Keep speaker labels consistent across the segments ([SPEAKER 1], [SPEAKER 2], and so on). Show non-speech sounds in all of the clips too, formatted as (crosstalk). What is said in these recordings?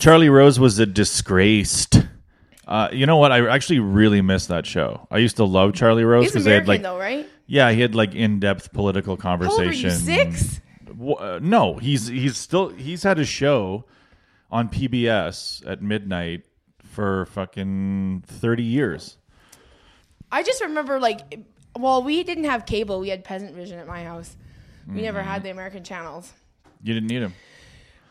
[SPEAKER 1] Charlie Rose was a disgraced. Uh, you know what? I actually really miss that show. I used to love Charlie Rose
[SPEAKER 2] He's
[SPEAKER 1] because they had
[SPEAKER 2] American
[SPEAKER 1] like,
[SPEAKER 2] though, right?
[SPEAKER 1] yeah, he had like in-depth political
[SPEAKER 2] How old are
[SPEAKER 1] conversation.
[SPEAKER 2] you? Six?
[SPEAKER 1] Wh- uh, no, he's he's still he's had a show on PBS at midnight for fucking thirty years.
[SPEAKER 2] I just remember like, well, we didn't have cable. We had Peasant Vision at my house. We never
[SPEAKER 1] Mm-hmm.
[SPEAKER 2] had the American channels.
[SPEAKER 1] You didn't need him.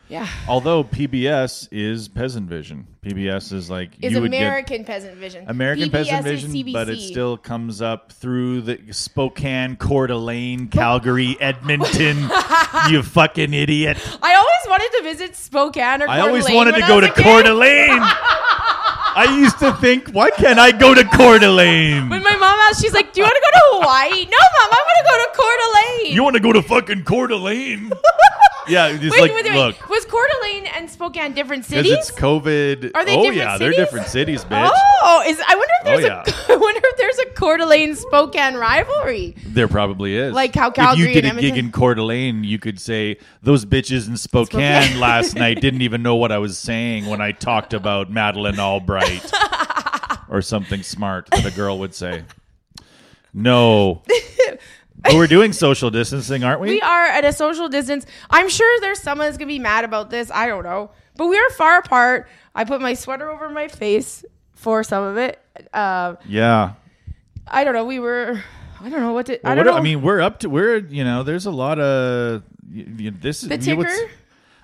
[SPEAKER 2] Yeah,
[SPEAKER 1] Although PBS is peasant vision. PBS is like
[SPEAKER 2] it's
[SPEAKER 1] you would get
[SPEAKER 2] American Peasant Vision.
[SPEAKER 1] American
[SPEAKER 2] PBS
[SPEAKER 1] peasant
[SPEAKER 2] is
[SPEAKER 1] vision, but it
[SPEAKER 2] CBC.
[SPEAKER 1] still comes up through the Spokane, Coeur d'Alene,
[SPEAKER 2] (laughs)
[SPEAKER 1] Calgary, Edmonton. you fucking idiot!
[SPEAKER 2] I always wanted to visit Spokane or.
[SPEAKER 1] I
[SPEAKER 2] Coeur
[SPEAKER 1] always
[SPEAKER 2] d'Alene
[SPEAKER 1] wanted
[SPEAKER 2] when
[SPEAKER 1] to
[SPEAKER 2] I
[SPEAKER 1] go
[SPEAKER 2] was
[SPEAKER 1] to
[SPEAKER 2] a kid.
[SPEAKER 1] Coeur
[SPEAKER 2] (laughs)
[SPEAKER 1] d'Alene. I used to think, why can't I go to Coeur d'Alene?
[SPEAKER 2] When my mom asked, she's like, "Do you want to go to Hawaii?" no, mom, I want to go to Coeur d'Alene.
[SPEAKER 1] You want to go to fucking Coeur
[SPEAKER 2] (laughs)
[SPEAKER 1] d'Alene? yeah, it's
[SPEAKER 2] wait,
[SPEAKER 1] like
[SPEAKER 2] wait, wait,
[SPEAKER 1] look,
[SPEAKER 2] Was Coeur d'Alene and Spokane different
[SPEAKER 1] because
[SPEAKER 2] cities?
[SPEAKER 1] it's COVID.
[SPEAKER 2] Are they
[SPEAKER 1] oh
[SPEAKER 2] different
[SPEAKER 1] yeah, they're
[SPEAKER 2] cities?
[SPEAKER 1] different cities, bitch.
[SPEAKER 2] oh, is I wonder if
[SPEAKER 1] Oh,
[SPEAKER 2] there's
[SPEAKER 1] yeah.
[SPEAKER 2] a (laughs) I wonder if there's a Coeur d'Alene Spokane rivalry.
[SPEAKER 1] There probably is.
[SPEAKER 2] Like how
[SPEAKER 1] if you
[SPEAKER 2] Calgary
[SPEAKER 1] did
[SPEAKER 2] and
[SPEAKER 1] a gig
[SPEAKER 2] Edmonton-
[SPEAKER 1] in Coeur d'Alene, you could say those bitches in Spokane,
[SPEAKER 2] (laughs) Spokane."
[SPEAKER 1] last night didn't even know what I was saying when I talked about Madeline
[SPEAKER 2] (laughs)
[SPEAKER 1] Albright or something smart that a girl would say. No. but we're doing social distancing, aren't we?
[SPEAKER 2] We are at a social distance. I'm sure there's someone that's gonna be mad about this. I don't know, but we are far apart. I put my sweater over my face for some of it. Um,
[SPEAKER 1] Yeah.
[SPEAKER 2] I don't know. We were. I don't know what to. I
[SPEAKER 1] Well,
[SPEAKER 2] don't
[SPEAKER 1] what-
[SPEAKER 2] know.
[SPEAKER 1] I mean, we're up to we're you know, there's a lot of y y- this.
[SPEAKER 2] the
[SPEAKER 1] you know,
[SPEAKER 2] ticker.
[SPEAKER 1] what's-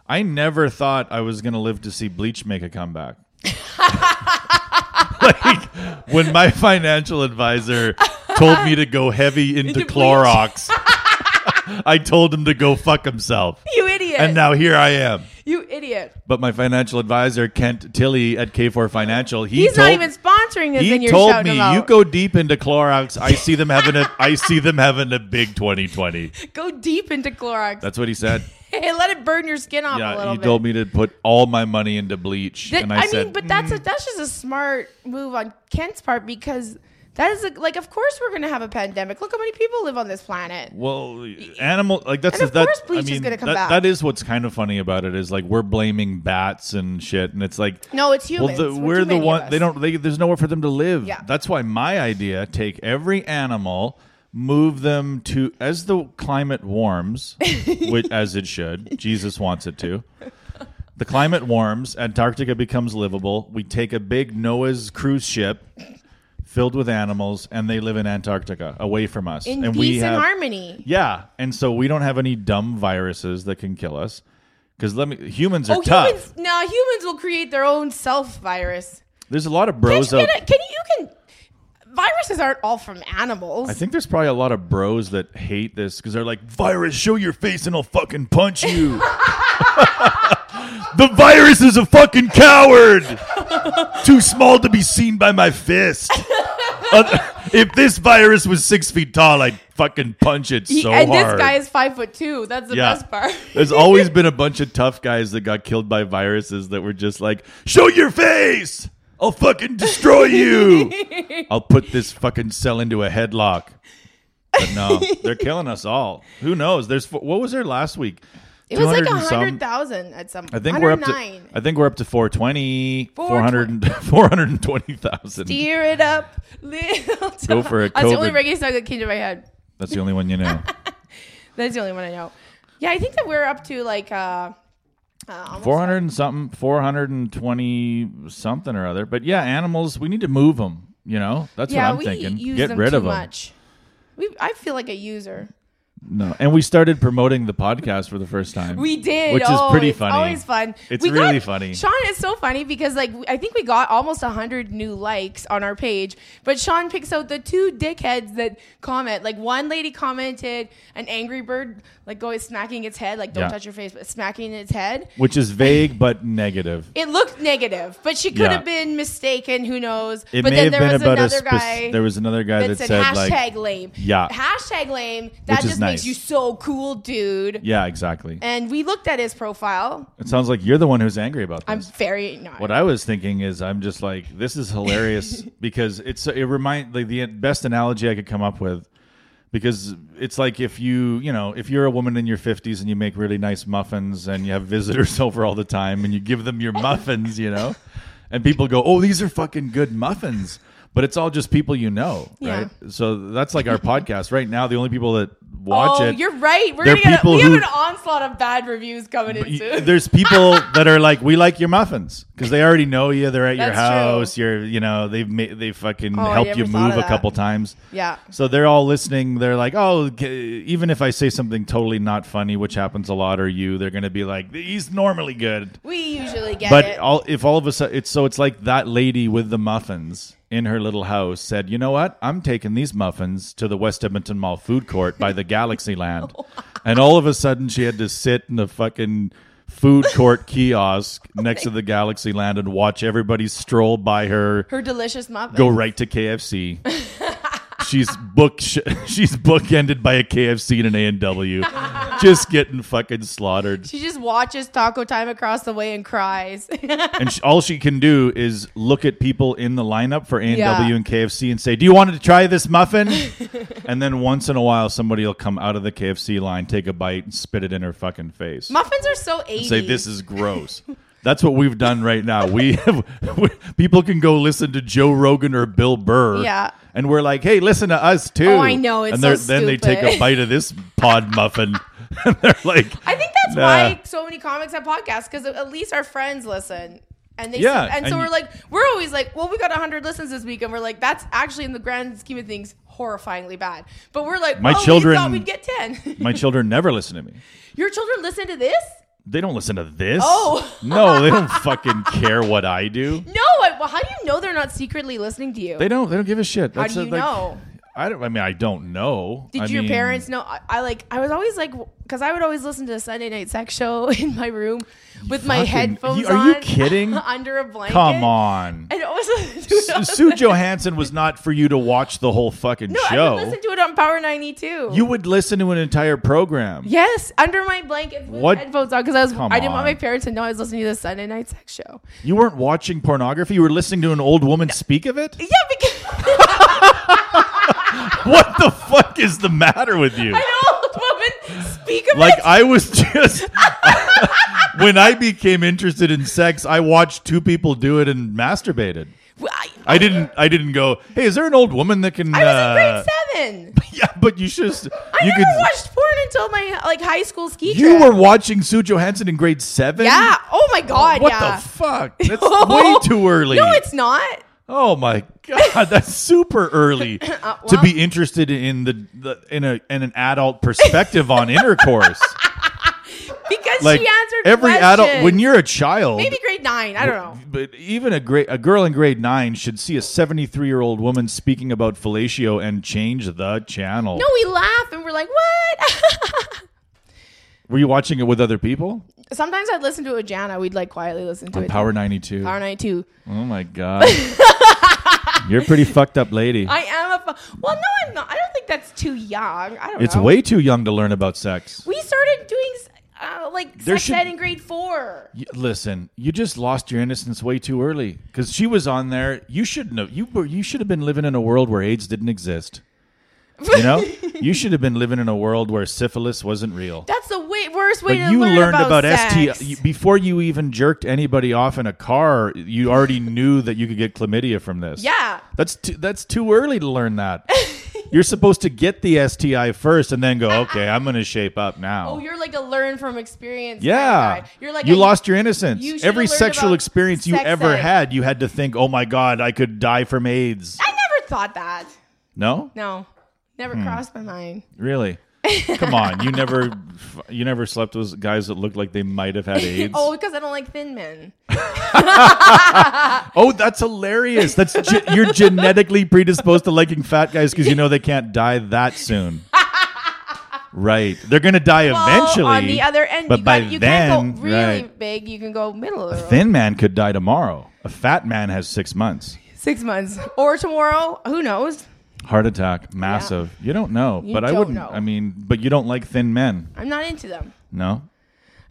[SPEAKER 1] I never thought I was gonna live to see Bleach make a
[SPEAKER 2] (laughs)
[SPEAKER 1] comeback. like when my financial advisor told me to go
[SPEAKER 2] (laughs)
[SPEAKER 1] heavy into,
[SPEAKER 2] Into Bleach.
[SPEAKER 1] Clorox, (laughs) I told him to go fuck himself,
[SPEAKER 2] (laughs) you idiot.
[SPEAKER 1] and now here I am.
[SPEAKER 2] you idiot.
[SPEAKER 1] But my financial advisor Kent Tilley at K4 Financial, he
[SPEAKER 2] He's not
[SPEAKER 1] told-
[SPEAKER 2] even sponsoring this. and
[SPEAKER 1] he
[SPEAKER 2] you're
[SPEAKER 1] told
[SPEAKER 2] shouting
[SPEAKER 1] me
[SPEAKER 2] about.
[SPEAKER 1] you go deep into Clorox. I see them having a I see them having a big 2020.
[SPEAKER 2] go deep into Clorox.
[SPEAKER 1] That's what he said.
[SPEAKER 2] Hey, let it burn your skin off (laughs) a
[SPEAKER 1] Yeah,
[SPEAKER 2] little
[SPEAKER 1] he
[SPEAKER 2] bit.
[SPEAKER 1] told me to put all my money into bleach,
[SPEAKER 2] That-
[SPEAKER 1] and I,
[SPEAKER 2] I,
[SPEAKER 1] said, "Mm."
[SPEAKER 2] mean, but that's a, that's just a smart move on Kent's part because that is a, like, of course we're gonna have a pandemic. Look how many people live on this planet.
[SPEAKER 1] Well, animal like that's
[SPEAKER 2] And of
[SPEAKER 1] that.
[SPEAKER 2] course
[SPEAKER 1] I
[SPEAKER 2] bleach is
[SPEAKER 1] mean,
[SPEAKER 2] gonna come
[SPEAKER 1] that,
[SPEAKER 2] back.
[SPEAKER 1] That is what's kind of funny about it is like we're blaming bats and shit, and it's like
[SPEAKER 2] No, it's
[SPEAKER 1] well,
[SPEAKER 2] humans.
[SPEAKER 1] the,
[SPEAKER 2] We're
[SPEAKER 1] we're,
[SPEAKER 2] too
[SPEAKER 1] the
[SPEAKER 2] many of
[SPEAKER 1] one. They
[SPEAKER 2] us.
[SPEAKER 1] don't. They, there's nowhere for them to live.
[SPEAKER 2] Yeah.
[SPEAKER 1] That's why my idea: take every animal, move them to as the climate
[SPEAKER 2] (laughs)
[SPEAKER 1] warms, which as it should. Jesus wants it to. The climate warms, Antarctica becomes livable. We take a big Noah's cruise ship filled with animals, and they live in Antarctica, away from us.
[SPEAKER 2] In
[SPEAKER 1] and we
[SPEAKER 2] peace
[SPEAKER 1] have,
[SPEAKER 2] and harmony.
[SPEAKER 1] yeah, and so we don't have any dumb viruses that can kill us. Because let me, humans are
[SPEAKER 2] Oh,
[SPEAKER 1] tough.
[SPEAKER 2] humans! Now humans will create their own self virus.
[SPEAKER 1] There's a lot of
[SPEAKER 2] Can you,
[SPEAKER 1] bros out.
[SPEAKER 2] can you can viruses aren't all from animals.
[SPEAKER 1] I think there's probably a lot of bros that hate this because they're like, "Virus, show your face, and I'll fucking punch you."
[SPEAKER 2] (laughs)
[SPEAKER 1] the virus is a fucking coward, too small to be seen by my
[SPEAKER 2] (laughs)
[SPEAKER 1] fist. Oth- if this virus was six feet tall, I'd fucking punch it so
[SPEAKER 2] He- and
[SPEAKER 1] hard.
[SPEAKER 2] this guy is five foot two. That's the
[SPEAKER 1] Yeah. (laughs)
[SPEAKER 2] best part.
[SPEAKER 1] There's always been a bunch of tough guys that got killed by viruses that were just like, show your face! I'll fucking destroy
[SPEAKER 2] (laughs)
[SPEAKER 1] you! I'll put this fucking cell into a headlock. But no, they're killing us all. Who knows? There's fo- what was there last week?
[SPEAKER 2] It was like
[SPEAKER 1] 200 and some-
[SPEAKER 2] hundred thousand at some.
[SPEAKER 1] I think we're up to.
[SPEAKER 2] 109.
[SPEAKER 1] I think we're up to 420,
[SPEAKER 2] 420.
[SPEAKER 1] (laughs) 400 420,000.
[SPEAKER 2] Steer it up, little.
[SPEAKER 1] (laughs) Go for it,
[SPEAKER 2] That's the only
[SPEAKER 1] COVID.
[SPEAKER 2] reggae song that came to my head.
[SPEAKER 1] That's the only one you
[SPEAKER 2] (laughs)
[SPEAKER 1] know.
[SPEAKER 2] That's the only one I know. Yeah, I think that we're up to like uh, uh almost-
[SPEAKER 1] 400 and something, 420 something or other. But yeah, animals, we need to move them. You know, that's
[SPEAKER 2] Yeah,
[SPEAKER 1] what I'm
[SPEAKER 2] we
[SPEAKER 1] thinking.
[SPEAKER 2] use
[SPEAKER 1] Get
[SPEAKER 2] them
[SPEAKER 1] rid
[SPEAKER 2] too
[SPEAKER 1] of them.
[SPEAKER 2] much. We, I feel like a user.
[SPEAKER 1] No, and we started promoting the podcast for the first time.
[SPEAKER 2] We did,
[SPEAKER 1] which
[SPEAKER 2] oh,
[SPEAKER 1] is pretty
[SPEAKER 2] it's
[SPEAKER 1] funny.
[SPEAKER 2] Always fun.
[SPEAKER 1] It's
[SPEAKER 2] We
[SPEAKER 1] really
[SPEAKER 2] got-
[SPEAKER 1] funny.
[SPEAKER 2] Sean is so funny because like I think we got almost hundred new likes on our page, but Sean picks out the two dickheads that comment. Like one lady commented, an angry bird like going smacking its head, like don't
[SPEAKER 1] Yeah.
[SPEAKER 2] touch your face, but smacking its head.
[SPEAKER 1] which is vague but
[SPEAKER 2] (laughs)
[SPEAKER 1] negative.
[SPEAKER 2] It looked negative, but she could
[SPEAKER 1] Yeah.
[SPEAKER 2] have been mistaken. Who knows?
[SPEAKER 1] It
[SPEAKER 2] but
[SPEAKER 1] may
[SPEAKER 2] then
[SPEAKER 1] have
[SPEAKER 2] there
[SPEAKER 1] been
[SPEAKER 2] was
[SPEAKER 1] about a
[SPEAKER 2] another
[SPEAKER 1] spec-
[SPEAKER 2] guy.
[SPEAKER 1] There was another guy
[SPEAKER 2] that
[SPEAKER 1] that,
[SPEAKER 2] said,
[SPEAKER 1] said
[SPEAKER 2] hashtag
[SPEAKER 1] like,
[SPEAKER 2] lame.
[SPEAKER 1] Yeah.
[SPEAKER 2] Hashtag lame. That
[SPEAKER 1] Which is
[SPEAKER 2] just makes
[SPEAKER 1] nice.
[SPEAKER 2] you so cool, dude.
[SPEAKER 1] yeah, exactly.
[SPEAKER 2] And we looked at his profile.
[SPEAKER 1] It sounds like you're the one who's angry about
[SPEAKER 2] I'm
[SPEAKER 1] this.
[SPEAKER 2] very not.
[SPEAKER 1] What I was thinking is, I'm just like,
[SPEAKER 2] (laughs)
[SPEAKER 1] this is hilarious because it's it remind like the best analogy I could come up with because it's like if you you know if you're a woman in your 50s and you make really nice muffins and you have visitors (laughs) over all the time and you give them your muffins you know and people go oh these are fucking good muffins but it's all just people you know
[SPEAKER 2] Yeah.
[SPEAKER 1] right so that's like our podcast right now the only people that watch
[SPEAKER 2] oh,
[SPEAKER 1] it
[SPEAKER 2] you're right. We're
[SPEAKER 1] There are
[SPEAKER 2] gonna get a,
[SPEAKER 1] people
[SPEAKER 2] we
[SPEAKER 1] who-
[SPEAKER 2] have an onslaught of bad reviews coming in
[SPEAKER 1] Y-
[SPEAKER 2] soon.
[SPEAKER 1] there's
[SPEAKER 2] (laughs)
[SPEAKER 1] people that are like, we like your muffins because they already know you. They're at your
[SPEAKER 2] That's
[SPEAKER 1] house. You're, you know, they've ma- they fucking
[SPEAKER 2] Oh, I
[SPEAKER 1] helped you
[SPEAKER 2] never thought
[SPEAKER 1] move
[SPEAKER 2] of
[SPEAKER 1] a
[SPEAKER 2] that.
[SPEAKER 1] couple times.
[SPEAKER 2] Yeah.
[SPEAKER 1] So they're all listening. They're like, oh, g- even if I say something totally not funny, which happens a lot, or you, they're gonna be like, he's normally good.
[SPEAKER 2] We usually get
[SPEAKER 1] But
[SPEAKER 2] it.
[SPEAKER 1] all if all of a sudden, it's so it's like that lady with the muffins in her little house said, you know what? I'm taking these muffins to the West Edmonton Mall food court by the Galaxy Land, and all of a sudden she had to sit in the fucking food court kiosk next to the Galaxy Land and watch everybody stroll by her,
[SPEAKER 2] Her delicious muffin.
[SPEAKER 1] go right to KFC. She's book (laughs) she's bookended by a KFC and an A and W, just getting fucking slaughtered.
[SPEAKER 2] She just watches Taco Time across the way and cries. (laughs)
[SPEAKER 1] and sh all she can do is look at people in the lineup for A&W
[SPEAKER 2] Yeah.
[SPEAKER 1] and KFC and say, "Do you want to try this muffin?" (laughs) and then once in a while, somebody will come out of the KFC line, take a bite, and spit it in her fucking face.
[SPEAKER 2] Muffins are so 80s.
[SPEAKER 1] say, "This is gross." That's what we've done right now. We (laughs) have people can go listen to Joe Rogan or Bill Burr.
[SPEAKER 2] Yeah.
[SPEAKER 1] And we're like, hey, listen to us too.
[SPEAKER 2] Oh, I know, it's
[SPEAKER 1] and
[SPEAKER 2] so
[SPEAKER 1] they're- then they take a
[SPEAKER 2] stupid.
[SPEAKER 1] bite of this pod muffin. (laughs) and they're like,
[SPEAKER 2] I think that's
[SPEAKER 1] Nah.
[SPEAKER 2] why so many comics have podcasts because at least our friends listen. And they
[SPEAKER 1] Yeah,
[SPEAKER 2] and, so
[SPEAKER 1] and
[SPEAKER 2] we're
[SPEAKER 1] you-
[SPEAKER 2] like we're always like well we got 100 listens this week and we're like that's actually in the grand scheme of things horrifyingly bad but we're like
[SPEAKER 1] My
[SPEAKER 2] oh,
[SPEAKER 1] children-
[SPEAKER 2] we thought we'd get 10
[SPEAKER 1] my children never listen to me.
[SPEAKER 2] (laughs) your children listen to this
[SPEAKER 1] They don't listen to this.
[SPEAKER 2] Oh.
[SPEAKER 1] no, they don't fucking care what I do.
[SPEAKER 2] no I, well, how do you know they're not secretly listening to you
[SPEAKER 1] They don't. They don't give a shit.
[SPEAKER 2] how
[SPEAKER 1] That's
[SPEAKER 2] do
[SPEAKER 1] a,
[SPEAKER 2] you
[SPEAKER 1] like-
[SPEAKER 2] know
[SPEAKER 1] I don't. I mean, I don't know.
[SPEAKER 2] Did
[SPEAKER 1] I
[SPEAKER 2] your
[SPEAKER 1] mean,
[SPEAKER 2] parents know? I, I like. I was always like, because I would always listen to the Sunday night sex show (laughs) in my room with my
[SPEAKER 1] fucking-
[SPEAKER 2] headphones.
[SPEAKER 1] you- are you
[SPEAKER 2] on,
[SPEAKER 1] kidding?
[SPEAKER 2] (laughs) under a blanket.
[SPEAKER 1] Come on.
[SPEAKER 2] And always listen to it on
[SPEAKER 1] S- Sue Johansson was not for you to watch the whole fucking
[SPEAKER 2] no, I
[SPEAKER 1] show.
[SPEAKER 2] would listen to it on Power ninety two.
[SPEAKER 1] you would listen to an entire program.
[SPEAKER 2] yes, under my blanket with
[SPEAKER 1] What?
[SPEAKER 2] headphones on because I was.
[SPEAKER 1] Come
[SPEAKER 2] I didn't want
[SPEAKER 1] on.
[SPEAKER 2] my parents to know I was listening to the Sunday night sex show.
[SPEAKER 1] You weren't watching pornography. You were listening to an old woman speak of it.
[SPEAKER 2] Yeah, because (laughs)
[SPEAKER 1] What the fuck is the matter with you?
[SPEAKER 2] an old woman speak of
[SPEAKER 1] Like uh,
[SPEAKER 2] it.
[SPEAKER 1] I was just (laughs) when I became interested in sex, I watched two people do it and masturbated.
[SPEAKER 2] Well, I,
[SPEAKER 1] I didn't. I didn't go. Hey, is there an old woman that can?
[SPEAKER 2] I was
[SPEAKER 1] uh,
[SPEAKER 2] in grade seven.
[SPEAKER 1] (laughs) Yeah, but you just.
[SPEAKER 2] I
[SPEAKER 1] you
[SPEAKER 2] never watched porn until my like high school ski
[SPEAKER 1] You
[SPEAKER 2] trip.
[SPEAKER 1] were watching Sue Johansson in grade seven.
[SPEAKER 2] yeah. Oh my god.
[SPEAKER 1] What
[SPEAKER 2] yeah.
[SPEAKER 1] the fuck?
[SPEAKER 2] (laughs)
[SPEAKER 1] That's way too early.
[SPEAKER 2] No, it's not.
[SPEAKER 1] oh my god, that's super
[SPEAKER 2] (coughs)
[SPEAKER 1] early to
[SPEAKER 2] Uh, well.
[SPEAKER 1] be interested in the, the in a in an adult perspective
[SPEAKER 2] (laughs)
[SPEAKER 1] on intercourse.
[SPEAKER 2] Because
[SPEAKER 1] Like
[SPEAKER 2] she answered
[SPEAKER 1] every adult, when
[SPEAKER 2] questions.
[SPEAKER 1] you're a child,
[SPEAKER 2] maybe grade nine, I don't know.
[SPEAKER 1] But even a great a girl in grade nine should see a 73 year old woman speaking about fellatio and change the channel.
[SPEAKER 2] No, we laugh and we're like, what? (laughs)
[SPEAKER 1] Were you watching it with other people?
[SPEAKER 2] Sometimes I'd listen to it with Jana. We'd like quietly listen to it.
[SPEAKER 1] Power 92.
[SPEAKER 2] Power night too.
[SPEAKER 1] Oh my god. (laughs) You're a pretty fucked up lady.
[SPEAKER 2] I am a fu- well. No, I'm not. I don't think that's too young. I don't.
[SPEAKER 1] it's
[SPEAKER 2] know.
[SPEAKER 1] way too young to learn about sex.
[SPEAKER 2] We started doing s- uh, like
[SPEAKER 1] There
[SPEAKER 2] sex
[SPEAKER 1] should-
[SPEAKER 2] ed in grade four.
[SPEAKER 1] Y- Listen, you just lost your innocence way too early cuz she was on there. You shouldn't have you were you should have been living in a world where AIDS didn't exist. You
[SPEAKER 2] (laughs)
[SPEAKER 1] know? you should have been living in a world where syphilis wasn't real.
[SPEAKER 2] That's the way, worst way
[SPEAKER 1] But
[SPEAKER 2] to
[SPEAKER 1] you
[SPEAKER 2] learn
[SPEAKER 1] learned
[SPEAKER 2] about,
[SPEAKER 1] about,
[SPEAKER 2] sex.
[SPEAKER 1] STI you- before you even jerked anybody off in a car. You already knew that you could get chlamydia from this.
[SPEAKER 2] Yeah.
[SPEAKER 1] that's too, that's too early to learn
[SPEAKER 2] (laughs)
[SPEAKER 1] that. you're supposed to get the STI first and then go. Okay, I'm going to shape up now.
[SPEAKER 2] Oh, you're like a learn from experience. kind of
[SPEAKER 1] yeah,
[SPEAKER 2] guy. You're like
[SPEAKER 1] you
[SPEAKER 2] I-
[SPEAKER 1] lost your innocence.
[SPEAKER 2] you should've
[SPEAKER 1] Every
[SPEAKER 2] learned
[SPEAKER 1] sexual
[SPEAKER 2] about
[SPEAKER 1] experience you
[SPEAKER 2] sex
[SPEAKER 1] ever
[SPEAKER 2] ed.
[SPEAKER 1] had, you had to think, "Oh my God, I could die from AIDS."
[SPEAKER 2] I never thought that.
[SPEAKER 1] No,
[SPEAKER 2] No, never
[SPEAKER 1] Hmm.
[SPEAKER 2] crossed my mind. (laughs)
[SPEAKER 1] really. Come on, you never, you never slept with guys that looked like they might have had AIDS.
[SPEAKER 2] (laughs) Oh, because I don't like thin men.
[SPEAKER 1] Oh, that's hilarious. That's
[SPEAKER 2] (laughs)
[SPEAKER 1] ge- you're genetically predisposed to liking fat guys because you know they can't die that
[SPEAKER 2] (laughs)
[SPEAKER 1] soon. right. They're going to die eventually.
[SPEAKER 2] on the other end,
[SPEAKER 1] but
[SPEAKER 2] you,
[SPEAKER 1] by
[SPEAKER 2] got, you
[SPEAKER 1] then,
[SPEAKER 2] can't go really
[SPEAKER 1] right.
[SPEAKER 2] big. You can go middle.
[SPEAKER 1] a thin man could die tomorrow. A fat man has 6 months.
[SPEAKER 2] Six months or tomorrow. Who knows?
[SPEAKER 1] Heart attack, massive. You don't know,
[SPEAKER 2] You
[SPEAKER 1] but I
[SPEAKER 2] don't
[SPEAKER 1] wouldn't
[SPEAKER 2] know.
[SPEAKER 1] I mean, but you don't like thin men.
[SPEAKER 2] I'm not into them.
[SPEAKER 1] No.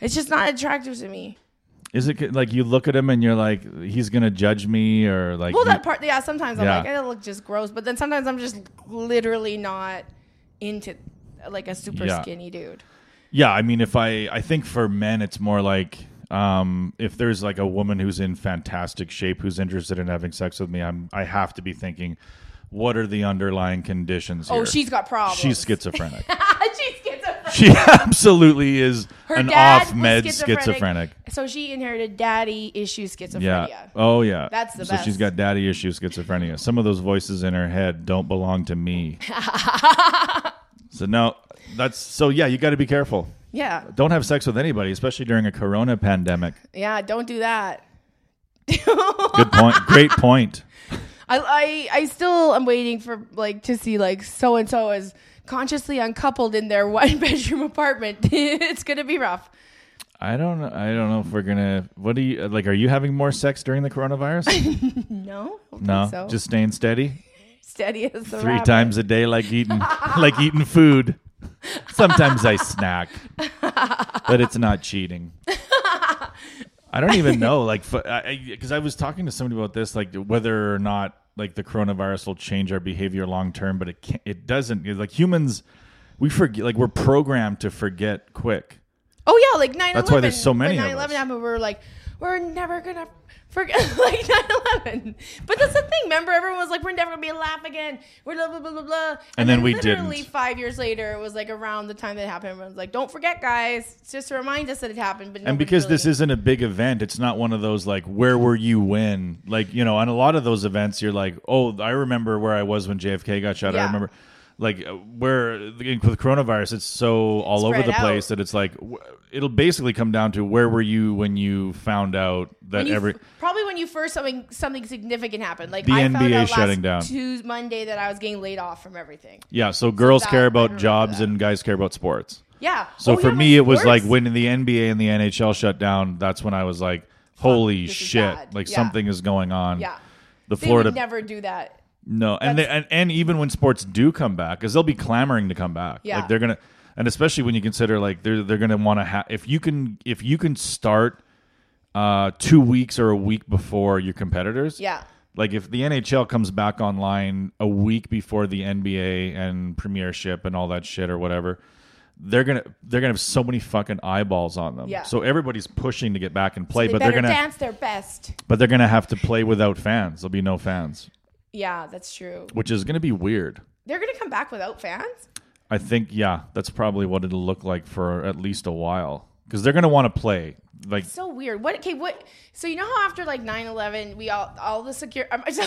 [SPEAKER 2] It's just not attractive to me.
[SPEAKER 1] Is it c- like you look at him and you're like he's going to judge me or like
[SPEAKER 2] Well,
[SPEAKER 1] you-
[SPEAKER 2] that part, yeah. Sometimes I'm
[SPEAKER 1] Yeah.
[SPEAKER 2] like, I look just gross, but then sometimes I'm just literally not into like a super
[SPEAKER 1] Yeah.
[SPEAKER 2] skinny dude.
[SPEAKER 1] Yeah, I mean, if I, I think for men, it's more like um, if there's like a woman who's in fantastic shape who's interested in having sex with me, I'm, I have to be thinking, what are the underlying conditions?
[SPEAKER 2] Oh,
[SPEAKER 1] here?
[SPEAKER 2] she's got problems. (laughs)
[SPEAKER 1] she's schizophrenic.
[SPEAKER 2] she's schizophrenic.
[SPEAKER 1] she absolutely is an off med
[SPEAKER 2] was
[SPEAKER 1] schizophrenic.
[SPEAKER 2] So she inherited daddy issues schizophrenia.
[SPEAKER 1] Yeah. Oh, yeah.
[SPEAKER 2] That's the
[SPEAKER 1] so she's
[SPEAKER 2] best.
[SPEAKER 1] got daddy issues, schizophrenia. Some of those voices in her head don't belong to
[SPEAKER 2] (laughs)
[SPEAKER 1] me. so no, that's so yeah. You got to be careful.
[SPEAKER 2] Yeah.
[SPEAKER 1] Don't have sex with anybody, especially during a corona pandemic.
[SPEAKER 2] Yeah, don't do that. (laughs)
[SPEAKER 1] Good point. Great point.
[SPEAKER 2] I, I I still am waiting for like to see like so and so is consciously uncoupled in their (laughs) one bedroom apartment. (laughs) it's gonna be rough.
[SPEAKER 1] I don't. know- I don't know if we're gonna. What do you like? Are you having more sex during the
[SPEAKER 2] (laughs)
[SPEAKER 1] coronavirus?
[SPEAKER 2] No, I don't
[SPEAKER 1] No,
[SPEAKER 2] think so.
[SPEAKER 1] just staying steady.
[SPEAKER 2] steady as the
[SPEAKER 1] Three
[SPEAKER 2] rabbit.
[SPEAKER 1] times a day, like eating, (laughs) like eating food. Sometimes I snack, but it's not
[SPEAKER 2] (laughs)
[SPEAKER 1] cheating. I don't even know, like, because I, because I was talking to somebody about this, like whether or not like the coronavirus will change our behavior long term, but it can't, it doesn't. Like humans, we forget, like we're programmed to forget quick.
[SPEAKER 2] Oh yeah, like nine eleven.
[SPEAKER 1] That's why there's so many of
[SPEAKER 2] Nine eleven
[SPEAKER 1] us.
[SPEAKER 2] happened. We were like, we're never gonna forget (laughs) like nine eleven. But that's the thing. Remember, everyone was like, we're never gonna be alive again. We're blah blah blah blah blah. And,
[SPEAKER 1] then we
[SPEAKER 2] literally
[SPEAKER 1] didn't.
[SPEAKER 2] Five years later, it was like around the time that it happened. Everyone's like, don't forget, guys. It's just to remind us that it happened. But
[SPEAKER 1] and
[SPEAKER 2] nobody
[SPEAKER 1] because this
[SPEAKER 2] really-
[SPEAKER 1] isn't a big event it's not one of those like where were you when like you know on a lot of those events you're like oh i remember where i was when jfk got shot i
[SPEAKER 2] Yeah.
[SPEAKER 1] remember like uh, where in- with coronavirus it's so all over
[SPEAKER 2] Spread
[SPEAKER 1] the place
[SPEAKER 2] out.
[SPEAKER 1] that it's like wh- it'll basically come down to where were you when you found out that
[SPEAKER 2] When you-
[SPEAKER 1] every
[SPEAKER 2] probably when you first something something significant happened, like
[SPEAKER 1] The
[SPEAKER 2] I found
[SPEAKER 1] NBA
[SPEAKER 2] out
[SPEAKER 1] shutting
[SPEAKER 2] last
[SPEAKER 1] down.
[SPEAKER 2] Tuesday, Monday that I was getting laid off from everything.
[SPEAKER 1] yeah so girls
[SPEAKER 2] that- I
[SPEAKER 1] care about
[SPEAKER 2] remember
[SPEAKER 1] jobs
[SPEAKER 2] that.
[SPEAKER 1] and guys care about sports
[SPEAKER 2] Yeah.
[SPEAKER 1] so
[SPEAKER 2] Oh,
[SPEAKER 1] for
[SPEAKER 2] yeah,
[SPEAKER 1] me it was like
[SPEAKER 2] sports.
[SPEAKER 1] when the nba and the nhl shut down that's when i was like holy
[SPEAKER 2] this is
[SPEAKER 1] shit
[SPEAKER 2] bad.
[SPEAKER 1] like
[SPEAKER 2] Yeah.
[SPEAKER 1] something is going on
[SPEAKER 2] yeah,
[SPEAKER 1] the
[SPEAKER 2] they
[SPEAKER 1] florida
[SPEAKER 2] would never do that.
[SPEAKER 1] No, and, they, and and even when sports do come back, because they'll be clamoring to come back.
[SPEAKER 2] Yeah.
[SPEAKER 1] like they're gonna, and especially when you consider like they're they're gonna want to have if you can if you can start uh, two weeks or a week before your competitors.
[SPEAKER 2] Yeah.
[SPEAKER 1] Like if the NHL comes back online a week before the NBA and Premiership and all that shit or whatever, they're gonna they're gonna have so many fucking eyeballs on them.
[SPEAKER 2] Yeah.
[SPEAKER 1] So everybody's pushing to get back and play,
[SPEAKER 2] They
[SPEAKER 1] but they're
[SPEAKER 2] better
[SPEAKER 1] gonna
[SPEAKER 2] dance their best.
[SPEAKER 1] but they're gonna have to play without fans. There'll be no fans,
[SPEAKER 2] Yeah, that's true.
[SPEAKER 1] which is gonna be weird.
[SPEAKER 2] They're gonna come back without fans.
[SPEAKER 1] I think yeah, that's probably what it'll look like for at least a while because they're gonna want to play. Like
[SPEAKER 2] So weird. What? Okay. What? So you know how after like 9-11, we all all the secure. I'm, (laughs) but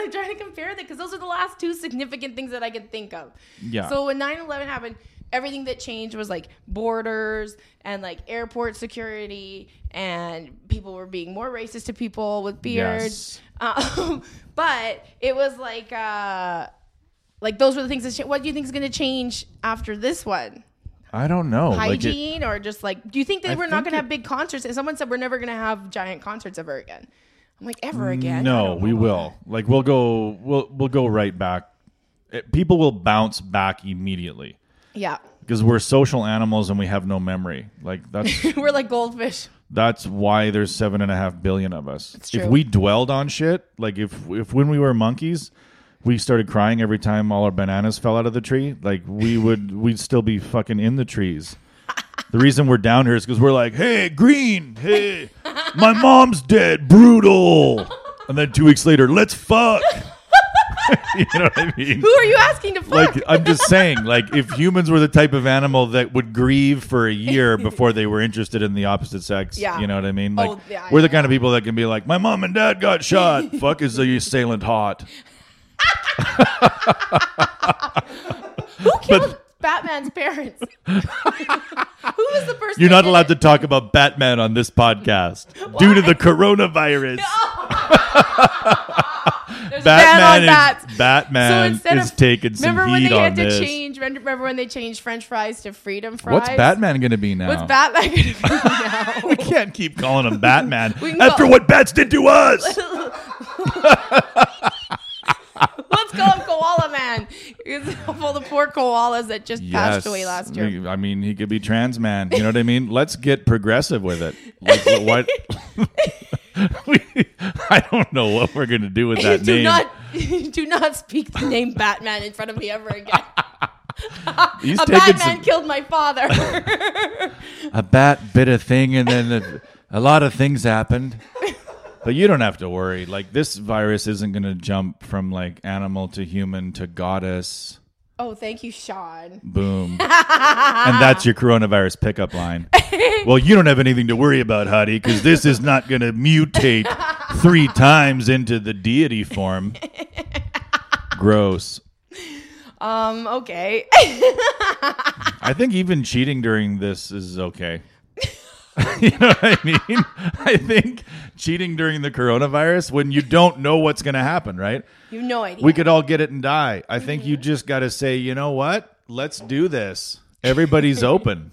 [SPEAKER 2] I'm trying to compare that because those are the last two significant things that I could think of.
[SPEAKER 1] Yeah.
[SPEAKER 2] So when 9-11 happened, everything that changed was like borders and like airport security, and people were being more racist to people with beards. Um, (laughs) but it was like uh, like those were the things that. Cha- what do you think is going to change after this one?
[SPEAKER 1] I don't know, like it-
[SPEAKER 2] hygiene or just like do you think they
[SPEAKER 1] I
[SPEAKER 2] were not
[SPEAKER 1] think
[SPEAKER 2] going to
[SPEAKER 1] it-
[SPEAKER 2] have big concerts and someone said we're never going to have giant concerts ever again i'm like ever again I
[SPEAKER 1] no,
[SPEAKER 2] don't
[SPEAKER 1] we
[SPEAKER 2] know.
[SPEAKER 1] will. Like we'll go, we'll we'll go right back. It- people will bounce back immediately
[SPEAKER 2] yeah (laughs)
[SPEAKER 1] because we're social animals and we have no memory. Like that's
[SPEAKER 2] we're like goldfish
[SPEAKER 1] that's why there's seven and a half billion of us.
[SPEAKER 2] true.
[SPEAKER 1] If we dwelled on shit, like if if when we were monkeys. We started crying every time all our bananas fell out of the tree. Like we
[SPEAKER 2] (laughs)
[SPEAKER 1] would, we'd still be fucking in the trees. The reason we're down here is because we're like, hey, green, hey, my mom's dead, brutal. And then two weeks later, let's fuck. (laughs) you know what I mean?
[SPEAKER 2] who are you asking to fuck
[SPEAKER 1] Like, I'm just saying, like, if humans were the type of animal that would grieve for a
[SPEAKER 2] (laughs)
[SPEAKER 1] year before they were interested in the opposite sex,
[SPEAKER 2] Yeah.
[SPEAKER 1] you know what I mean? Like,
[SPEAKER 2] Oh, yeah,
[SPEAKER 1] we're the
[SPEAKER 2] yeah.
[SPEAKER 1] kind of people that can be like, my mom and dad
[SPEAKER 2] (laughs)
[SPEAKER 1] got shot. fuck is the assailant hot?
[SPEAKER 2] who killed
[SPEAKER 1] (laughs)
[SPEAKER 2] batman's parents who was the person
[SPEAKER 1] You're not
[SPEAKER 2] that did
[SPEAKER 1] allowed to
[SPEAKER 2] it?
[SPEAKER 1] talk about Batman on this
[SPEAKER 2] (laughs)
[SPEAKER 1] podcast due to the coronavirus.
[SPEAKER 2] There's a ban
[SPEAKER 1] Batman
[SPEAKER 2] on
[SPEAKER 1] is,
[SPEAKER 2] bats.
[SPEAKER 1] Batman is taking some
[SPEAKER 2] remember when
[SPEAKER 1] heat
[SPEAKER 2] they
[SPEAKER 1] on
[SPEAKER 2] had to
[SPEAKER 1] this.
[SPEAKER 2] change remember when they changed french fries to freedom fries
[SPEAKER 1] What's Batman going to be now?
[SPEAKER 2] what's batman
[SPEAKER 1] (laughs)
[SPEAKER 2] gonna be now
[SPEAKER 1] we can't keep calling
[SPEAKER 2] (laughs)
[SPEAKER 1] him Batman
[SPEAKER 2] We can
[SPEAKER 1] after
[SPEAKER 2] call-
[SPEAKER 1] what bats did to
[SPEAKER 2] (laughs)
[SPEAKER 1] us.
[SPEAKER 2] Let's call him Koala Man. It's (laughs) all the poor koalas that just passed away last year.
[SPEAKER 1] I mean, he could be trans man. You know what I
[SPEAKER 2] (laughs)
[SPEAKER 1] mean? Let's get progressive with it. Like, what? (laughs) we, I don't know what we're going to do with that
[SPEAKER 2] (laughs) do
[SPEAKER 1] name.
[SPEAKER 2] not do not speak the name Batman in front of me ever again.
[SPEAKER 1] (laughs) He's
[SPEAKER 2] a
[SPEAKER 1] taking
[SPEAKER 2] bad man
[SPEAKER 1] some-
[SPEAKER 2] killed my father. (laughs)
[SPEAKER 1] a bat bit a thing and then a, a lot of things
[SPEAKER 2] (laughs)
[SPEAKER 1] happened but you don't have to worry like this virus isn't going to jump from like animal to human to goddess
[SPEAKER 2] oh, thank you, Sean.
[SPEAKER 1] boom and that's your coronavirus pickup line well you don't have anything to worry about hottie because this is not going to mutate three times into the deity form gross
[SPEAKER 2] Um, okay. (laughs)
[SPEAKER 1] I think even cheating during this is okay. (laughs) you know what I mean? I think cheating during the coronavirus when you don't know what's going to happen, right?
[SPEAKER 2] you have no idea.
[SPEAKER 1] We could all get it and die. I think you just got to say, you know what? Let's do this. Everybody's open.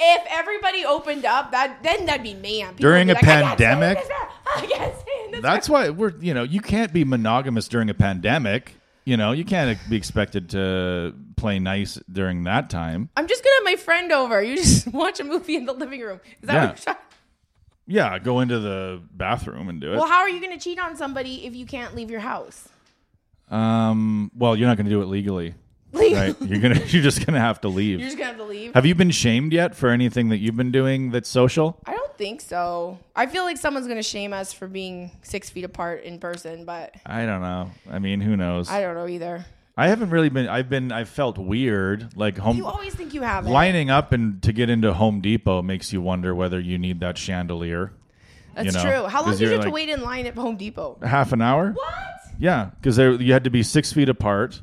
[SPEAKER 2] if everybody opened up, that then that'd be man. People
[SPEAKER 1] During
[SPEAKER 2] would be
[SPEAKER 1] a
[SPEAKER 2] like, "I can't stand
[SPEAKER 1] pandemic?
[SPEAKER 2] this, (laughs) I can't stand this.
[SPEAKER 1] That's why we're, you know, you can't be monogamous during a pandemic. You know, you can't be expected to play nice during that time.
[SPEAKER 2] I'm just gonna have my friend over. You just (laughs) watch a movie in the living room. Is that
[SPEAKER 1] Yeah.
[SPEAKER 2] what you're trying?
[SPEAKER 1] Yeah, go into the bathroom and do it.
[SPEAKER 2] Well, how are you gonna cheat on somebody if you can't leave your house? (laughs)
[SPEAKER 1] Um, well, you're not going to do it legally.
[SPEAKER 2] Leave.
[SPEAKER 1] right you're gonna (laughs) you're just gonna have to
[SPEAKER 2] (laughs) You're
[SPEAKER 1] leave
[SPEAKER 2] just gonna have to leave.
[SPEAKER 1] have you been shamed yet for anything that you've been doing that's social
[SPEAKER 2] I don't think so. I feel like someone's gonna shame us for being six feet apart in person, but
[SPEAKER 1] i don't know i mean who knows
[SPEAKER 2] I
[SPEAKER 1] i,
[SPEAKER 2] don't know either.
[SPEAKER 1] haven't really been i've been i've felt weird like
[SPEAKER 2] You
[SPEAKER 1] home
[SPEAKER 2] always think you have it.
[SPEAKER 1] lining up and to get into home depot makes you wonder whether you need that chandelier
[SPEAKER 2] That's
[SPEAKER 1] you know,
[SPEAKER 2] true. How long
[SPEAKER 1] 'cause
[SPEAKER 2] did you
[SPEAKER 1] you're
[SPEAKER 2] have to
[SPEAKER 1] like-
[SPEAKER 2] wait in line at Home Depot?
[SPEAKER 1] half an hour
[SPEAKER 2] What?
[SPEAKER 1] yeah because you had to be six feet apart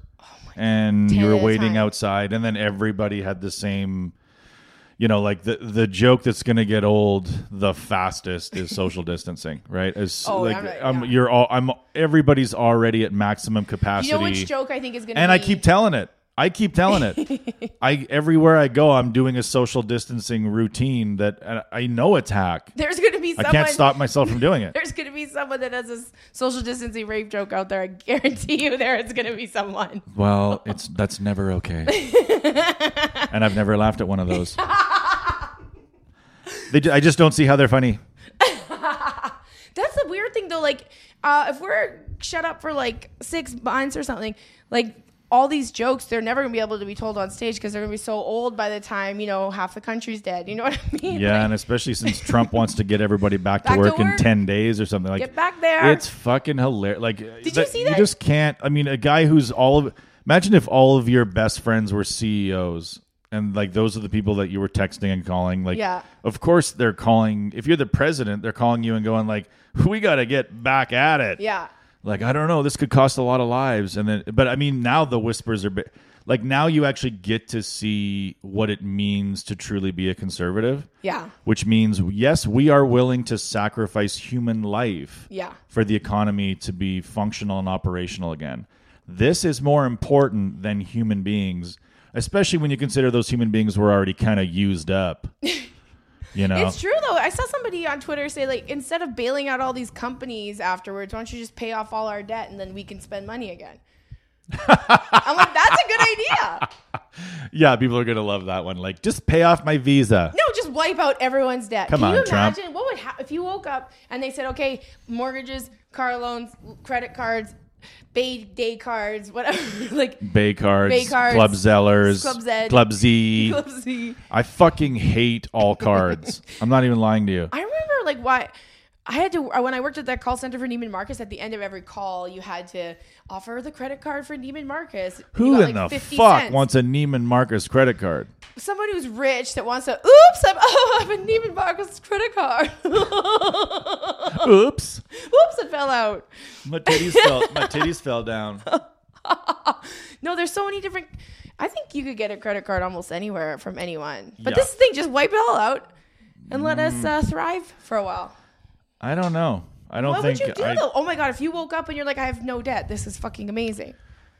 [SPEAKER 1] and
[SPEAKER 2] Oh Ten
[SPEAKER 1] you were
[SPEAKER 2] at a
[SPEAKER 1] waiting
[SPEAKER 2] time.
[SPEAKER 1] outside and then everybody had the same you know like the the joke that's going to get old the fastest
[SPEAKER 2] (laughs)
[SPEAKER 1] is social distancing right as
[SPEAKER 2] Oh,
[SPEAKER 1] like
[SPEAKER 2] I'm not-
[SPEAKER 1] I'm-
[SPEAKER 2] yeah.
[SPEAKER 1] you're all i'm everybody's already at maximum
[SPEAKER 2] You
[SPEAKER 1] capacity
[SPEAKER 2] know which joke I think is gonna
[SPEAKER 1] and
[SPEAKER 2] be
[SPEAKER 1] i keep telling it i keep telling it i everywhere i go i'm doing a social distancing routine that and i know it's hack
[SPEAKER 2] (laughs) there's gonna be someone
[SPEAKER 1] i can't stop myself from doing it
[SPEAKER 2] (laughs) There's gonna be someone that has a s- social distancing rape joke out there. I guarantee you, there is gonna be someone.
[SPEAKER 1] Well, it's that's never okay. and I've never laughed at one of those. They ju- I just don't see how they're funny.
[SPEAKER 2] That's the weird thing, though. Like, uh, if we're shut up for like six months or something, like all these jokes, they're never gonna be able to be told on stage because they're gonna be so old by the time you know half the country's dead. You know what I mean?
[SPEAKER 1] Yeah, and especially since Trump wants to get everybody back,
[SPEAKER 2] Back
[SPEAKER 1] to,
[SPEAKER 2] to
[SPEAKER 1] work in
[SPEAKER 2] work?
[SPEAKER 1] 10 days or something like
[SPEAKER 2] Get back there.
[SPEAKER 1] It's fucking hilarious. Like Did
[SPEAKER 2] you see that?
[SPEAKER 1] You just can't. I mean, a guy who's all of Imagine if all of your best friends were CEOs and like those are the people that you were texting and calling like
[SPEAKER 2] Yeah.
[SPEAKER 1] of course they're calling if you're the president they're calling you and going like we got to get back at it.
[SPEAKER 2] (laughs) yeah.
[SPEAKER 1] like i don't know this could cost a lot of lives and then but i mean now the whispers are bi- like now you actually get to see what it means to truly be a conservative
[SPEAKER 2] Yeah.
[SPEAKER 1] which means yes we are willing to sacrifice human life
[SPEAKER 2] Yeah.
[SPEAKER 1] for the economy to be functional and operational again this is more important than human beings especially when you consider those human beings were already kind of used
[SPEAKER 2] (laughs)
[SPEAKER 1] up you know
[SPEAKER 2] It's true though. I saw somebody on Twitter say like, instead of bailing out all these companies afterwards, why don't you just pay off all our debt and then we can spend money
[SPEAKER 1] (laughs)
[SPEAKER 2] again? I'm like, that's a good idea.
[SPEAKER 1] yeah people are gonna love that one like just pay off my visa
[SPEAKER 2] No, just wipe out everyone's debt.
[SPEAKER 1] Come
[SPEAKER 2] Can you
[SPEAKER 1] on, Trump.
[SPEAKER 2] imagine what would happen if you woke up and they said, okay, mortgages, car loans, credit cards, bay day cards, whatever, (laughs) like
[SPEAKER 1] (laughs) Bay cards,
[SPEAKER 2] Bay cards,
[SPEAKER 1] Club Zellers,
[SPEAKER 2] Club Zed.
[SPEAKER 1] Club
[SPEAKER 2] (laughs)
[SPEAKER 1] Z.
[SPEAKER 2] Club Z.
[SPEAKER 1] I fucking hate all cards. I'm not even lying to you.
[SPEAKER 2] I remember like why I had to uh, when I worked at that call center for Neiman Marcus. At the end of every call, you had to offer the credit card for Neiman Marcus. You
[SPEAKER 1] Who
[SPEAKER 2] got,
[SPEAKER 1] in
[SPEAKER 2] like,
[SPEAKER 1] the
[SPEAKER 2] 50
[SPEAKER 1] fuck
[SPEAKER 2] cents.
[SPEAKER 1] wants a Neiman Marcus credit card?
[SPEAKER 2] someone who's rich that wants to? Oops, I'm (laughs) oh, I have a Neiman Marcus credit card. (laughs) (laughs) Oops,
[SPEAKER 1] Oops,
[SPEAKER 2] it fell out.
[SPEAKER 1] my titties fell. My titties fell down.
[SPEAKER 2] No, there's so many different. I think you could get a credit card almost anywhere from anyone. But
[SPEAKER 1] Yeah.
[SPEAKER 2] this thing, just wipe it all out and let us uh, thrive for a while.
[SPEAKER 1] I don't know. I don't
[SPEAKER 2] What would
[SPEAKER 1] think.
[SPEAKER 2] you do
[SPEAKER 1] I,
[SPEAKER 2] though? Oh my god, if you woke up and you're like, I have no debt. This is fucking amazing.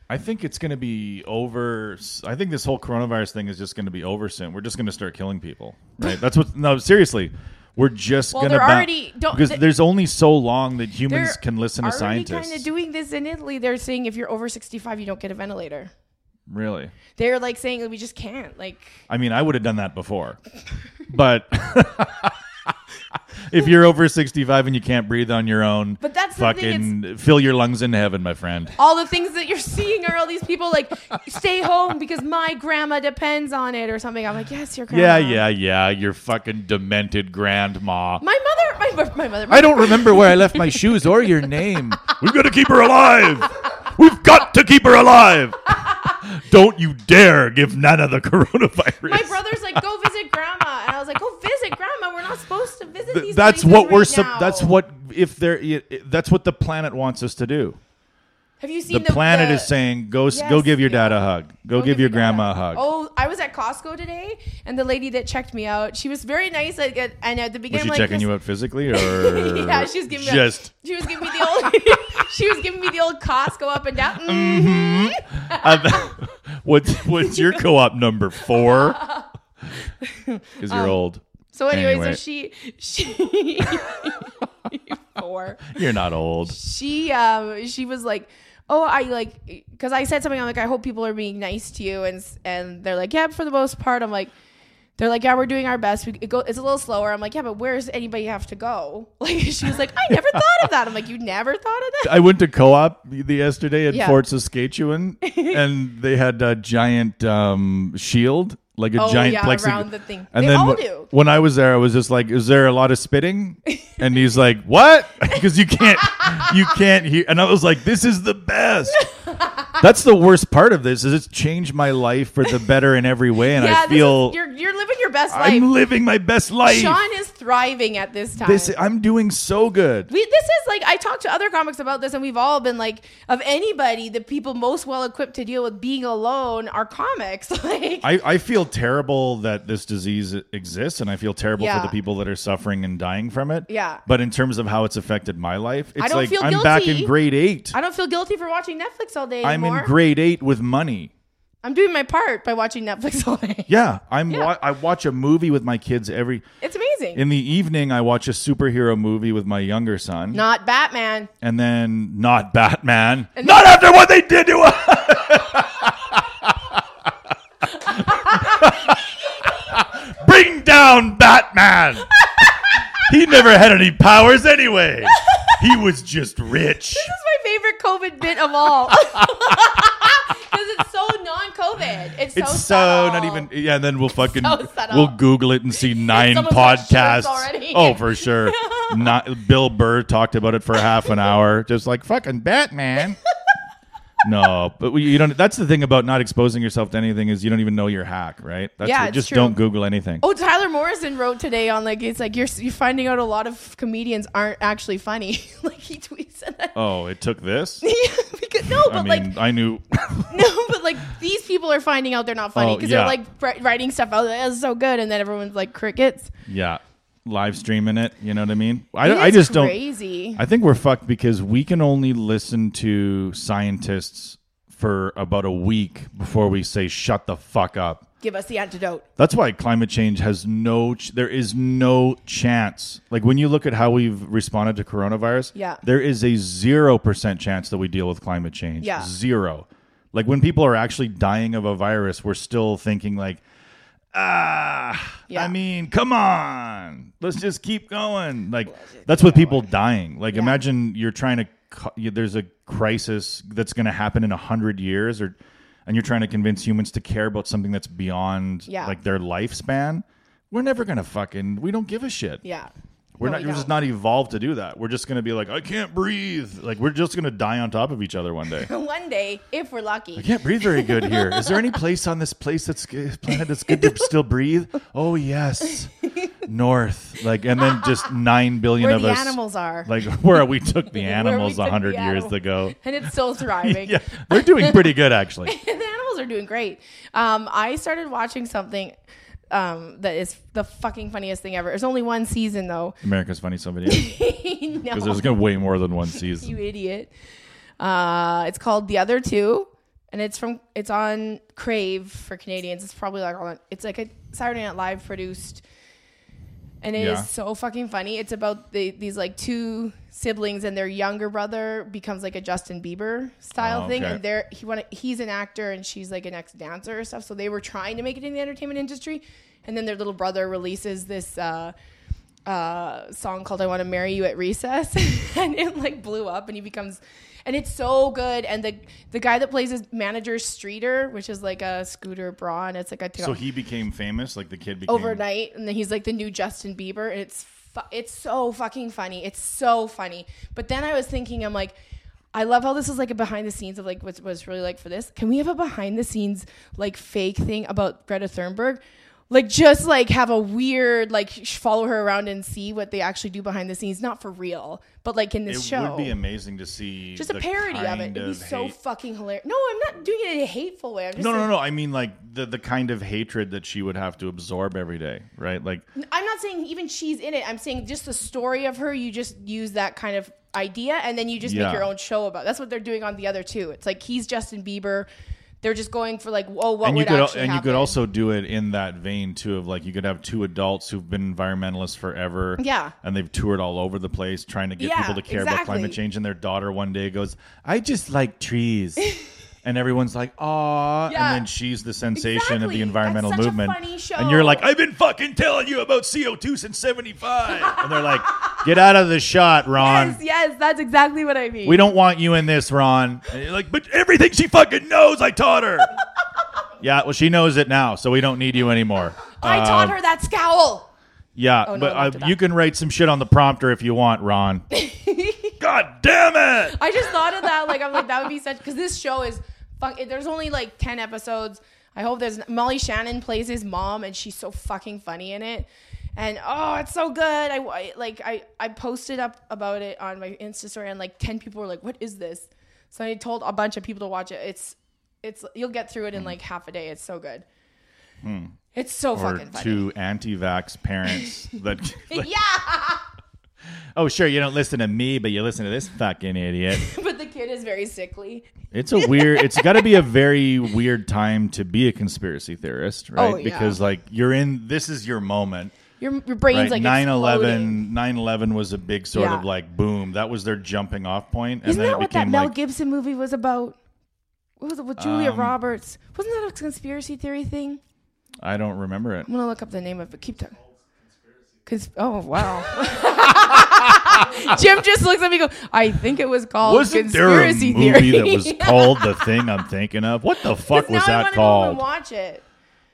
[SPEAKER 1] I think it's going to be over. I think this whole coronavirus thing is just going to be over soon. We're just going to start killing people, right? That's what. No, seriously. We're just
[SPEAKER 2] Well,
[SPEAKER 1] gonna
[SPEAKER 2] they're
[SPEAKER 1] ba-
[SPEAKER 2] already- don't-
[SPEAKER 1] because
[SPEAKER 2] they-
[SPEAKER 1] there's only so long that
[SPEAKER 2] They're
[SPEAKER 1] humans can listen to
[SPEAKER 2] already
[SPEAKER 1] scientists.
[SPEAKER 2] kind of doing this in Italy. They're saying if you're over 65, you don't get a ventilator.
[SPEAKER 1] really,
[SPEAKER 2] They're like saying we just can't. Like
[SPEAKER 1] I mean, I would have done that before, but (laughs) if you're over 65 and you can't breathe on your own,
[SPEAKER 2] But that's the thing,
[SPEAKER 1] fucking fill your lungs in heaven, my friend.
[SPEAKER 2] all the things that you're (laughs) seeing are all these people like stay home because my grandma depends on it or something. I'm like, yes, your
[SPEAKER 1] Yeah,
[SPEAKER 2] grandma.
[SPEAKER 1] yeah, yeah. Your fucking demented grandma.
[SPEAKER 2] My mother, my my mother. My,
[SPEAKER 1] I don't remember where I left my shoes or your name. (laughs) We've got to keep her alive. We've got to keep her alive. Don't you dare give Nana the coronavirus.
[SPEAKER 2] my brother's like, go visit grandma, and I was like, go visit grandma. We're not supposed to visit
[SPEAKER 1] Th-
[SPEAKER 2] these.
[SPEAKER 1] that's
[SPEAKER 2] places
[SPEAKER 1] what we're.
[SPEAKER 2] right
[SPEAKER 1] sup-
[SPEAKER 2] now."
[SPEAKER 1] that's what if there. i- i- That's what the planet wants us to do.
[SPEAKER 2] Have you
[SPEAKER 1] The,
[SPEAKER 2] seen
[SPEAKER 1] planet is saying, "Go, s go
[SPEAKER 2] Yes,
[SPEAKER 1] give your
[SPEAKER 2] yeah.
[SPEAKER 1] dad a hug. Go, give, your grandma a hug."
[SPEAKER 2] Oh, I was at Costco today, and the lady that checked me out, she was very nice. Like, at- and at the
[SPEAKER 1] was
[SPEAKER 2] beginning,
[SPEAKER 1] she
[SPEAKER 2] like,
[SPEAKER 1] checking you out physically, or
[SPEAKER 2] (laughs) yeah, she was giving me (laughs)
[SPEAKER 1] just
[SPEAKER 2] she was giving me the old (laughs) she was giving me the old Costco up and down.
[SPEAKER 1] Mm-hmm.
[SPEAKER 2] Mm.
[SPEAKER 1] Um, what's what's your co-op number
[SPEAKER 2] (laughs)
[SPEAKER 1] four? (laughs) Because
[SPEAKER 2] Um,
[SPEAKER 1] you're old.
[SPEAKER 2] So anyway,
[SPEAKER 1] Anyway.
[SPEAKER 2] so she she (laughs) four.
[SPEAKER 1] You're not old.
[SPEAKER 2] She um she was like, oh I like because I said something I'm like I hope people are being nice to you and s- and they're like yeah for the most part I'm like. They're like, yeah, we're doing our best. We, it go, it's a little slower. I'm like, yeah, but where's anybody have to go? (laughs) Like, she was like, I never thought of that. I'm like, you never thought of that?
[SPEAKER 1] I went to co-op the yesterday at
[SPEAKER 2] Yeah.
[SPEAKER 1] Fort
[SPEAKER 2] (laughs)
[SPEAKER 1] Saskatchewan, and they had a giant um, shield, like a
[SPEAKER 2] Oh,
[SPEAKER 1] giant
[SPEAKER 2] yeah,
[SPEAKER 1] plexig-
[SPEAKER 2] around the thing.
[SPEAKER 1] And
[SPEAKER 2] They
[SPEAKER 1] then
[SPEAKER 2] all
[SPEAKER 1] wh-
[SPEAKER 2] do.
[SPEAKER 1] when I was there, I was just like, "Is there a lot of
[SPEAKER 2] (laughs)
[SPEAKER 1] spitting?" And he's like, "What?" (laughs) Because you can't, you can't hear. And I was like, "This is the
[SPEAKER 2] (laughs)
[SPEAKER 1] best." That's the worst part of this is it's changed my life for the better in every way, and
[SPEAKER 2] yeah,
[SPEAKER 1] I feel
[SPEAKER 2] this is, you're, you're living your best life.
[SPEAKER 1] I'm living my best life.
[SPEAKER 2] Sean is thriving at this time.
[SPEAKER 1] this I'm doing so good.
[SPEAKER 2] we, this is like I talked to other comics about this, and we've all been like, of anybody, the people most well equipped to deal with being alone are comics. (laughs) like,
[SPEAKER 1] I, I feel terrible that this disease exists, and I feel terrible
[SPEAKER 2] Yeah.
[SPEAKER 1] for the people that are suffering and dying from it.
[SPEAKER 2] Yeah.
[SPEAKER 1] But in terms of how it's affected my life, it's
[SPEAKER 2] don't
[SPEAKER 1] like
[SPEAKER 2] feel
[SPEAKER 1] I'm back
[SPEAKER 2] guilty.
[SPEAKER 1] in grade eight.
[SPEAKER 2] I don't feel guilty for watching Netflix all day
[SPEAKER 1] I'm
[SPEAKER 2] anymore.
[SPEAKER 1] in grade eight with money.
[SPEAKER 2] I'm doing my part by watching Netflix all day.
[SPEAKER 1] Yeah, I'm. Wa- I watch a movie with my kids every.
[SPEAKER 2] It's amazing.
[SPEAKER 1] In the evening, I watch a superhero movie with my younger son,
[SPEAKER 2] Not Batman.
[SPEAKER 1] and then not Batman. not after what they did to us. (laughs) Bring down Batman. he never had any powers anyway. He was just rich.
[SPEAKER 2] This is my favorite COVID bit of all. (laughs) Because it's so non COVID. It's so
[SPEAKER 1] It's so,
[SPEAKER 2] subtle.
[SPEAKER 1] not even. Yeah, and then we'll fucking
[SPEAKER 2] So subtle.
[SPEAKER 1] we'll Google it and
[SPEAKER 2] (laughs)
[SPEAKER 1] see nine
[SPEAKER 2] Someone's got shirts
[SPEAKER 1] podcasts.
[SPEAKER 2] already.
[SPEAKER 1] Oh, for
[SPEAKER 2] (laughs)
[SPEAKER 1] sure. not Bill Burr talked about it for half an
[SPEAKER 2] (laughs)
[SPEAKER 1] hour, just like fucking Batman. (laughs) no, but we, you don't. That's the thing about not exposing yourself to anything is you don't even know your hack, right? That's
[SPEAKER 2] Yeah,
[SPEAKER 1] what-
[SPEAKER 2] it's
[SPEAKER 1] just
[SPEAKER 2] true.
[SPEAKER 1] don't Google anything.
[SPEAKER 2] Oh, Tyler Morrison wrote today on like it's like you're you're finding out a lot of comedians aren't actually funny. (laughs) like he tweets at (laughs) that.
[SPEAKER 1] Oh, it took
[SPEAKER 2] (laughs)
[SPEAKER 1] this.
[SPEAKER 2] because, no, but
[SPEAKER 1] I mean,
[SPEAKER 2] like
[SPEAKER 1] I knew.
[SPEAKER 2] no, but like these people are finding out they're not funny
[SPEAKER 1] Oh,
[SPEAKER 2] because
[SPEAKER 1] yeah.
[SPEAKER 2] they're like wri- writing stuff out that's so good, and then everyone's like crickets.
[SPEAKER 1] yeah, live streaming it. You know what I mean? I,
[SPEAKER 2] It
[SPEAKER 1] I
[SPEAKER 2] is
[SPEAKER 1] just don't.
[SPEAKER 2] crazy.
[SPEAKER 1] I think we're fucked because we can only listen to scientists for about a week before we say shut the fuck up.
[SPEAKER 2] Give us the antidote.
[SPEAKER 1] That's why climate change has no ch- there is no chance. Like when you look at how we've responded to coronavirus,
[SPEAKER 2] Yeah.
[SPEAKER 1] there is a 0% chance that we deal with climate change.
[SPEAKER 2] Yeah.
[SPEAKER 1] Zero. Like when people are actually dying of a virus, we're still thinking like ah,
[SPEAKER 2] Yeah.
[SPEAKER 1] I mean, come on, let's just keep going. Like that's with people dying. Like imagine you're trying to cu- you- there's a crisis that's going to happen in a hundred years, or and you're trying to convince humans to care about something that's beyond
[SPEAKER 2] Yeah.
[SPEAKER 1] like their lifespan. We're never gonna fucking. We don't give a shit.
[SPEAKER 2] Yeah,
[SPEAKER 1] We're
[SPEAKER 2] No,
[SPEAKER 1] not.
[SPEAKER 2] we
[SPEAKER 1] we're
[SPEAKER 2] don't.
[SPEAKER 1] just not evolved to do that. We're just gonna be like, I can't breathe. Like we're just gonna die on top of each other one
[SPEAKER 2] (laughs)
[SPEAKER 1] day.
[SPEAKER 2] One day, if we're
[SPEAKER 1] I
[SPEAKER 2] lucky,
[SPEAKER 1] can't breathe very good here. Is there any place on this place that's g- planet that's good to still breathe? Oh yes,
[SPEAKER 2] (laughs)
[SPEAKER 1] north. Like and then just nine billion
[SPEAKER 2] where
[SPEAKER 1] of
[SPEAKER 2] the
[SPEAKER 1] us.
[SPEAKER 2] animals are,
[SPEAKER 1] Like (laughs) where we took
[SPEAKER 2] (laughs)
[SPEAKER 1] the
[SPEAKER 2] we
[SPEAKER 1] animals
[SPEAKER 2] took
[SPEAKER 1] a
[SPEAKER 2] the
[SPEAKER 1] hundred years
[SPEAKER 2] animal.
[SPEAKER 1] ago.
[SPEAKER 2] (laughs) and it's
[SPEAKER 1] (laughs)
[SPEAKER 2] still thriving. (laughs)
[SPEAKER 1] Yeah, they're doing pretty good actually.
[SPEAKER 2] the animals are doing great. Um, I started watching something um, that is the fucking funniest thing ever. There's only one season though.
[SPEAKER 1] America's Funny Some Video because
[SPEAKER 2] (laughs) no,
[SPEAKER 1] there's gonna be way more than one season.
[SPEAKER 2] (laughs) you idiot. Uh, it's called The Other Two, and it's from it's on Crave for Canadians. It's probably like on it's like a Saturday Night Live produced, and it is
[SPEAKER 1] Yeah.
[SPEAKER 2] so fucking funny. It's about the, these like two siblings and their younger brother becomes like a Justin Bieber style
[SPEAKER 1] Oh,
[SPEAKER 2] thing,
[SPEAKER 1] okay.
[SPEAKER 2] and they're he wanted, he's an actor and she's like an ex dancer or stuff. So they were trying to make it in the entertainment industry, and then their little brother releases this. Uh, uh, song called "I Want to Marry You at Recess," (laughs) and it like blew up, and he becomes, and it's so good. And the the guy that plays his manager Streeter, which is like a scooter brawn, it's like a
[SPEAKER 1] So he became famous, like the kid became
[SPEAKER 2] overnight, and then he's like the new Justin Bieber, and it's fu- it's so fucking funny. It's so funny. But then I was thinking, I'm like. I love how this is like a behind the scenes of like what's what's really like for this. Can we have a behind the scenes like fake thing about Greta Thunberg? Like just like have a weird like sh- follow her around and see what they actually do behind the scenes, not for real, but like in this
[SPEAKER 1] It
[SPEAKER 2] show
[SPEAKER 1] would be amazing to see
[SPEAKER 2] just a
[SPEAKER 1] the
[SPEAKER 2] parody of it.
[SPEAKER 1] kind
[SPEAKER 2] It'd be so
[SPEAKER 1] hate-
[SPEAKER 2] fucking hilarious. No, I'm not doing it in a hateful way. I'm just
[SPEAKER 1] no, no,
[SPEAKER 2] saying-
[SPEAKER 1] no. I mean, like the the kind of hatred that she would have to absorb every day, right? Like,
[SPEAKER 2] I'm not saying even she's in it. I'm saying just the story of her. You just use that kind of idea, and then you just
[SPEAKER 1] Yeah.
[SPEAKER 2] make your own show about. It. That's what they're doing on the other two. It's like he's Justin Bieber. They're just going for like, oh, what
[SPEAKER 1] and you
[SPEAKER 2] would
[SPEAKER 1] could al-
[SPEAKER 2] actually
[SPEAKER 1] and you
[SPEAKER 2] happen?
[SPEAKER 1] could also do it in that vein too of like you could have two adults who've been environmentalists forever,
[SPEAKER 2] Yeah.
[SPEAKER 1] and they've toured all over the place trying to get
[SPEAKER 2] Yeah,
[SPEAKER 1] people to care about
[SPEAKER 2] exactly.
[SPEAKER 1] climate change, and their daughter one day goes, "I just like
[SPEAKER 2] (laughs)
[SPEAKER 1] trees." And everyone's like, "Aw!"
[SPEAKER 2] Yeah.
[SPEAKER 1] And then she's the sensation of
[SPEAKER 2] Exactly.
[SPEAKER 1] the environmental
[SPEAKER 2] That's such a
[SPEAKER 1] movement,
[SPEAKER 2] funny show.
[SPEAKER 1] and you're like, "I've been fucking telling you about CO two since '75," and they're like, "Get out of the shot, Ron."
[SPEAKER 2] (laughs) yes, yes, that's exactly what I mean.
[SPEAKER 1] We don't want you in this, Ron. And you're like, but everything she fucking knows, I taught
[SPEAKER 2] (laughs)
[SPEAKER 1] her. yeah, well, she knows it now, so we don't need you anymore.
[SPEAKER 2] I taught
[SPEAKER 1] um,
[SPEAKER 2] her that scowl.
[SPEAKER 1] Yeah,
[SPEAKER 2] Oh, no,
[SPEAKER 1] but
[SPEAKER 2] I looked
[SPEAKER 1] uh,
[SPEAKER 2] it up.
[SPEAKER 1] you can write some shit on the prompter if you want,
[SPEAKER 2] (laughs)
[SPEAKER 1] Ron. God damn it!
[SPEAKER 2] I just thought of that. Like I'm like that would be such because this show is fuck. it- There's only like ten episodes. I hope there's Molly Shannon plays his mom and she's so fucking funny in it. And oh, it's so good. I, I- like I I posted up about it on my Insta story and like ten people were like, "What is this?" So I told a bunch of people to watch it. It's it's you'll get through it in like half a day. It's so good. It's so
[SPEAKER 1] Hmm. Or
[SPEAKER 2] (laughs) fucking funny.
[SPEAKER 1] two anti-vax parents that.
[SPEAKER 2] (laughs)
[SPEAKER 1] (laughs)
[SPEAKER 2] yeah, (laughs)
[SPEAKER 1] oh, sure, you don't listen to me, but you listen to this fucking idiot.
[SPEAKER 2] but the kid is very sickly.
[SPEAKER 1] It's a weird. It's got to be a very weird time to be a conspiracy theorist, right?
[SPEAKER 2] Oh, yeah.
[SPEAKER 1] Because like you're in. This is your moment.
[SPEAKER 2] Your your brain's
[SPEAKER 1] right
[SPEAKER 2] like
[SPEAKER 1] 9-11 9-11 was a big sort of
[SPEAKER 2] Yeah.
[SPEAKER 1] like boom that was their jumping off point and
[SPEAKER 2] Isn't
[SPEAKER 1] then
[SPEAKER 2] that
[SPEAKER 1] it
[SPEAKER 2] what that
[SPEAKER 1] became
[SPEAKER 2] Mel
[SPEAKER 1] like Um,
[SPEAKER 2] Gibson movie was about? What was it with Julia Roberts? Wasn't that a conspiracy theory thing?
[SPEAKER 1] i don't remember it
[SPEAKER 2] I'm gonna look up the name of it. Keep talking. Cons- oh
[SPEAKER 1] (laughs)
[SPEAKER 2] wow! Jim just looks at me. and Go. I think it was called
[SPEAKER 1] wasn't there a
[SPEAKER 2] conspiracy
[SPEAKER 1] movie
[SPEAKER 2] theory.
[SPEAKER 1] that
[SPEAKER 2] (laughs)
[SPEAKER 1] was called the thing i'm thinking of what the fuck
[SPEAKER 2] now
[SPEAKER 1] was
[SPEAKER 2] I
[SPEAKER 1] that
[SPEAKER 2] wanna go home
[SPEAKER 1] called
[SPEAKER 2] and watch it.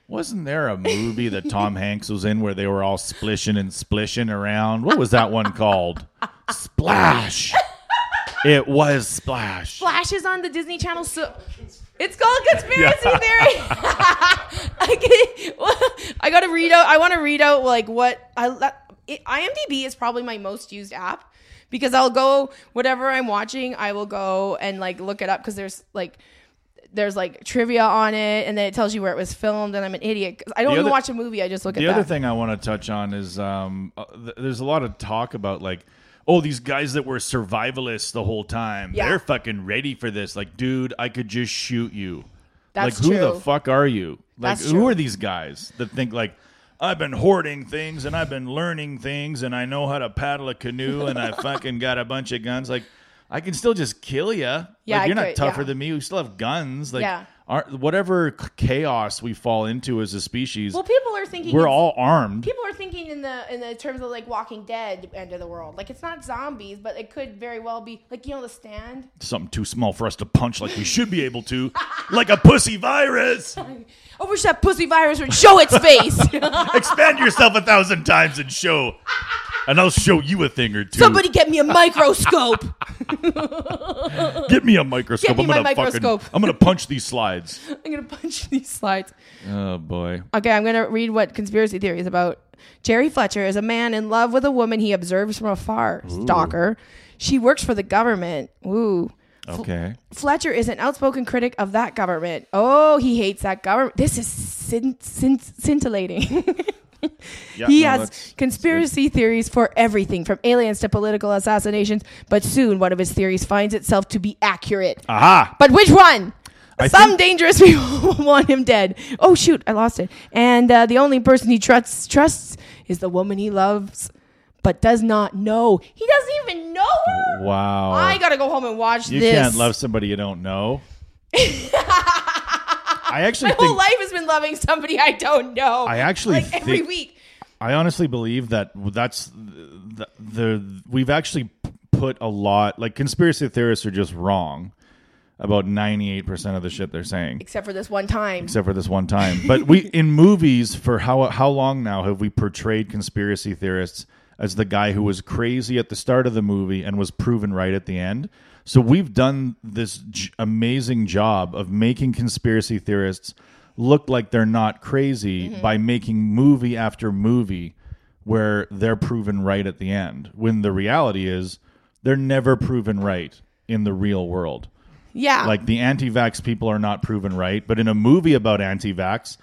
[SPEAKER 1] wasn't there a movie that tom hanks was in where they were all splishing and splishing around what was that one
[SPEAKER 2] (laughs)
[SPEAKER 1] called splash it was splash
[SPEAKER 2] Flashes on the Disney Channel. So it's called conspiracy theory. (laughs) I, get- I gotta read out. I want to read out like what I. that- It, IMDb is probably my most used app because I'll go whatever I'm watching. I will go and like look it up because there's like there's like trivia on it, and then it tells you where it was filmed. And I'm an idiot 'cause I don't
[SPEAKER 1] The
[SPEAKER 2] even
[SPEAKER 1] other-
[SPEAKER 2] watch a movie. I just look
[SPEAKER 1] the
[SPEAKER 2] at
[SPEAKER 1] other
[SPEAKER 2] that.
[SPEAKER 1] thing I want to touch on is um, uh, th- there's a lot of talk about like, oh, these guys that were survivalists the whole time,
[SPEAKER 2] Yeah.
[SPEAKER 1] they're fucking ready for this. Like, dude, I could just shoot you.
[SPEAKER 2] That's
[SPEAKER 1] like, who the
[SPEAKER 2] true.
[SPEAKER 1] fuck are you? Like,
[SPEAKER 2] That's
[SPEAKER 1] who
[SPEAKER 2] true.
[SPEAKER 1] are these guys that think like? I've been hoarding things and I've been learning things and I know how to paddle a canoe
[SPEAKER 2] (laughs)
[SPEAKER 1] and I fucking got a bunch of guns. Like, I can still just kill you.
[SPEAKER 2] Yeah, I
[SPEAKER 1] like, you're not
[SPEAKER 2] could,
[SPEAKER 1] tougher
[SPEAKER 2] yeah.
[SPEAKER 1] than me. We still have guns. Like,
[SPEAKER 2] Yeah.
[SPEAKER 1] our, whatever c- chaos we fall into as a species,
[SPEAKER 2] Well, people are thinking
[SPEAKER 1] we're
[SPEAKER 2] it's-
[SPEAKER 1] all armed.
[SPEAKER 2] people are thinking in the in the terms of like Walking Dead end of the world. Like it's not zombies, but it could very well be like you know the stand.
[SPEAKER 1] Something too small for us to punch like we should be able to. like a pussy virus.
[SPEAKER 2] I wish that pussy virus would show its (laughs) face.
[SPEAKER 1] Expand yourself a thousand times and show. And I'll show you a thing or two.
[SPEAKER 2] Somebody get me a microscope.
[SPEAKER 1] get me a microscope.
[SPEAKER 2] Get me
[SPEAKER 1] I'm
[SPEAKER 2] my
[SPEAKER 1] gonna
[SPEAKER 2] microscope.
[SPEAKER 1] fucking I'm gonna punch these slides.
[SPEAKER 2] (laughs) I'm gonna punch these slides.
[SPEAKER 1] Oh boy.
[SPEAKER 2] Okay, I'm gonna read what conspiracy theory is about. Jerry Fletcher is a man in love with a woman he observes from afar. Stalker. She works for the government. Ooh.
[SPEAKER 1] Okay.
[SPEAKER 2] Fletcher is an outspoken critic of that government. Oh, he hates that government. This is scin- scin- scintillating. (laughs)
[SPEAKER 1] Yeah,
[SPEAKER 2] he
[SPEAKER 1] no,
[SPEAKER 2] has
[SPEAKER 1] that's-
[SPEAKER 2] conspiracy theories for everything from aliens to political assassinations, but soon one of his theories finds itself to be accurate.
[SPEAKER 1] Aha.
[SPEAKER 2] But which one?
[SPEAKER 1] Uh, I
[SPEAKER 2] Some
[SPEAKER 1] think-
[SPEAKER 2] dangerous (laughs) people want him dead. Oh shoot, I lost it. And uh, the only person he trusts trusts is the woman he loves, but does not know. He doesn't even know her.
[SPEAKER 1] Wow.
[SPEAKER 2] I gotta go home and watch
[SPEAKER 1] you
[SPEAKER 2] this.
[SPEAKER 1] can't love somebody you don't
[SPEAKER 2] (laughs)
[SPEAKER 1] know. I actually
[SPEAKER 2] My whole
[SPEAKER 1] think
[SPEAKER 2] life has been loving somebody I don't know.
[SPEAKER 1] I actually
[SPEAKER 2] like every
[SPEAKER 1] think-
[SPEAKER 2] week.
[SPEAKER 1] I honestly believe that that's the, the we've actually put a lot like conspiracy theorists are just wrong about 98% of the shit they're saying
[SPEAKER 2] except for this one time.
[SPEAKER 1] except for this one time. But we in movies for how how long now have we portrayed conspiracy theorists as the guy who was crazy at the start of the movie and was proven right at the end? So we've done this j- amazing job of making conspiracy theorists look like they're not crazy by making movie after movie where they're proven right at the end when the reality is they're never proven right in the real world
[SPEAKER 2] yeah.
[SPEAKER 1] like the anti-vax people are not proven right but in a movie about anti-vax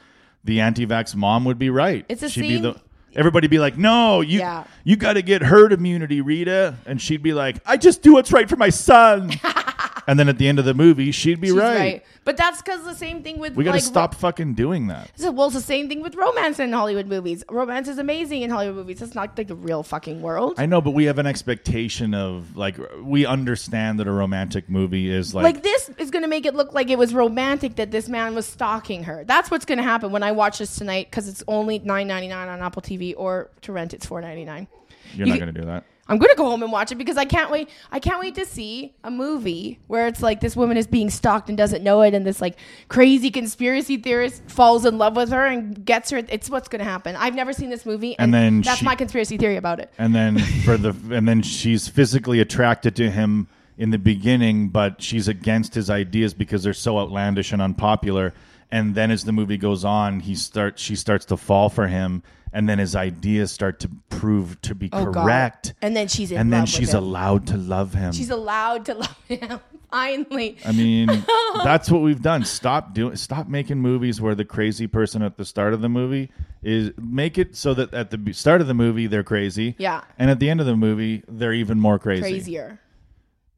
[SPEAKER 1] the anti-vax mom would be right
[SPEAKER 2] It's a
[SPEAKER 1] she'd
[SPEAKER 2] scene-
[SPEAKER 1] be the everybody be like no you
[SPEAKER 2] Yeah.
[SPEAKER 1] you got to get herd immunity rita and she'd be like i just do what's right for my son
[SPEAKER 2] (laughs)
[SPEAKER 1] and then at the end of the movie she'd be
[SPEAKER 2] She's
[SPEAKER 1] right.
[SPEAKER 2] But that's because the same thing with
[SPEAKER 1] we got to
[SPEAKER 2] like,
[SPEAKER 1] stop fucking doing that
[SPEAKER 2] So, well, it's the same thing with romance in Hollywood movies. Romance is amazing in Hollywood movies. It's not like the real fucking world.
[SPEAKER 1] i know but we have an expectation of like we understand that a romantic movie is like,
[SPEAKER 2] like this is going to make it look like it was romantic that this man was stalking her. That's what's going to happen when I watch this tonight because it's only nine ninety nine on Apple TV or to rent it's four ninety nine.
[SPEAKER 1] you're not going to do that
[SPEAKER 2] I'm gonna go home and watch it because I can't wait. I can't wait to see a movie where it's like this woman is being stalked and doesn't know it, and this like crazy conspiracy theorist falls in love with her and gets her. It's what's gonna happen. I've never seen this movie, and,
[SPEAKER 1] And then
[SPEAKER 2] that's
[SPEAKER 1] she-
[SPEAKER 2] my conspiracy theory about it.
[SPEAKER 1] and then for
[SPEAKER 2] (laughs)
[SPEAKER 1] the and then she's physically attracted to him in the beginning but she's against his ideas because they're so outlandish and unpopular and then as the movie goes on he starts she starts to fall for him and then his ideas start to prove to be
[SPEAKER 2] Oh, God.
[SPEAKER 1] correct
[SPEAKER 2] And then she's in
[SPEAKER 1] and then
[SPEAKER 2] love with
[SPEAKER 1] she's
[SPEAKER 2] him.
[SPEAKER 1] allowed to love him
[SPEAKER 2] She's allowed to (laughs) love him finally.
[SPEAKER 1] I mean,
[SPEAKER 2] (laughs)
[SPEAKER 1] that's what we've done. Stop doing. Stop making movies where the crazy person at the start of the movie is. Make it so that at the be- start of the movie they're crazy.
[SPEAKER 2] Yeah.
[SPEAKER 1] And at the end of the movie they're even more crazy.
[SPEAKER 2] Crazier.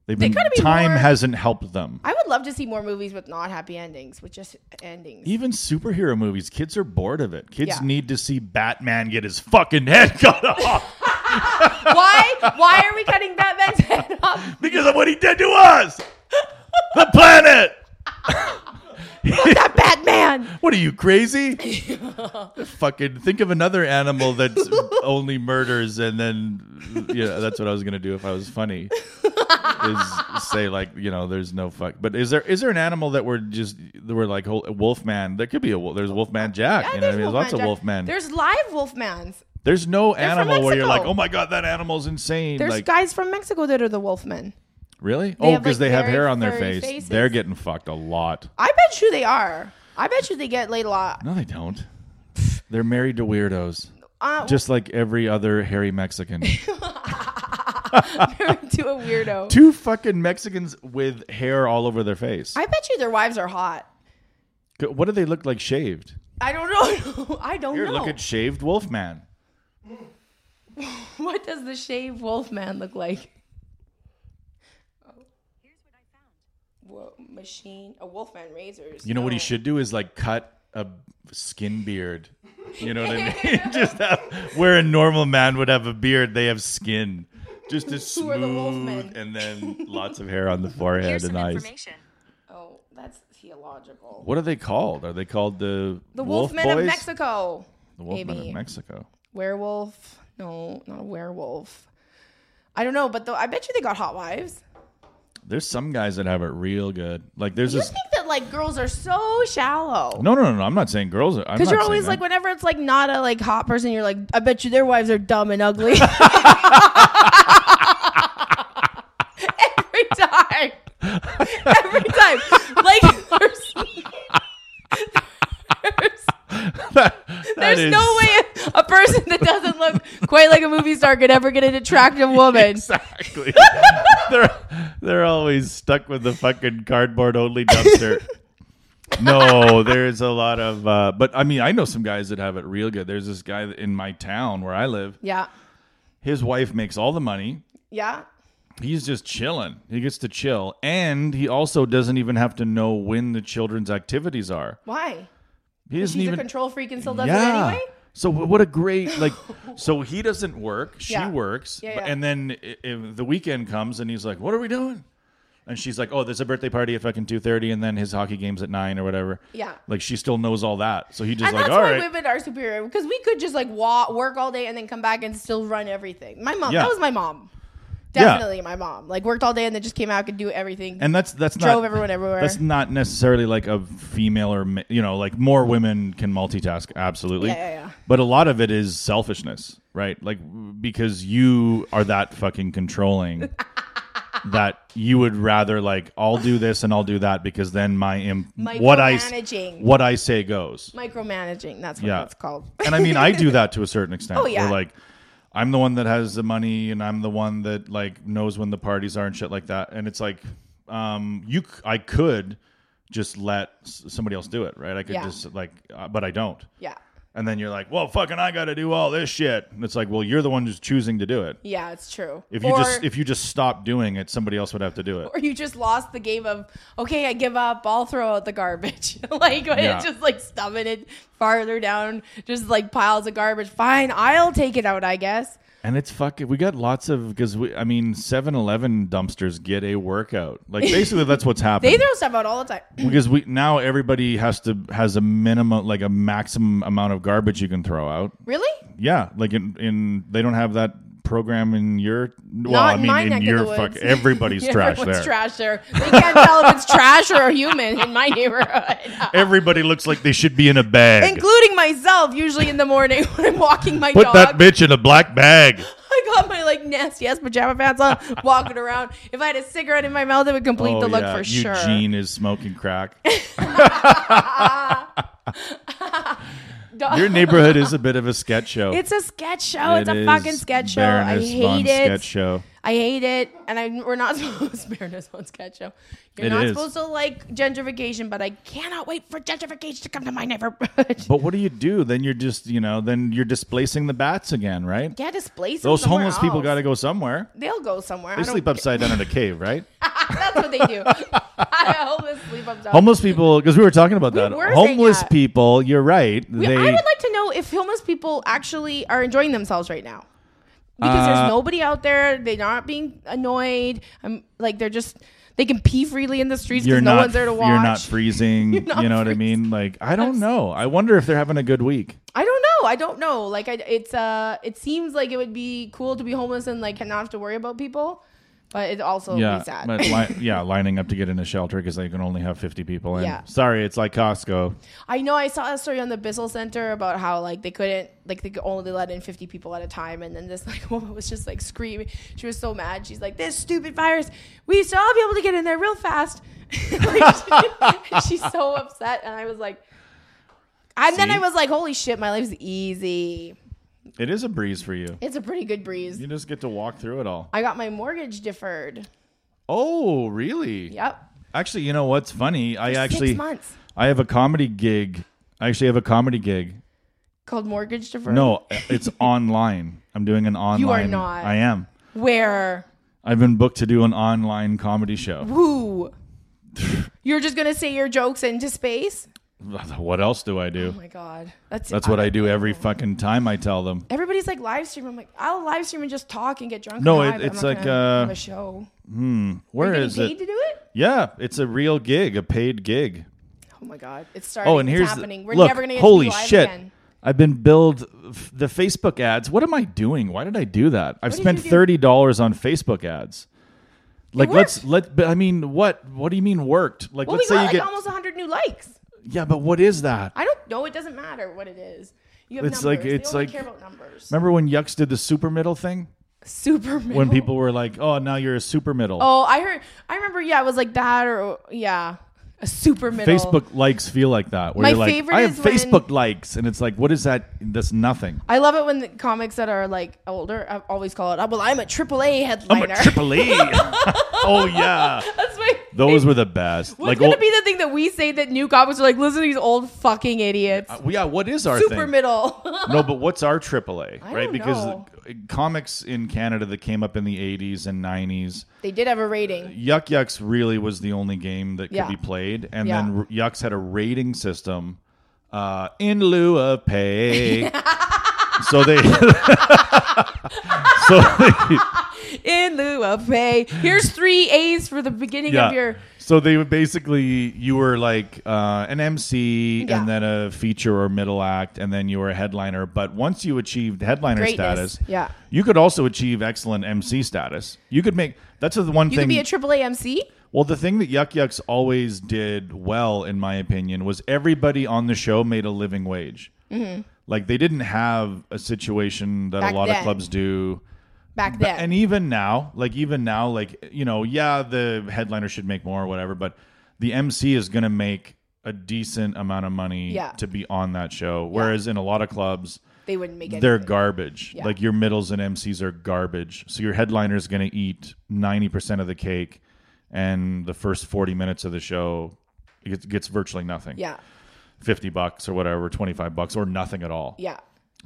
[SPEAKER 1] They've been,
[SPEAKER 2] gotta be
[SPEAKER 1] time
[SPEAKER 2] more-
[SPEAKER 1] hasn't helped them.
[SPEAKER 2] I would love to see more movies with not happy endings, with just endings.
[SPEAKER 1] Even superhero movies, kids are bored of it. Kids
[SPEAKER 2] Yeah.
[SPEAKER 1] need to see Batman get his fucking head (laughs) cut off
[SPEAKER 2] Why? Why are we cutting Batman's (laughs) head off?
[SPEAKER 1] because of what he did to us, the planet.
[SPEAKER 2] That Batman.
[SPEAKER 1] What are you
[SPEAKER 2] (laughs)
[SPEAKER 1] crazy? Fucking think of another animal that
[SPEAKER 2] (laughs)
[SPEAKER 1] only murders, and then you know that's what I was gonna do if I was funny. Is say like you know there's no fuck. But is there is there an animal that we're just that we're like whole- Wolfman? There could be a wolf. There's Wolfman Jack. you know what I mean? There's lots of Wolfman. There's,
[SPEAKER 2] There's live Wolfmans.
[SPEAKER 1] no
[SPEAKER 2] from
[SPEAKER 1] animal where you're like,
[SPEAKER 2] Mexico.
[SPEAKER 1] oh my god, that animal's insane.
[SPEAKER 2] There's
[SPEAKER 1] like
[SPEAKER 2] guys from Mexico that are the Wolfmen.
[SPEAKER 1] really? Oh,
[SPEAKER 2] have,
[SPEAKER 1] because
[SPEAKER 2] like,
[SPEAKER 1] they have
[SPEAKER 2] very
[SPEAKER 1] hair on their
[SPEAKER 2] furry
[SPEAKER 1] face.
[SPEAKER 2] faces.
[SPEAKER 1] They're getting fucked a lot.
[SPEAKER 2] I bet you they are. I bet you they get laid a lot.
[SPEAKER 1] No, they don't. They're married to weirdos.
[SPEAKER 2] Uh, (laughs)
[SPEAKER 1] Just like every other hairy Mexican.
[SPEAKER 2] to a weirdo.
[SPEAKER 1] Two fucking Mexicans with hair all over their face.
[SPEAKER 2] I bet you their wives are hot.
[SPEAKER 1] Go- what do they look like shaved?
[SPEAKER 2] I don't know. (laughs) I don't
[SPEAKER 1] Here,
[SPEAKER 2] know.
[SPEAKER 1] look at shaved Wolfman.
[SPEAKER 2] what does the shaved Wolfman look like? Whoa, machine, a Wolfman razors.
[SPEAKER 1] You know what he
[SPEAKER 2] No.
[SPEAKER 1] should do is like cut a skin beard. You know what
[SPEAKER 2] (laughs)
[SPEAKER 1] I mean? (laughs) Just have, where a normal man would have a beard, they have skin.
[SPEAKER 2] (laughs)
[SPEAKER 1] Just a
[SPEAKER 2] Who are the
[SPEAKER 1] smooth
[SPEAKER 2] Wolfmen?
[SPEAKER 1] and
[SPEAKER 2] (laughs)
[SPEAKER 1] then lots of hair on the forehead
[SPEAKER 3] Here's some
[SPEAKER 1] and eyes.
[SPEAKER 3] information.
[SPEAKER 2] Oh, that's theological.
[SPEAKER 1] What are they called? Are they called the
[SPEAKER 2] The
[SPEAKER 1] Wolf
[SPEAKER 2] Wolfmen
[SPEAKER 1] Boys?
[SPEAKER 2] of Mexico.
[SPEAKER 1] The Wolfmen
[SPEAKER 2] maybe.
[SPEAKER 1] of Mexico.
[SPEAKER 2] Werewolf? No, not a werewolf. I don't know, but though I bet you they got hot wives.
[SPEAKER 1] There's some guys that have it real good. Like there's
[SPEAKER 2] You
[SPEAKER 1] this.
[SPEAKER 2] think that like girls are so shallow.
[SPEAKER 1] No, no, no, no. I'm not saying girls. are I'm
[SPEAKER 2] Because
[SPEAKER 1] not saying
[SPEAKER 2] you're always
[SPEAKER 1] that.
[SPEAKER 2] like, whenever it's like not a like hot person, you're like, I bet you their wives are dumb
[SPEAKER 1] (laughs)
[SPEAKER 2] and ugly. (laughs) Every time. Every time. Like, there's, there's,
[SPEAKER 1] (laughs) That
[SPEAKER 2] there's
[SPEAKER 1] is-
[SPEAKER 2] no way a person that doesn't look quite like a movie star could ever get an attractive
[SPEAKER 1] (laughs)
[SPEAKER 2] woman.
[SPEAKER 1] Exactly. (laughs) they're they're always stuck with the fucking cardboard only
[SPEAKER 2] (laughs)
[SPEAKER 1] dumpster. no, there's a lot of uh, but I mean I know some guys that have it real good. There's this guy in my town where I live.
[SPEAKER 2] Yeah.
[SPEAKER 1] His wife makes all the money.
[SPEAKER 2] Yeah.
[SPEAKER 1] He's just chilling. He gets to chill, and he also doesn't even have to know when the children's activities are.
[SPEAKER 2] Why?
[SPEAKER 1] He doesn't
[SPEAKER 2] She's a
[SPEAKER 1] even
[SPEAKER 2] control freak and still does it anyway?
[SPEAKER 1] so wh- what a great
[SPEAKER 2] (laughs)
[SPEAKER 1] like. so he doesn't work. She
[SPEAKER 2] Yeah.
[SPEAKER 1] works.
[SPEAKER 2] Yeah,
[SPEAKER 1] but-
[SPEAKER 2] yeah.
[SPEAKER 1] And then i- if the weekend comes and he's like, "What are we doing? and she's like, "Oh, there's a birthday party at fucking two thirty, and then his hockey game's at nine or whatever."
[SPEAKER 2] Yeah.
[SPEAKER 1] like she still knows all that, so he just
[SPEAKER 2] and
[SPEAKER 1] like,
[SPEAKER 2] that's
[SPEAKER 1] "All
[SPEAKER 2] why
[SPEAKER 1] right,
[SPEAKER 2] women are superior because we could just like walk, work all day and then come back and still run everything. My mom,
[SPEAKER 1] Yeah.
[SPEAKER 2] that was my mom.
[SPEAKER 1] Yeah.
[SPEAKER 2] Definitely my mom. Like worked all day and then just came out could do everything.
[SPEAKER 1] and that's that's
[SPEAKER 2] Drove
[SPEAKER 1] not
[SPEAKER 2] everyone everywhere.
[SPEAKER 1] That's not necessarily like a female or ma- you know like more women can multitask absolutely.
[SPEAKER 2] Yeah, yeah, yeah.
[SPEAKER 1] But a lot of it is selfishness, right? Like because you are that fucking
[SPEAKER 2] (laughs)
[SPEAKER 1] controlling that you would rather like I'll do this and I'll do that because then my imp- what I s-
[SPEAKER 2] Micromanaging.
[SPEAKER 1] what I say goes.
[SPEAKER 2] Micromanaging. That's what
[SPEAKER 1] Yeah.
[SPEAKER 2] that's called.
[SPEAKER 1] And I mean, I do that to a certain extent.
[SPEAKER 2] (laughs) Oh, yeah.
[SPEAKER 1] Where, like, I'm the one that has the money, and I'm the one that like knows when the parties are and shit like that. And it's like, um, you, c- I could just let s- somebody else do it, right? I could
[SPEAKER 2] Yeah.
[SPEAKER 1] just like, uh, but I don't.
[SPEAKER 2] yeah.
[SPEAKER 1] And then you're like, well, fucking, I got to do all this shit. And it's like, well, you're the one who's choosing to do it.
[SPEAKER 2] Yeah, it's true.
[SPEAKER 1] If
[SPEAKER 2] Or-
[SPEAKER 1] you just if you just stop doing it, somebody else would have to do it.
[SPEAKER 2] (laughs) or you just lost the game of okay, I give up. I'll throw out the garbage. (laughs) like
[SPEAKER 1] Yeah.
[SPEAKER 2] just like stuffing it farther down, just like piles of garbage. Fine, I'll take it out. I guess.
[SPEAKER 1] And it's fucking. We got lots of because we. I mean, 7-Eleven dumpsters get a workout. Like basically, that's what's happening.
[SPEAKER 2] (laughs) They throw stuff out all the time. (clears throat)
[SPEAKER 1] because we now everybody has to has a minimum like a maximum amount of garbage you can throw out.
[SPEAKER 2] Really?
[SPEAKER 1] Yeah, like in in they don't have that program in your well,
[SPEAKER 2] Not
[SPEAKER 1] I
[SPEAKER 2] in
[SPEAKER 1] mean
[SPEAKER 2] my neck
[SPEAKER 1] in
[SPEAKER 2] of
[SPEAKER 1] your
[SPEAKER 2] the
[SPEAKER 1] fuck
[SPEAKER 2] woods. (laughs)
[SPEAKER 1] everybody's trash
[SPEAKER 2] Everyone's
[SPEAKER 1] there.
[SPEAKER 2] trash there. They can't tell if it's trash or a human in
[SPEAKER 1] (laughs)
[SPEAKER 2] my neighborhood,
[SPEAKER 1] Everybody looks like they should be in a bag.
[SPEAKER 2] including myself. Usually in the morning (laughs) when I'm walking my
[SPEAKER 1] Put
[SPEAKER 2] dog,
[SPEAKER 1] that bitch in a black bag.
[SPEAKER 2] I got my like nasty ass pajama pants
[SPEAKER 1] (laughs)
[SPEAKER 2] on, walking around. If I had a cigarette in my mouth, it would complete the look
[SPEAKER 1] Oh,
[SPEAKER 2] for
[SPEAKER 1] Eugene
[SPEAKER 2] sure.
[SPEAKER 1] is smoking
[SPEAKER 2] (laughs)
[SPEAKER 1] crack.
[SPEAKER 2] Dog-
[SPEAKER 1] Your neighborhood is a bit of a sketch show.
[SPEAKER 2] It's a sketch show. it's
[SPEAKER 1] It
[SPEAKER 2] a
[SPEAKER 1] is
[SPEAKER 2] fucking sketch show. I
[SPEAKER 1] Baroness von
[SPEAKER 2] hate it.
[SPEAKER 1] Sketch show.
[SPEAKER 2] I hate it, and I we're not (laughs) supposed Baroness von Sketch Show. You're
[SPEAKER 1] It
[SPEAKER 2] not
[SPEAKER 1] is.
[SPEAKER 2] supposed to like gentrification, but I cannot wait for gentrification to come to my neighborhood. (laughs)
[SPEAKER 1] But what do you do? Then you're just you know then you're displacing the bats again, right?
[SPEAKER 2] yeah, displace them
[SPEAKER 1] Those
[SPEAKER 2] somewhere
[SPEAKER 1] homeless people
[SPEAKER 2] else.
[SPEAKER 1] got to go somewhere.
[SPEAKER 2] They'll go somewhere.
[SPEAKER 1] They
[SPEAKER 2] I don't-
[SPEAKER 1] sleep upside down in
[SPEAKER 2] (laughs)
[SPEAKER 1] a cave, right?
[SPEAKER 2] That's what they
[SPEAKER 1] (laughs)
[SPEAKER 2] do. (laughs) homeless sleep upside.
[SPEAKER 1] Homeless people, because we were talking about that.
[SPEAKER 2] were saying
[SPEAKER 1] homeless
[SPEAKER 2] that.
[SPEAKER 1] people, you're right.
[SPEAKER 2] We-
[SPEAKER 1] they,
[SPEAKER 2] I would like to know if homeless people actually are enjoying themselves right now. Because
[SPEAKER 1] Uh,
[SPEAKER 2] there's nobody out there. They're not being annoyed. I'm like they're just they can pee freely in the streets
[SPEAKER 1] you're
[SPEAKER 2] because no
[SPEAKER 1] not,
[SPEAKER 2] one's there to watch. (laughs)
[SPEAKER 1] You're not freezing.
[SPEAKER 2] not
[SPEAKER 1] you know what I mean? Like, I don't know. I wonder if they're having a good week.
[SPEAKER 2] I don't know. I don't know. Like I, it's uh, it seems like it would be cool to be homeless and like not have to worry about people, but it also
[SPEAKER 1] Yeah,
[SPEAKER 2] be sad. (laughs)
[SPEAKER 1] but li- yeah, lining up to get in a shelter because they can only have 50 people in.
[SPEAKER 2] Yeah.
[SPEAKER 1] Sorry, it's like Costco.
[SPEAKER 2] I know I saw a story on the Bissell Center about how like they couldn't like they could only let in 50 people at a time and then this (laughs) like woman was just like screaming. She was so mad. She's like, "This stupid virus. We used to all be able to get in there real fast." (laughs) Like, (laughs) she- she's so upset and I was like and then
[SPEAKER 1] See?
[SPEAKER 2] I was like, "Holy shit, my life's easy.
[SPEAKER 1] It is a breeze for you.
[SPEAKER 2] It's a pretty good breeze."
[SPEAKER 1] You just get to walk through it all.
[SPEAKER 2] I got my mortgage deferred.
[SPEAKER 1] Oh, really?
[SPEAKER 2] Yep.
[SPEAKER 1] Actually, you know what's funny? I actually,
[SPEAKER 2] Six months
[SPEAKER 1] I have a comedy gig. I actually have a comedy gig
[SPEAKER 2] called mortgage deferred.
[SPEAKER 1] No, uh,
[SPEAKER 2] (laughs)
[SPEAKER 1] it's online. I'm doing an online.
[SPEAKER 2] You are not.
[SPEAKER 1] I am.
[SPEAKER 2] where
[SPEAKER 1] I've been booked to do an online comedy show.
[SPEAKER 2] who you're just gonna say your jokes into space.
[SPEAKER 1] (laughs) What else do I
[SPEAKER 2] Oh
[SPEAKER 1] do?
[SPEAKER 2] my god, that's
[SPEAKER 1] That's what I do every fucking time I tell them.
[SPEAKER 2] Everybody's like live stream. I'm like, I'll live stream and just talk and get drunk.
[SPEAKER 1] No,
[SPEAKER 2] and
[SPEAKER 1] it-
[SPEAKER 2] live.
[SPEAKER 1] it's
[SPEAKER 2] I'm not
[SPEAKER 1] like,
[SPEAKER 2] gonna
[SPEAKER 1] uh,
[SPEAKER 2] have a show.
[SPEAKER 1] Where
[SPEAKER 2] Are you
[SPEAKER 1] is
[SPEAKER 2] getting paid
[SPEAKER 1] it?
[SPEAKER 2] to do it?
[SPEAKER 1] Yeah, it's a real gig, a paid gig.
[SPEAKER 2] Oh my god, it's starting.
[SPEAKER 1] Oh, and here's
[SPEAKER 2] it's
[SPEAKER 1] the-
[SPEAKER 2] happening. We're
[SPEAKER 1] look,
[SPEAKER 2] never gonna get
[SPEAKER 1] holy
[SPEAKER 2] to be live
[SPEAKER 1] shit.
[SPEAKER 2] again.
[SPEAKER 1] I've been billed f- the Facebook ads. What am I doing? Why did I do that? I've
[SPEAKER 2] did
[SPEAKER 1] spent
[SPEAKER 2] you do?
[SPEAKER 1] thirty dollars on Facebook ads. Like
[SPEAKER 2] worked.
[SPEAKER 1] let's let. But I mean, what? What do you mean worked? Like
[SPEAKER 2] Well,
[SPEAKER 1] let's
[SPEAKER 2] we
[SPEAKER 1] say
[SPEAKER 2] got
[SPEAKER 1] you
[SPEAKER 2] like
[SPEAKER 1] get.
[SPEAKER 2] almost 100 new likes.
[SPEAKER 1] yeah, but what is that?
[SPEAKER 2] I don't know. It doesn't matter what it is. You have
[SPEAKER 1] It's like-
[SPEAKER 2] numbers. They
[SPEAKER 1] it's
[SPEAKER 2] only
[SPEAKER 1] like-
[SPEAKER 2] care about numbers.
[SPEAKER 1] Remember when Yucks did the super middle thing?
[SPEAKER 2] Super middle.
[SPEAKER 1] when people were like, "Oh, now you're a super middle."
[SPEAKER 2] Oh, I heard. I remember. Yeah, it was like that, or yeah, a super middle.
[SPEAKER 1] Facebook likes feel like that. Where
[SPEAKER 2] My
[SPEAKER 1] you're like,
[SPEAKER 2] favorite
[SPEAKER 1] I have
[SPEAKER 2] is when-
[SPEAKER 1] Facebook likes, and it's like, what is that? That's nothing.
[SPEAKER 2] I love it when the comics that are like older I always call it. "Oh, Well, I'm a AAA
[SPEAKER 1] I'm
[SPEAKER 2] headliner.
[SPEAKER 1] a (laughs) triple E. oh yeah,
[SPEAKER 2] (laughs) That's my.
[SPEAKER 1] those were the best.
[SPEAKER 2] What's
[SPEAKER 1] like,
[SPEAKER 2] gonna
[SPEAKER 1] oh,
[SPEAKER 2] be the thing that we say that new comics are like? Listen to these old fucking idiots.
[SPEAKER 1] well, yeah, what is our
[SPEAKER 2] Super
[SPEAKER 1] thing?
[SPEAKER 2] middle. (laughs)
[SPEAKER 1] No, but what's our triple A?
[SPEAKER 2] I
[SPEAKER 1] Right,
[SPEAKER 2] don't
[SPEAKER 1] because
[SPEAKER 2] know.
[SPEAKER 1] the- comics in Canada that came up in the '80s and '90s.
[SPEAKER 2] they did have a rating.
[SPEAKER 1] Yuck Yucks really was the only game that could
[SPEAKER 2] Yeah.
[SPEAKER 1] be played, and
[SPEAKER 2] Yeah.
[SPEAKER 1] then R- Yucks had a rating system uh, in lieu of
[SPEAKER 2] (laughs)
[SPEAKER 1] pay. so they, so they,
[SPEAKER 2] in lieu of pay. Here's three A's for the beginning of your.
[SPEAKER 1] So they would basically you were like uh, an MC
[SPEAKER 2] Yeah.
[SPEAKER 1] and then a feature or middle act and then you were a headliner. But once you achieved headliner
[SPEAKER 2] Greatness,
[SPEAKER 1] status,
[SPEAKER 2] yeah.
[SPEAKER 1] you could also achieve excellent MC status. You could make that's the one
[SPEAKER 2] You
[SPEAKER 1] thing.
[SPEAKER 2] could be a AAA MC.
[SPEAKER 1] well, the thing that Yuck Yucks always did well, in my opinion, was everybody on the show made a living wage. Like they didn't have a situation that
[SPEAKER 2] Mm-hmm. Back
[SPEAKER 1] a lot
[SPEAKER 2] then.
[SPEAKER 1] of clubs do.
[SPEAKER 2] back
[SPEAKER 1] But-
[SPEAKER 2] then.
[SPEAKER 1] And even now, like even now, like you know, yeah, the headliner should make more or whatever, but the MC is going to make a decent amount of money
[SPEAKER 2] Yeah.
[SPEAKER 1] to be on that show. Whereas in a lot of clubs,
[SPEAKER 2] they wouldn't make it.
[SPEAKER 1] they're garbage.
[SPEAKER 2] Yeah.
[SPEAKER 1] Like your middles and MCs are garbage. So your headliner is going to eat ninety percent of the cake, and the first forty minutes of the show it gets, gets virtually nothing.
[SPEAKER 2] yeah,
[SPEAKER 1] fifty bucks or whatever, twenty five bucks or nothing at all.
[SPEAKER 2] yeah.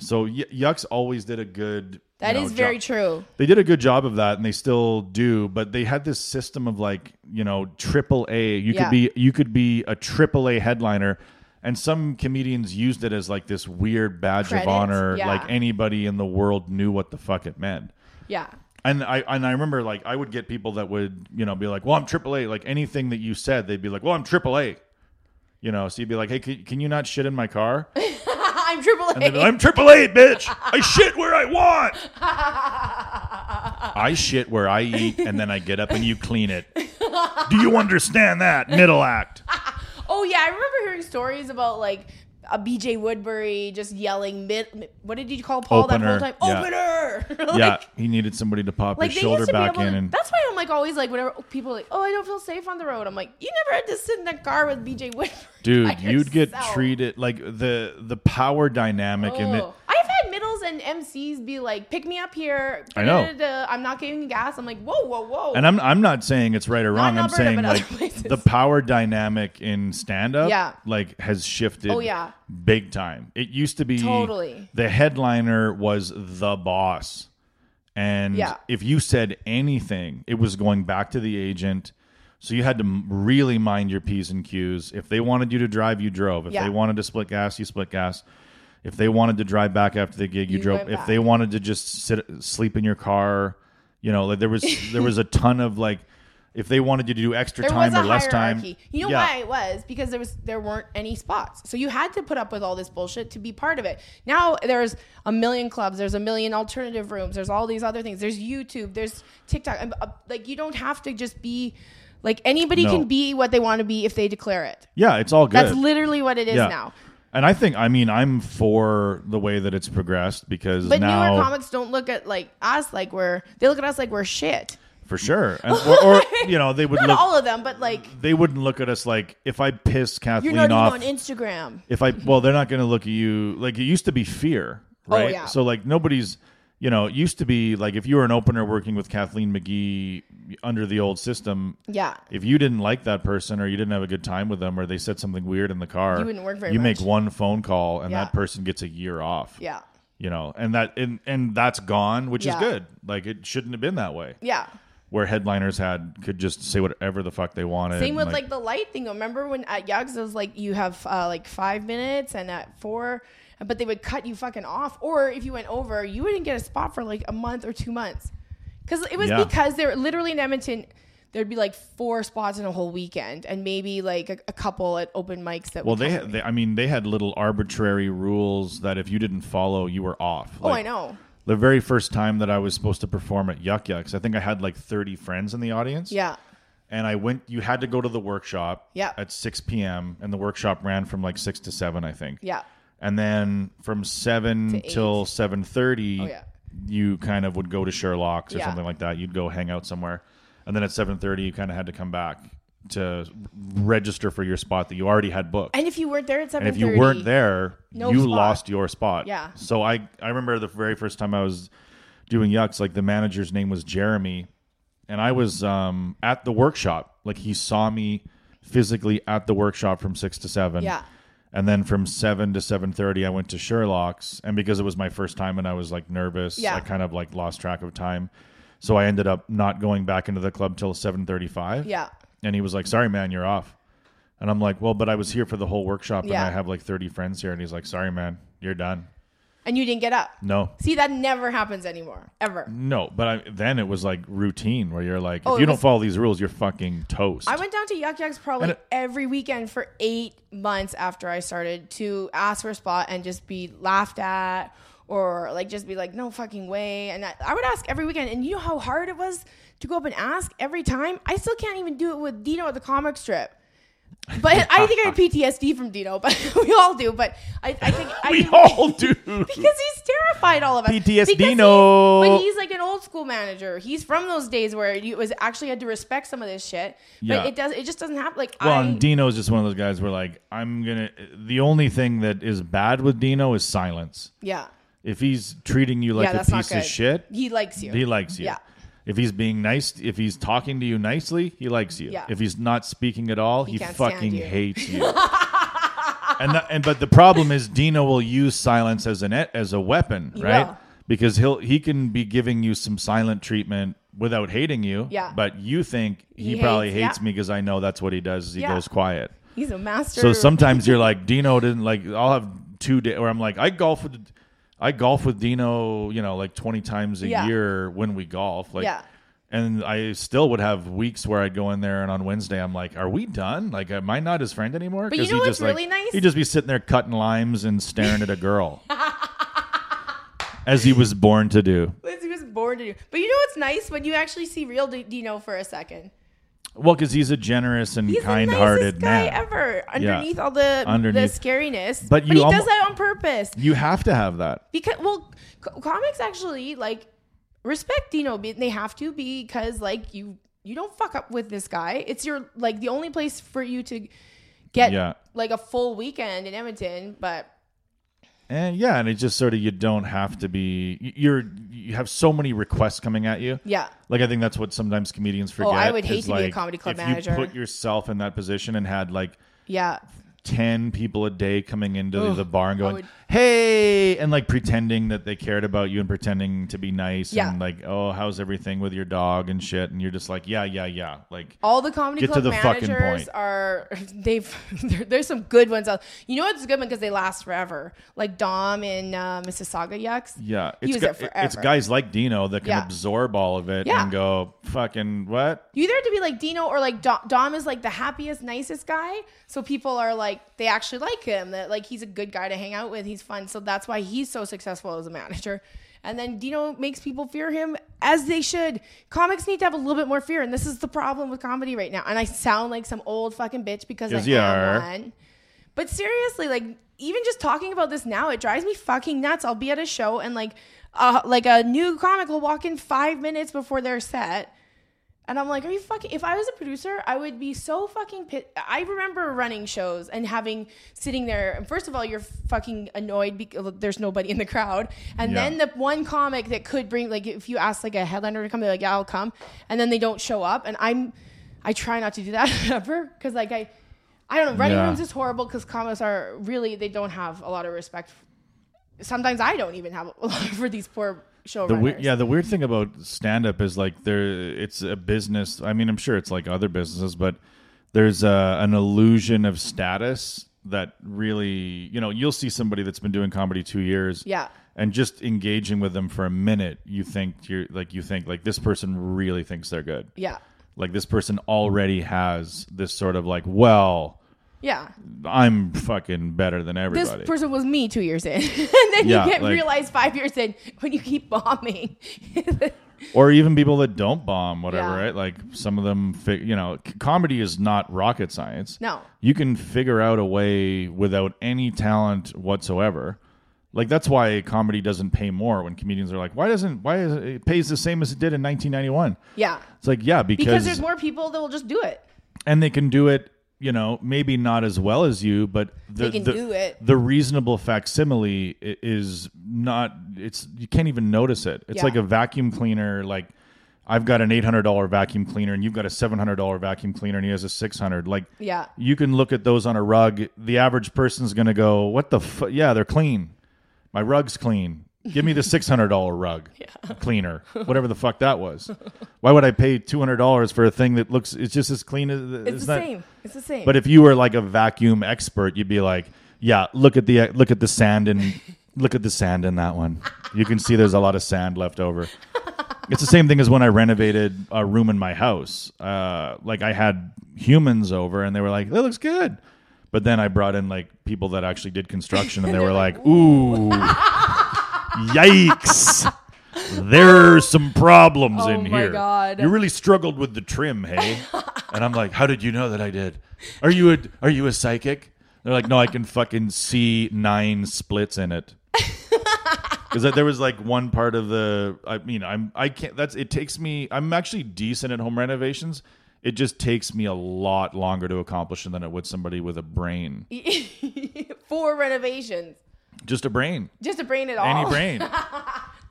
[SPEAKER 1] So y- Yucks always did a good.
[SPEAKER 2] That
[SPEAKER 1] you know,
[SPEAKER 2] is very
[SPEAKER 1] job
[SPEAKER 2] true.
[SPEAKER 1] they did a good job of that and they still do but they had this system of like you know triple a you
[SPEAKER 2] Yeah.
[SPEAKER 1] could be you could be a triple a headliner and some comedians used it as like this weird badge
[SPEAKER 2] Credits,
[SPEAKER 1] of honor
[SPEAKER 2] yeah.
[SPEAKER 1] like anybody in the world knew what the fuck it meant
[SPEAKER 2] Yeah, (laughs)
[SPEAKER 1] and I and I remember like I would get people that would you know be like, well, I'm AAA. Like anything that you said, they'd be like, well, I'm AAA. You know, so you'd be like, hey, can, can you not shit in my car?
[SPEAKER 2] I'm AAA.
[SPEAKER 1] And they'd be like, I'm triple eight, bitch. I shit where I want. I shit where I eat, and then I get up and you clean (laughs) it. Do you understand that middle act?
[SPEAKER 2] oh yeah, I remember hearing stories about like a BJ Woodbury just yelling mid. What did you call Paul
[SPEAKER 1] Opener,
[SPEAKER 2] that whole time?
[SPEAKER 1] yeah.
[SPEAKER 2] Opener. (laughs) like,
[SPEAKER 1] yeah, he needed somebody to pop
[SPEAKER 2] Like
[SPEAKER 1] his
[SPEAKER 2] they
[SPEAKER 1] shoulder
[SPEAKER 2] used to be
[SPEAKER 1] back
[SPEAKER 2] able.
[SPEAKER 1] in,
[SPEAKER 2] To,
[SPEAKER 1] and
[SPEAKER 2] that's why I'm like always like whenever people are like, oh, I don't feel safe on the road. I'm like, you never had to sit in a car with BJ Woodbury. (laughs) by
[SPEAKER 1] dude, you'd get
[SPEAKER 2] yourself."
[SPEAKER 1] treated like the the power dynamic in it.
[SPEAKER 2] Oh. I've had middles and MCs be like, "Pick me up here."
[SPEAKER 1] I know.
[SPEAKER 2] da-da-da-da, I'm not giving you gas. I'm like, "Whoa, whoa, whoa!"
[SPEAKER 1] And I'm I'm not saying it's right or wrong.
[SPEAKER 2] in
[SPEAKER 1] I'm
[SPEAKER 2] Alberta,
[SPEAKER 1] saying
[SPEAKER 2] but other
[SPEAKER 1] like
[SPEAKER 2] places.
[SPEAKER 1] the power dynamic in stand up
[SPEAKER 2] Yeah.
[SPEAKER 1] like has shifted
[SPEAKER 2] Oh, yeah.
[SPEAKER 1] big time. It used to be
[SPEAKER 2] Totally.
[SPEAKER 1] the headliner was the boss. And
[SPEAKER 2] Yeah.
[SPEAKER 1] if you said anything, it was going back to the agent. So you had to m- really mind your P's and Q's. If they wanted you to drive, you drove. If
[SPEAKER 2] Yeah.
[SPEAKER 1] they wanted to split gas, you split gas. If they wanted to drive back after the gig, you,
[SPEAKER 2] You
[SPEAKER 1] drove.
[SPEAKER 2] went
[SPEAKER 1] If
[SPEAKER 2] back.
[SPEAKER 1] they wanted to just sit sleep in your car, you know, like there was there was a ton of like if they wanted you to do extra
[SPEAKER 2] there
[SPEAKER 1] time
[SPEAKER 2] was a
[SPEAKER 1] or less time.
[SPEAKER 2] hierarchy. You know
[SPEAKER 1] yeah.
[SPEAKER 2] why it was because there was there weren't any spots, so you had to put up with all this bullshit to be part of it. Now there's a million clubs, there's a million alternative rooms, there's all these other things. There's YouTube, there's TikTok. I'm, uh, Like you don't have to just be like anybody
[SPEAKER 1] No.
[SPEAKER 2] can be what they want to be if they declare it.
[SPEAKER 1] Yeah, it's all good.
[SPEAKER 2] That's literally what it is
[SPEAKER 1] yeah.
[SPEAKER 2] now.
[SPEAKER 1] And I think I mean I'm for the way that it's progressed because
[SPEAKER 2] But
[SPEAKER 1] now
[SPEAKER 2] newer comics don't look at like us like we're they look at us like we're shit.
[SPEAKER 1] for sure,
[SPEAKER 2] (laughs)
[SPEAKER 1] and, or, or you know they would
[SPEAKER 2] Not
[SPEAKER 1] look
[SPEAKER 2] all of them, but like
[SPEAKER 1] they wouldn't look at us like if I piss Kathleen
[SPEAKER 2] you're not even
[SPEAKER 1] off.
[SPEAKER 2] on Instagram.
[SPEAKER 1] if I well, they're not going to look at you like it used to be fear, right?
[SPEAKER 2] Oh, yeah.
[SPEAKER 1] So like nobody's, you know, it used to be like if you were an opener working with Kathleen McGee under the old system,
[SPEAKER 2] Yeah.
[SPEAKER 1] if you didn't like that person or you didn't have a good time with them or they said something weird in the car,
[SPEAKER 2] You wouldn't work very
[SPEAKER 1] You make
[SPEAKER 2] much.
[SPEAKER 1] one phone call and
[SPEAKER 2] Yeah.
[SPEAKER 1] that person gets a year off.
[SPEAKER 2] Yeah.
[SPEAKER 1] You know, and that and and that's gone, which
[SPEAKER 2] Yeah.
[SPEAKER 1] is good. Like it shouldn't have been that way.
[SPEAKER 2] Yeah.
[SPEAKER 1] Where headliners had could just say whatever the fuck they wanted.
[SPEAKER 2] Same
[SPEAKER 1] and,
[SPEAKER 2] with like, the light thing. Remember when at Yugs it was like you have uh, like five minutes and at four but they would cut you fucking off. Or if you went over, you wouldn't get a spot for like a month or two months. Cause it was
[SPEAKER 1] Yeah.
[SPEAKER 2] because they were literally in Edmonton there'd be like four spots in a whole weekend and maybe like a, a couple at open mics that
[SPEAKER 1] Well,
[SPEAKER 2] would
[SPEAKER 1] they,
[SPEAKER 2] cover
[SPEAKER 1] had-
[SPEAKER 2] me.
[SPEAKER 1] they, I mean, they had little arbitrary rules that if you didn't follow, you were off.
[SPEAKER 2] Oh I
[SPEAKER 1] Like,
[SPEAKER 2] know.
[SPEAKER 1] The very first time that I was supposed to perform at Yuck Yucks, I think I had like 30 friends in the audience.
[SPEAKER 2] Yeah.
[SPEAKER 1] And I went, you had to go to the workshop
[SPEAKER 2] Yeah.
[SPEAKER 1] at 6 p.m. And the workshop ran from like 6 to 7, I think.
[SPEAKER 2] Yeah.
[SPEAKER 1] And then from 7
[SPEAKER 2] To eight.
[SPEAKER 1] till 7.30,
[SPEAKER 2] Oh, yeah.
[SPEAKER 1] you kind of would go to Sherlock's or
[SPEAKER 2] Yeah.
[SPEAKER 1] something like that. You'd go hang out somewhere. And then at 7.30, you kind of had to come back to register for your spot that you already had booked.
[SPEAKER 2] And if you weren't there at seven
[SPEAKER 1] And if
[SPEAKER 2] thirty,
[SPEAKER 1] you weren't there,
[SPEAKER 2] No
[SPEAKER 1] you
[SPEAKER 2] spot.
[SPEAKER 1] lost your spot.
[SPEAKER 2] Yeah.
[SPEAKER 1] So I I remember the very first time I was doing yucks, like the manager's name was Jeremy, and I was um at the workshop. Like he saw me physically at the workshop from six to seven.
[SPEAKER 2] Yeah.
[SPEAKER 1] And then from seven to seven thirty, I went to Sherlock's, and because it was my first time and I was like nervous,
[SPEAKER 2] Yeah.
[SPEAKER 1] I kind of like lost track of time. So I ended up not going back into the club till seven thirty-five.
[SPEAKER 2] Yeah.
[SPEAKER 1] And he was like, "Sorry, man, you're off." And I'm like, "Well, but I was here for the whole workshop, and
[SPEAKER 2] Yeah.
[SPEAKER 1] I have like 30 friends here." And he's like, "Sorry, man, you're done."
[SPEAKER 2] and you didn't get up.
[SPEAKER 1] No.
[SPEAKER 2] See, that never happens anymore, ever.
[SPEAKER 1] No, but I, then it was like routine where you're like,
[SPEAKER 2] Oh,
[SPEAKER 1] if
[SPEAKER 2] it
[SPEAKER 1] you don't
[SPEAKER 2] was-
[SPEAKER 1] follow these rules, you're fucking toast.
[SPEAKER 2] I went down to Yuck Yucks probably
[SPEAKER 1] And it-
[SPEAKER 2] every weekend for eight months after I started to ask for a spot and just be laughed at or like just be like, no fucking way. And I, I would ask every weekend. And you know how hard it was to go up and ask every time? I still can't even do it with Dino at the comic strip. But I think I have PTSD from Dino, but (laughs) we all do. But I, I think
[SPEAKER 1] (laughs) (laughs)
[SPEAKER 2] I
[SPEAKER 1] we
[SPEAKER 2] think-
[SPEAKER 1] all
[SPEAKER 2] (laughs)
[SPEAKER 1] do.
[SPEAKER 2] because he's terrified all of us.
[SPEAKER 1] PTSD
[SPEAKER 2] Because he's-
[SPEAKER 1] no.
[SPEAKER 2] But he's like an old school manager. He's from those days where you was actually had to respect some of this shit.
[SPEAKER 1] Yeah.
[SPEAKER 2] But it does. It just doesn't happen. Like
[SPEAKER 1] Well,
[SPEAKER 2] I.
[SPEAKER 1] and Dino's just one of those guys where like I'm gonna. The only thing that is bad with Dino is silence.
[SPEAKER 2] yeah.
[SPEAKER 1] If he's treating you
[SPEAKER 2] yeah,
[SPEAKER 1] like a
[SPEAKER 2] that's not
[SPEAKER 1] piece
[SPEAKER 2] good.
[SPEAKER 1] of shit,
[SPEAKER 2] He likes you.
[SPEAKER 1] he likes you.
[SPEAKER 2] Yeah.
[SPEAKER 1] If he's being nice, if he's talking to you nicely, he likes you.
[SPEAKER 2] Yeah.
[SPEAKER 1] If he's not speaking at all, he,
[SPEAKER 2] can't stand
[SPEAKER 1] fucking
[SPEAKER 2] you.
[SPEAKER 1] hates
[SPEAKER 2] (laughs)
[SPEAKER 1] you. and the, and but the problem is Dino will use silence as an e- as a weapon,
[SPEAKER 2] He
[SPEAKER 1] right?
[SPEAKER 2] will.
[SPEAKER 1] Because he'll he can be giving you some silent treatment without hating you.
[SPEAKER 2] Yeah.
[SPEAKER 1] But you think he,
[SPEAKER 2] He
[SPEAKER 1] probably
[SPEAKER 2] hates-
[SPEAKER 1] hates
[SPEAKER 2] yeah.
[SPEAKER 1] me because I know that's what he does. is He
[SPEAKER 2] Yeah.
[SPEAKER 1] goes quiet.
[SPEAKER 2] He's a master.
[SPEAKER 1] So sometimes you're like Dino didn't like. I'll have two days, or I'm like I golf with, I golf with Dino. You know, like twenty times a
[SPEAKER 2] Yeah.
[SPEAKER 1] year when we golf. Like,
[SPEAKER 2] Yeah.
[SPEAKER 1] and I still would have weeks where I'd go in there, and on Wednesday I'm like, "Are we done? Like, am I not his friend anymore?"
[SPEAKER 2] But you
[SPEAKER 1] 'Cause
[SPEAKER 2] know
[SPEAKER 1] he'd
[SPEAKER 2] what's
[SPEAKER 1] just, like-
[SPEAKER 2] really nice?
[SPEAKER 1] He'd just be sitting there cutting limes and staring at a
[SPEAKER 2] (laughs)
[SPEAKER 1] girl, as he was born to do.
[SPEAKER 2] He was born to do. But you know what's nice when you actually see real D- Dino for a second.
[SPEAKER 1] Well, because he's a generous and
[SPEAKER 2] He's
[SPEAKER 1] kind-hearted
[SPEAKER 2] the nicest guy
[SPEAKER 1] man.
[SPEAKER 2] ever. Underneath all the
[SPEAKER 1] Underneath.
[SPEAKER 2] the scariness,
[SPEAKER 1] But you
[SPEAKER 2] he
[SPEAKER 1] almo-
[SPEAKER 2] does that on purpose.
[SPEAKER 1] You have to have that.
[SPEAKER 2] because well co- comics actually like respect dino be- they have to because like you you don't fuck up with this guy it's your like the only place for you to get
[SPEAKER 1] Yeah.
[SPEAKER 2] like a full weekend in edmonton but
[SPEAKER 1] And yeah, and it just sort of you don't have to be y- you're you have so many requests coming at you.
[SPEAKER 2] yeah
[SPEAKER 1] Like I think that's what sometimes comedians forget.
[SPEAKER 2] Oh, I would hate
[SPEAKER 1] is,
[SPEAKER 2] to be a
[SPEAKER 1] like,
[SPEAKER 2] comedy club
[SPEAKER 1] if
[SPEAKER 2] manager.
[SPEAKER 1] You put yourself in that position and had like
[SPEAKER 2] yeah
[SPEAKER 1] ten people a day coming into the bar and going,
[SPEAKER 2] would-
[SPEAKER 1] "Hey," and like pretending that they cared about you and pretending to be nice
[SPEAKER 2] Yeah.
[SPEAKER 1] and like, "Oh, how's everything with your dog and shit?" And you're just like, "Yeah, yeah, yeah." Like
[SPEAKER 2] all the comedy
[SPEAKER 1] Get to
[SPEAKER 2] club
[SPEAKER 1] the fucking
[SPEAKER 2] managers
[SPEAKER 1] point.
[SPEAKER 2] are (laughs) they've there, there's some good ones out you know what's a good one because they last forever like dom in uh, mississauga yucks
[SPEAKER 1] yeah,
[SPEAKER 2] He
[SPEAKER 1] it's
[SPEAKER 2] was
[SPEAKER 1] gu-
[SPEAKER 2] there forever.
[SPEAKER 1] it's guys like Dino that can
[SPEAKER 2] Yeah.
[SPEAKER 1] absorb all of it
[SPEAKER 2] Yeah.
[SPEAKER 1] and go, "Fucking what?"
[SPEAKER 2] You either have to be like Dino or like Dom, Dom is like the happiest, nicest guy. So people are like, they actually like him. That like he's a good guy to hang out with. He's fun. So that's why he's so successful as a manager. And then Dino makes people fear him as they should. Comics need to have a little bit more fear, and this is the problem with comedy right now. And I sound like some old fucking bitch because
[SPEAKER 1] Yes,
[SPEAKER 2] I
[SPEAKER 1] you
[SPEAKER 2] am
[SPEAKER 1] are.
[SPEAKER 2] one. But seriously, like even just talking about this now, it drives me fucking nuts. I'll be at a show and like, uh, like a new comic will walk in five minutes before their set, and I'm like, are you fucking? If I was a producer, I would be so fucking. Pit- I remember running shows and having sitting there. And first of all, you're fucking annoyed because there's nobody in the crowd, and
[SPEAKER 1] Yeah.
[SPEAKER 2] then the one comic that could bring, like, if you ask like a headliner to come, they're like, yeah, I'll come, and then they don't show up, and I'm, I try not to do that (laughs) ever because like I, I don't know, running
[SPEAKER 1] Yeah.
[SPEAKER 2] rooms is horrible because comics are really they don't have a lot of respect. Sometimes I don't even have a lot (laughs) for these poor
[SPEAKER 1] The
[SPEAKER 2] showrunners.
[SPEAKER 1] we- yeah, the weird thing about stand up is like there it's a business. I mean, I'm sure it's like other businesses, but there's a, an illusion of status that really, you know, you'll see somebody that's been doing comedy 2 years.
[SPEAKER 2] Yeah.
[SPEAKER 1] And just engaging with them for a minute, you think you're like you think like this person really thinks they're good.
[SPEAKER 2] yeah,
[SPEAKER 1] Like this person already has this sort of like, well,
[SPEAKER 2] yeah.
[SPEAKER 1] I'm fucking better than
[SPEAKER 2] this
[SPEAKER 1] everybody.
[SPEAKER 2] person was me two years in, (laughs) and then
[SPEAKER 1] Yeah,
[SPEAKER 2] you get
[SPEAKER 1] like-
[SPEAKER 2] realized five years in when you keep bombing. (laughs)
[SPEAKER 1] or even people that don't bomb whatever
[SPEAKER 2] Yeah.
[SPEAKER 1] right like some of them fig- you know c- comedy is not rocket science
[SPEAKER 2] No.
[SPEAKER 1] you can figure out a way without any talent whatsoever like that's why comedy doesn't pay more when comedians are like why doesn't why is it, it pays the same as it did in 1991
[SPEAKER 2] yeah,
[SPEAKER 1] it's like yeah
[SPEAKER 2] because there's more people that will just do it.
[SPEAKER 1] and they can do it you know maybe not as well as you but the,
[SPEAKER 2] They can
[SPEAKER 1] the,
[SPEAKER 2] do it.
[SPEAKER 1] the reasonable facsimile i- is not it's you can't even notice it it's
[SPEAKER 2] Yeah.
[SPEAKER 1] like a vacuum cleaner like i've got an $800 vacuum cleaner and you've got a $700 vacuum cleaner and he has a 600 like
[SPEAKER 2] Yeah.
[SPEAKER 1] you can look at those on a rug the average person's gonna go what the fu-? yeah they're clean my rug's clean give
[SPEAKER 2] (laughs)
[SPEAKER 1] me the $600 rug cleaner whatever the fuck that was why would i pay $200 for a thing that looks it's just as clean as
[SPEAKER 2] It's, the same. It's the same. (laughs)
[SPEAKER 1] but if you were like a vacuum expert, you'd be like, yeah, look at the look at the sand in Look at the sand in that one. You can see there's a lot of sand left over. It's the same thing as when I renovated a room in my house. Uh, like I had humans over and they were like, that looks good. But then I brought in like people that actually did construction and they
[SPEAKER 2] (laughs)
[SPEAKER 1] were like, ooh, yikes. There's some problems
[SPEAKER 2] Oh
[SPEAKER 1] in
[SPEAKER 2] my
[SPEAKER 1] here.
[SPEAKER 2] God.
[SPEAKER 1] You really struggled with the trim, hey?
[SPEAKER 2] (laughs)
[SPEAKER 1] and I'm like, how did you know that I did? Are you a are you a psychic? They're like, no, I can fucking see nine splits in
[SPEAKER 2] (laughs)
[SPEAKER 1] it. Because there was like one part of the, I mean, I'm I can't. That's it takes me. I'm actually decent at home renovations. It just takes me a lot longer to accomplish it than it would somebody with a brain.
[SPEAKER 2] (laughs) Four renovations.
[SPEAKER 1] Just a brain,
[SPEAKER 2] Just a brain at all.
[SPEAKER 1] any brain.
[SPEAKER 2] (laughs)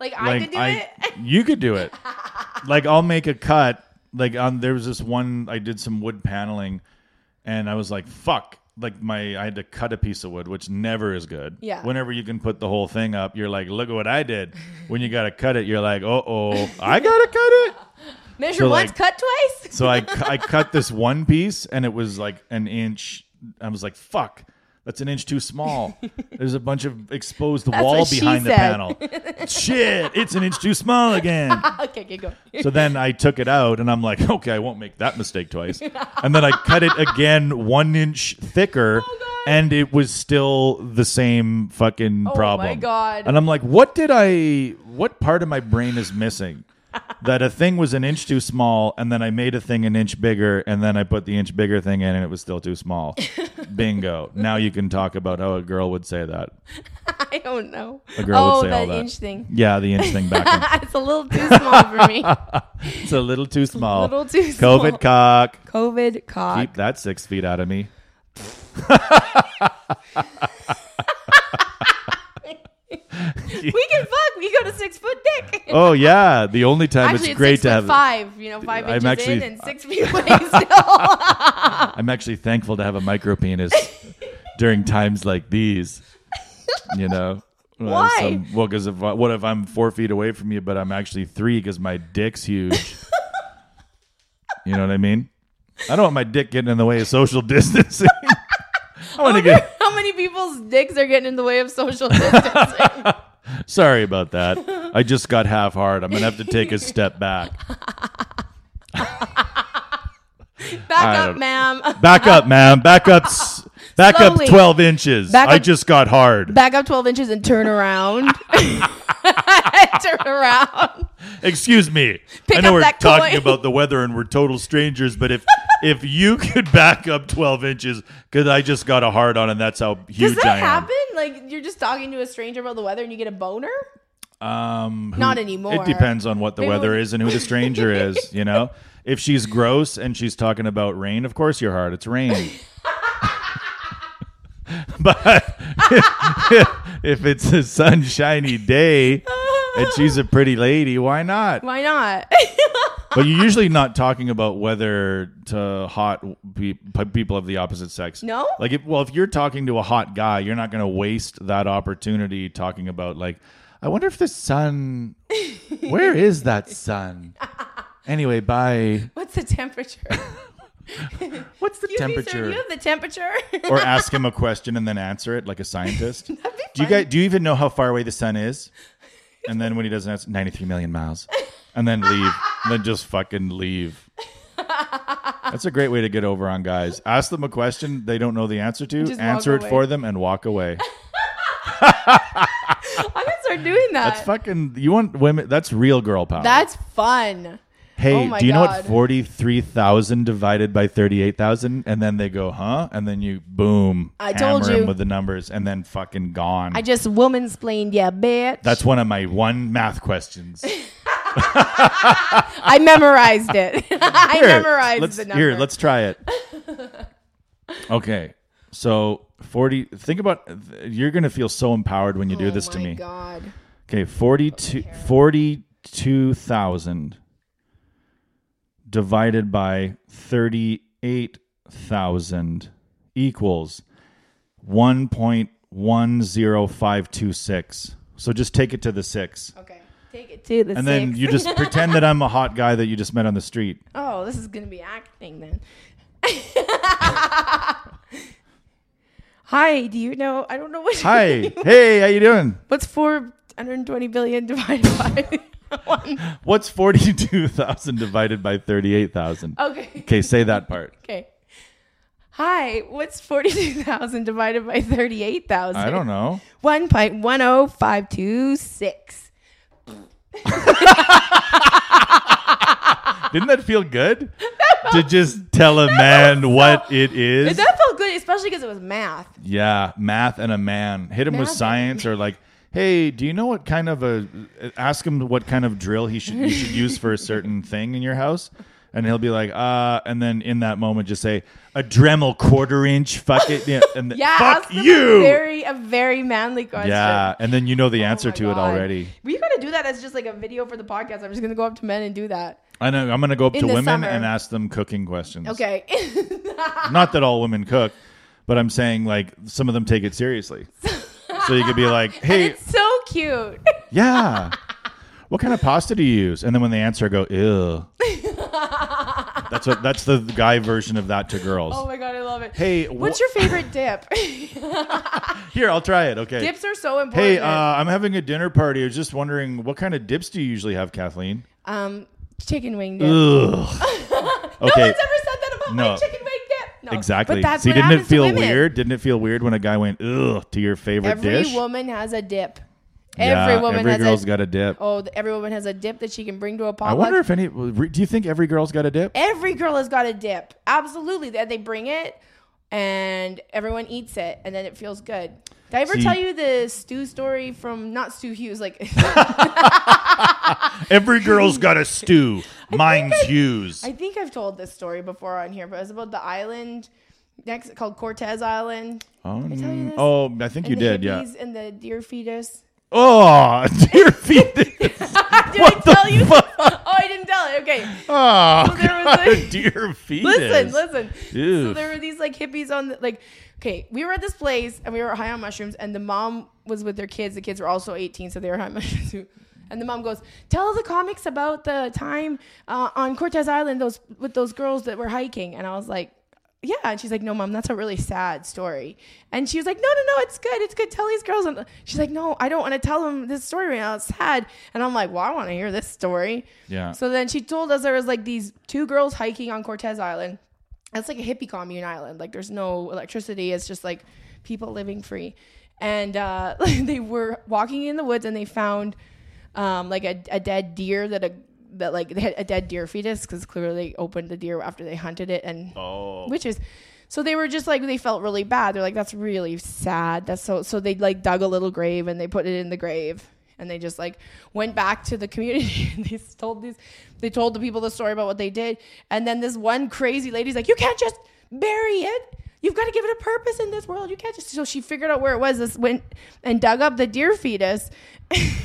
[SPEAKER 2] Like I could do it. (laughs)
[SPEAKER 1] you could do it. like I'll make a cut. Like on there was this one I did some wood paneling, and I was like, fuck. Like my I had to cut a piece of wood, which never is good.
[SPEAKER 2] Yeah.
[SPEAKER 1] Whenever you can put the whole thing up, you're like, look at what I did. When you gotta cut it, you're like, uh oh, I gotta cut it.
[SPEAKER 2] Measure
[SPEAKER 1] so,
[SPEAKER 2] once,
[SPEAKER 1] like-
[SPEAKER 2] cut twice. (laughs)
[SPEAKER 1] So I cu- I cut this one piece, and it was like an inch. I was like, fuck. That's an inch too small. There's a bunch of exposed wall
[SPEAKER 2] what she
[SPEAKER 1] behind the
[SPEAKER 2] said.
[SPEAKER 1] panel. Shit, it's an inch too small again.
[SPEAKER 2] okay, okay, go. (laughs)
[SPEAKER 1] So then I took it out and I'm like, okay, I won't make that mistake twice. And then I cut it again one inch thicker
[SPEAKER 2] Oh, God.
[SPEAKER 1] and it was still the same fucking
[SPEAKER 2] Oh,
[SPEAKER 1] problem.
[SPEAKER 2] my God.
[SPEAKER 1] And I'm like, what did I, what part of my brain is missing? that a thing was an inch too small and then I made a thing an inch bigger and then I put the inch bigger thing in and it was still too
[SPEAKER 2] (laughs)
[SPEAKER 1] small. Bingo. Now you can talk about how a girl would say that.
[SPEAKER 2] I don't know.
[SPEAKER 1] A girl
[SPEAKER 2] oh,
[SPEAKER 1] would say
[SPEAKER 2] that,
[SPEAKER 1] all that.
[SPEAKER 2] inch thing.
[SPEAKER 1] Yeah, the inch thing back. in.
[SPEAKER 2] (laughs) it's a little too small for
[SPEAKER 1] (laughs)
[SPEAKER 2] me.
[SPEAKER 1] It's a little too small.
[SPEAKER 2] little too
[SPEAKER 1] COVID
[SPEAKER 2] small.
[SPEAKER 1] cock.
[SPEAKER 2] COVID cock.
[SPEAKER 1] Keep that six feet out of me.
[SPEAKER 2] We can fuck. We go to six foot dick.
[SPEAKER 1] Oh yeah, the only time
[SPEAKER 2] actually,
[SPEAKER 1] it's great
[SPEAKER 2] six
[SPEAKER 1] to
[SPEAKER 2] foot
[SPEAKER 1] have.
[SPEAKER 2] five. You know, 5
[SPEAKER 1] I'm
[SPEAKER 2] inches in
[SPEAKER 1] actually-
[SPEAKER 2] and six feet away still. (laughs)
[SPEAKER 1] I'm actually thankful to have a micro penis during times like these. You
[SPEAKER 2] (laughs)
[SPEAKER 1] know. When
[SPEAKER 2] Why?
[SPEAKER 1] some- well, because if I, what if I'm four feet away from you, but I'm actually three because my dick's
[SPEAKER 2] (laughs)
[SPEAKER 1] huge. you know what I mean? I don't want my dick getting in the way of social (laughs)
[SPEAKER 2] (laughs)
[SPEAKER 1] distancing. I
[SPEAKER 2] Oh,
[SPEAKER 1] want to get.
[SPEAKER 2] How many people's dicks are getting in the way
[SPEAKER 1] (laughs)
[SPEAKER 2] of social distancing?
[SPEAKER 1] Sorry about that. I just got half hard. I'm gonna have to take a step back. I
[SPEAKER 2] Back up,
[SPEAKER 1] don't- (laughs)
[SPEAKER 2] ma'am.
[SPEAKER 1] Back up, ma'am. Back up.
[SPEAKER 2] (laughs)
[SPEAKER 1] s- Back
[SPEAKER 2] Slowly.
[SPEAKER 1] up 12 inches.
[SPEAKER 2] Back
[SPEAKER 1] I
[SPEAKER 2] up-
[SPEAKER 1] just got hard.
[SPEAKER 2] Back up 12 inches and turn around. (laughs) turn around.
[SPEAKER 1] Excuse me.
[SPEAKER 2] Pick
[SPEAKER 1] I know
[SPEAKER 2] up
[SPEAKER 1] we're
[SPEAKER 2] that (laughs)
[SPEAKER 1] talking
[SPEAKER 2] coin.
[SPEAKER 1] about the weather and we're total strangers, but
[SPEAKER 2] (laughs)
[SPEAKER 1] if if you could back up 12 inches, because I just got a hard on and that's how huge
[SPEAKER 2] Does that
[SPEAKER 1] I am.
[SPEAKER 2] happen? Like, you're just talking to a stranger about the weather and you get a boner? (laughs)
[SPEAKER 1] Um, who-
[SPEAKER 2] Not anymore.
[SPEAKER 1] It depends on what the
[SPEAKER 2] Maybe
[SPEAKER 1] weather
[SPEAKER 2] when-
[SPEAKER 1] is and who the
[SPEAKER 2] (laughs)
[SPEAKER 1] stranger is. You know, if she's gross and she's talking about rain, of course you're hard. It's
[SPEAKER 2] (laughs)
[SPEAKER 1] rain. (laughs) but (laughs) if it's a sunshiny day and she's a pretty lady, why not?
[SPEAKER 2] Why not? (laughs)
[SPEAKER 1] But you're usually not talking about whether to hot pe- pe- people of the opposite sex.
[SPEAKER 2] No?
[SPEAKER 1] Like, if, well, if you're talking to a hot guy, you're not going to waste that opportunity talking about, like, I wonder if the
[SPEAKER 2] (laughs)
[SPEAKER 1] sun, where is that sun? Anyway, bye.
[SPEAKER 2] What's the temperature?
[SPEAKER 1] What's the
[SPEAKER 2] You
[SPEAKER 1] temperature?
[SPEAKER 2] Sir, you have the temperature? (laughs)
[SPEAKER 1] or ask him a question and then answer it like a scientist. do
[SPEAKER 2] That'd be
[SPEAKER 1] you
[SPEAKER 2] fun.
[SPEAKER 1] guys do you even know how far away the sun is? And then when he doesn't answer, 93 million miles. And then leave. and then just fucking leave. That's a great way to get over on guys. Ask them a question they don't know the answer to,
[SPEAKER 2] Just walk
[SPEAKER 1] answer it
[SPEAKER 2] away.
[SPEAKER 1] for them, and walk away.
[SPEAKER 2] I'm going to start doing that.
[SPEAKER 1] That's fucking. You want women? That's real girl power.
[SPEAKER 2] That's fun.
[SPEAKER 1] hey,
[SPEAKER 2] oh my
[SPEAKER 1] do you know what
[SPEAKER 2] God.
[SPEAKER 1] forty three thousand divided by thirty eight thousand? And then they go, huh? And then you boom,
[SPEAKER 2] I told
[SPEAKER 1] hammer 'em
[SPEAKER 2] you.
[SPEAKER 1] with the numbers, and then fucking gone.
[SPEAKER 2] I just woman splained, yeah, bitch.
[SPEAKER 1] That's one of my one math questions.
[SPEAKER 2] I memorized it. (laughs) I
[SPEAKER 1] Here,
[SPEAKER 2] memorized
[SPEAKER 1] let's,
[SPEAKER 2] the number.
[SPEAKER 1] Here, let's try it.
[SPEAKER 2] (laughs)
[SPEAKER 1] Okay. So 40 think about you're going to feel so empowered when you do this to me.
[SPEAKER 2] Oh God.
[SPEAKER 1] Okay, 42 42,000 divided by 38,000 equals 1.10526. So just take it to the 6.
[SPEAKER 2] Okay. Take it to the
[SPEAKER 1] And then you just pretend that I'm a hot guy that you just met on the street.
[SPEAKER 2] (laughs) Oh,
[SPEAKER 1] (laughs)
[SPEAKER 2] this is gonna be acting then. Hi, do you know? I don't know what.
[SPEAKER 1] Hi. hey, how you doing?
[SPEAKER 2] (laughs) What's 420 billion divided by (laughs) one?
[SPEAKER 1] What's 42,000 divided by 38,000?
[SPEAKER 2] Okay.
[SPEAKER 1] Okay, say that part.
[SPEAKER 2] Okay. Hi, what's 42,000 divided by 38,000?
[SPEAKER 1] I don't know.
[SPEAKER 2] 1.10526.
[SPEAKER 1] Didn't that feel good? to just tell a man what it is?
[SPEAKER 2] That felt good, especially because it was math.
[SPEAKER 1] yeah, math and a man. Hit him with
[SPEAKER 2] Math and-
[SPEAKER 1] science or like, hey, do you know what kind of a? Ask him what kind of drill he should you should use for a certain thing in your house, and he'll be like, uh, and then in that moment just say a Dremel quarter inch. Fuck it, yeah,
[SPEAKER 2] (laughs)
[SPEAKER 1] and then,
[SPEAKER 2] Yeah,
[SPEAKER 1] fuck
[SPEAKER 2] ask them
[SPEAKER 1] you.
[SPEAKER 2] A very, a very manly question.
[SPEAKER 1] yeah, and then you know the
[SPEAKER 2] Oh
[SPEAKER 1] answer
[SPEAKER 2] my
[SPEAKER 1] to it
[SPEAKER 2] God.
[SPEAKER 1] already.
[SPEAKER 2] We gotta do that as just like a video for the podcast. I'm just gonna go up to men and do that.
[SPEAKER 1] I know. I'm gonna go up
[SPEAKER 2] In
[SPEAKER 1] to
[SPEAKER 2] the
[SPEAKER 1] women
[SPEAKER 2] summer.
[SPEAKER 1] and ask them cooking questions.
[SPEAKER 2] Okay. (laughs)
[SPEAKER 1] Not that all women cook, but I'm saying like some of them take it
[SPEAKER 2] (laughs)
[SPEAKER 1] seriously. so you could be like, "Hey,
[SPEAKER 2] it's so cute.
[SPEAKER 1] yeah, what kind of pasta do you use?" And then when they answer, I go, "Ew." that's what. That's the guy version of that to girls.
[SPEAKER 2] Oh my god, I love it.
[SPEAKER 1] hey,
[SPEAKER 2] What's
[SPEAKER 1] wh-
[SPEAKER 2] your favorite dip? (laughs)
[SPEAKER 1] here? I'll try it. Okay.
[SPEAKER 2] Dips are so important.
[SPEAKER 1] Hey, uh, I'm having a dinner party. I was just wondering, what kind of dips do you usually have,
[SPEAKER 2] (laughs)
[SPEAKER 1] Kathleen?
[SPEAKER 2] um, chicken wing dip.
[SPEAKER 1] Ugh.
[SPEAKER 2] No
[SPEAKER 1] okay.
[SPEAKER 2] one's ever said that about
[SPEAKER 1] No.
[SPEAKER 2] my chicken wing dip. No.
[SPEAKER 1] Exactly.
[SPEAKER 2] But that's
[SPEAKER 1] See,
[SPEAKER 2] what
[SPEAKER 1] didn't it
[SPEAKER 2] happens to
[SPEAKER 1] feel
[SPEAKER 2] women.
[SPEAKER 1] weird? Didn't it feel weird when a guy went ugh to your favorite
[SPEAKER 2] Every
[SPEAKER 1] dish?
[SPEAKER 2] woman has a dip.
[SPEAKER 1] Yeah,
[SPEAKER 2] every woman
[SPEAKER 1] every
[SPEAKER 2] has
[SPEAKER 1] girl's
[SPEAKER 2] a
[SPEAKER 1] got a dip.
[SPEAKER 2] oh, th- every woman has a dip that she can bring to a potluck.
[SPEAKER 1] I wonder if any. re- Do you think every girl's got a dip?
[SPEAKER 2] every girl has got a dip. Absolutely, that they bring it, and everyone eats it, and then it feels good. Did I ever
[SPEAKER 1] See-
[SPEAKER 2] tell you the stew story from not Stu Hughes? Like (laughs)
[SPEAKER 1] Every girl's got a
[SPEAKER 2] (laughs)
[SPEAKER 1] stew. Mine's Hughes.
[SPEAKER 2] I think I've told this story before on here, but it was about the island next called Cortez Island.
[SPEAKER 1] oh,
[SPEAKER 2] I tell you this?
[SPEAKER 1] oh, I think you
[SPEAKER 2] the
[SPEAKER 1] did. Yeah.
[SPEAKER 2] hippies And the deer fetus. (laughs)
[SPEAKER 1] Oh, (laughs) dear feet.
[SPEAKER 2] Did
[SPEAKER 1] What the
[SPEAKER 2] I tell you?
[SPEAKER 1] fuck?
[SPEAKER 2] (laughs) Oh, I didn't tell it. Okay.
[SPEAKER 1] Oh,
[SPEAKER 2] there was
[SPEAKER 1] God, (laughs)
[SPEAKER 2] a-
[SPEAKER 1] dear feet.
[SPEAKER 2] Listen, listen. So
[SPEAKER 1] Oof.
[SPEAKER 2] there were these like hippies on the like. Okay, we were at this place and we were high on mushrooms, and the mom was with their kids. The kids were also 18, so they were high on (laughs) mushrooms too. And the mom goes, "Tell the comics about the time uh, on Cortez Island those with those girls that were hiking." And I was like, "Yeah," and she's like, "No, mom, that's a really sad story." And she was like, "No, no, no, it's good, it's good. Tell these girls." And she's like, "No, I don't want to tell them this story right now. It's sad." And I'm like, "Well, I want to hear this story."
[SPEAKER 1] Yeah.
[SPEAKER 2] So then she told us there was like these two girls hiking on Cortez Island. That's like a hippie commune island. Like there's no electricity. It's just like people living free. And uh, (laughs) they were walking in the woods and they found um, like a, a dead deer that a that like they had a dead deer fetus because clearly they opened the deer after they hunted it and
[SPEAKER 1] Oh.
[SPEAKER 2] which is so they were just like they felt really bad they're like that's really sad that's so so they like dug a little grave and they put it in the grave and they just like went back to the community (laughs) and they told these they told the people the story about what they did and then this one crazy lady's like you can't just bury it you've got to give it a purpose in this world you can't just so she figured out where it was this went and dug up the deer fetus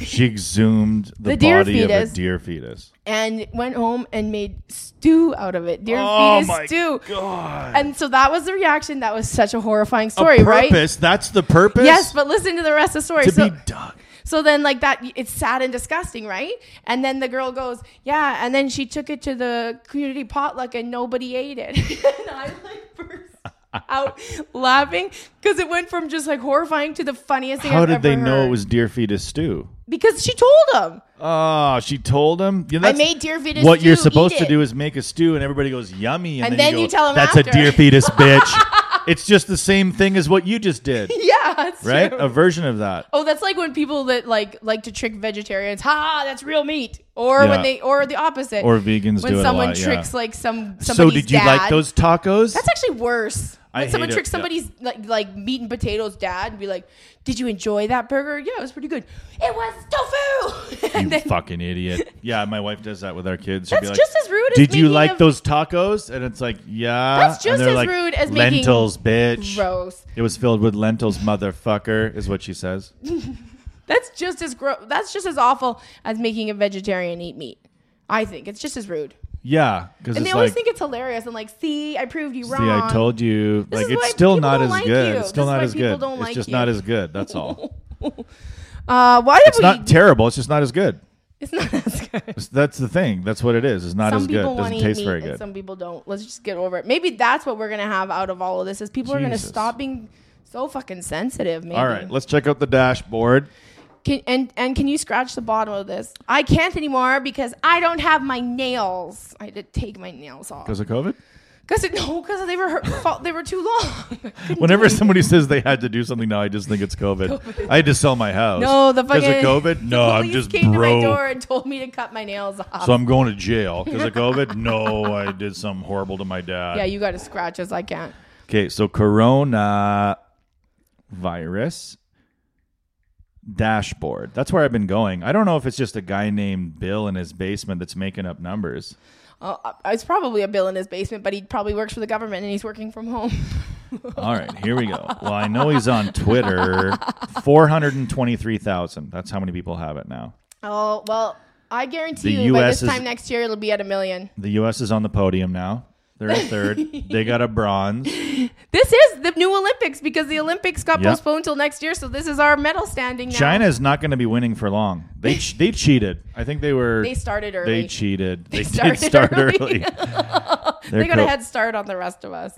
[SPEAKER 1] She exhumed the,
[SPEAKER 2] The deer
[SPEAKER 1] body of
[SPEAKER 2] fetus.
[SPEAKER 1] a deer fetus.
[SPEAKER 2] and went home and made stew out of it deer fetus stew
[SPEAKER 1] Oh God.
[SPEAKER 2] and so that was the reaction that was such a horrifying story right
[SPEAKER 1] purpose. That's the purpose.
[SPEAKER 2] Yes, but listen to the rest of the story.
[SPEAKER 1] to
[SPEAKER 2] So,
[SPEAKER 1] be dug.
[SPEAKER 2] so then, like that, it's sad and disgusting, right? And then the girl goes, "Yeah," and then she took it to the community potluck, and nobody ate it. (laughs) and I like burst
[SPEAKER 1] (laughs)
[SPEAKER 2] out laughing because it went from just like horrifying to the funniest thing.
[SPEAKER 1] How
[SPEAKER 2] I've
[SPEAKER 1] did they
[SPEAKER 2] ever
[SPEAKER 1] know it
[SPEAKER 2] heard.
[SPEAKER 1] was deer fetus stew?
[SPEAKER 2] Because she told them.
[SPEAKER 1] Oh, she told him. You know,
[SPEAKER 2] I
[SPEAKER 1] that's
[SPEAKER 2] made deer fetus.
[SPEAKER 1] what you're
[SPEAKER 2] stew,
[SPEAKER 1] supposed
[SPEAKER 2] eat
[SPEAKER 1] to
[SPEAKER 2] it."
[SPEAKER 1] do is make a stew, and everybody goes yummy, and,
[SPEAKER 2] And
[SPEAKER 1] then,
[SPEAKER 2] then
[SPEAKER 1] go,
[SPEAKER 2] you tell 'em
[SPEAKER 1] that's a
[SPEAKER 2] after."
[SPEAKER 1] deer fetus,
[SPEAKER 2] (laughs)
[SPEAKER 1] bitch. it's just the same thing as what you just did,
[SPEAKER 2] (laughs) yeah, that's
[SPEAKER 1] right?
[SPEAKER 2] true.
[SPEAKER 1] A version of that.
[SPEAKER 2] Oh, that's like when people that like like to trick vegetarians. Ha, that's real meat. Or
[SPEAKER 1] Yeah.
[SPEAKER 2] when they or the opposite.
[SPEAKER 1] Or vegans
[SPEAKER 2] when
[SPEAKER 1] do it a
[SPEAKER 2] someone
[SPEAKER 1] lot, yeah.
[SPEAKER 2] tricks like some somebody's
[SPEAKER 1] So did you
[SPEAKER 2] dad.
[SPEAKER 1] like those tacos? (laughs)
[SPEAKER 2] That's actually worse.
[SPEAKER 1] I
[SPEAKER 2] When someone
[SPEAKER 1] hate it,
[SPEAKER 2] tricks
[SPEAKER 1] yeah.
[SPEAKER 2] somebody's like like meat and potatoes dad and be like, "Did you enjoy that burger? Yeah, it was pretty good. It was tofu." (laughs) and
[SPEAKER 1] you
[SPEAKER 2] then
[SPEAKER 1] fucking idiot. Yeah, my wife does that with our kids. She'll
[SPEAKER 2] that's
[SPEAKER 1] be like,
[SPEAKER 2] just as rude as
[SPEAKER 1] did you
[SPEAKER 2] making
[SPEAKER 1] like
[SPEAKER 2] a-
[SPEAKER 1] those tacos? And it's like, yeah.
[SPEAKER 2] That's
[SPEAKER 1] And
[SPEAKER 2] just
[SPEAKER 1] they're
[SPEAKER 2] as
[SPEAKER 1] like,
[SPEAKER 2] rude as making-
[SPEAKER 1] lentils, bitch.
[SPEAKER 2] gross.
[SPEAKER 1] It was filled with lentils, motherfucker, is what she says.
[SPEAKER 2] That's just as gross. That's just as awful as making a vegetarian eat meat. I think it's just as rude.
[SPEAKER 1] Yeah, because
[SPEAKER 2] And
[SPEAKER 1] it's
[SPEAKER 2] they always
[SPEAKER 1] like,
[SPEAKER 2] think it's hilarious and like, "See, I proved you
[SPEAKER 1] See,
[SPEAKER 2] wrong."
[SPEAKER 1] I told you.
[SPEAKER 2] This
[SPEAKER 1] like,
[SPEAKER 2] is
[SPEAKER 1] it's
[SPEAKER 2] why
[SPEAKER 1] still
[SPEAKER 2] people
[SPEAKER 1] not
[SPEAKER 2] don't
[SPEAKER 1] as
[SPEAKER 2] like
[SPEAKER 1] good.
[SPEAKER 2] you.
[SPEAKER 1] It's still
[SPEAKER 2] This is
[SPEAKER 1] not
[SPEAKER 2] why
[SPEAKER 1] as
[SPEAKER 2] people
[SPEAKER 1] good.
[SPEAKER 2] don't
[SPEAKER 1] It's
[SPEAKER 2] like
[SPEAKER 1] just
[SPEAKER 2] you.
[SPEAKER 1] not as good. That's
[SPEAKER 2] (laughs)
[SPEAKER 1] all.
[SPEAKER 2] Uh, why did
[SPEAKER 1] it's
[SPEAKER 2] we?
[SPEAKER 1] not terrible. It's just not as good.
[SPEAKER 2] it's not (laughs) as good.
[SPEAKER 1] It's- That's the thing. That's what it is. It's not
[SPEAKER 2] some
[SPEAKER 1] as good.
[SPEAKER 2] people
[SPEAKER 1] It
[SPEAKER 2] want to
[SPEAKER 1] doesn't
[SPEAKER 2] eat
[SPEAKER 1] taste
[SPEAKER 2] meat,
[SPEAKER 1] very
[SPEAKER 2] and
[SPEAKER 1] good.
[SPEAKER 2] some people don't. Let's just get over it. Maybe that's what we're gonna have out of all of this: is people are gonna
[SPEAKER 1] Jesus.
[SPEAKER 2] stop being So fucking sensitive, maybe.
[SPEAKER 1] All right, let's check out the dashboard.
[SPEAKER 2] Can, and and can you scratch the bottom of this? I can't anymore because I don't have my nails. I had to take my nails off.
[SPEAKER 1] Because of COVID?
[SPEAKER 2] Because no, because they were hurt, (laughs) fault, they were too long. I (laughs)
[SPEAKER 1] (laughs)
[SPEAKER 2] couldn't do
[SPEAKER 1] Whenever
[SPEAKER 2] anything.
[SPEAKER 1] somebody says they had to do something now, I just think it's COVID. I had to sell my house.
[SPEAKER 2] no, the fucking
[SPEAKER 1] Because of COVID?
[SPEAKER 2] the
[SPEAKER 1] No, I'm
[SPEAKER 2] police
[SPEAKER 1] just
[SPEAKER 2] came to my door
[SPEAKER 1] broke.
[SPEAKER 2] and told me to cut my nails off.
[SPEAKER 1] So I'm going to jail because of COVID? No, I did something horrible to my dad.
[SPEAKER 2] yeah, you got to scratch us. I can't.
[SPEAKER 1] Okay, so Corona virus dashboard. That's where I've been going. I don't know if it's just a guy named Bill in his basement that's making up numbers.
[SPEAKER 2] Uh, it's probably a bill in his basement, but he probably works for the government and he's working from home. (laughs)
[SPEAKER 1] All right, here we go. Well, I know he's on
[SPEAKER 2] (laughs)
[SPEAKER 1] Twitter. 423,000. That's how many people have it now.
[SPEAKER 2] oh well, I guarantee
[SPEAKER 1] The
[SPEAKER 2] you by
[SPEAKER 1] US
[SPEAKER 2] this
[SPEAKER 1] is-
[SPEAKER 2] time next year it'll be at a million.
[SPEAKER 1] The US is on the podium now. They're a
[SPEAKER 2] (laughs)
[SPEAKER 1] third. they got a bronze.
[SPEAKER 2] This is the new Olympics because the Olympics got
[SPEAKER 1] Yeah.
[SPEAKER 2] postponed till next year, so this is our medal standing now.
[SPEAKER 1] China is not going to be winning for long.
[SPEAKER 2] (laughs)
[SPEAKER 1] They ch- they cheated. I think they were
[SPEAKER 2] They started early.
[SPEAKER 1] they cheated. They,
[SPEAKER 2] started
[SPEAKER 1] did start
[SPEAKER 2] early.
[SPEAKER 1] early.
[SPEAKER 2] (laughs) they
[SPEAKER 1] They're
[SPEAKER 2] got
[SPEAKER 1] co-
[SPEAKER 2] a head start on the rest of us.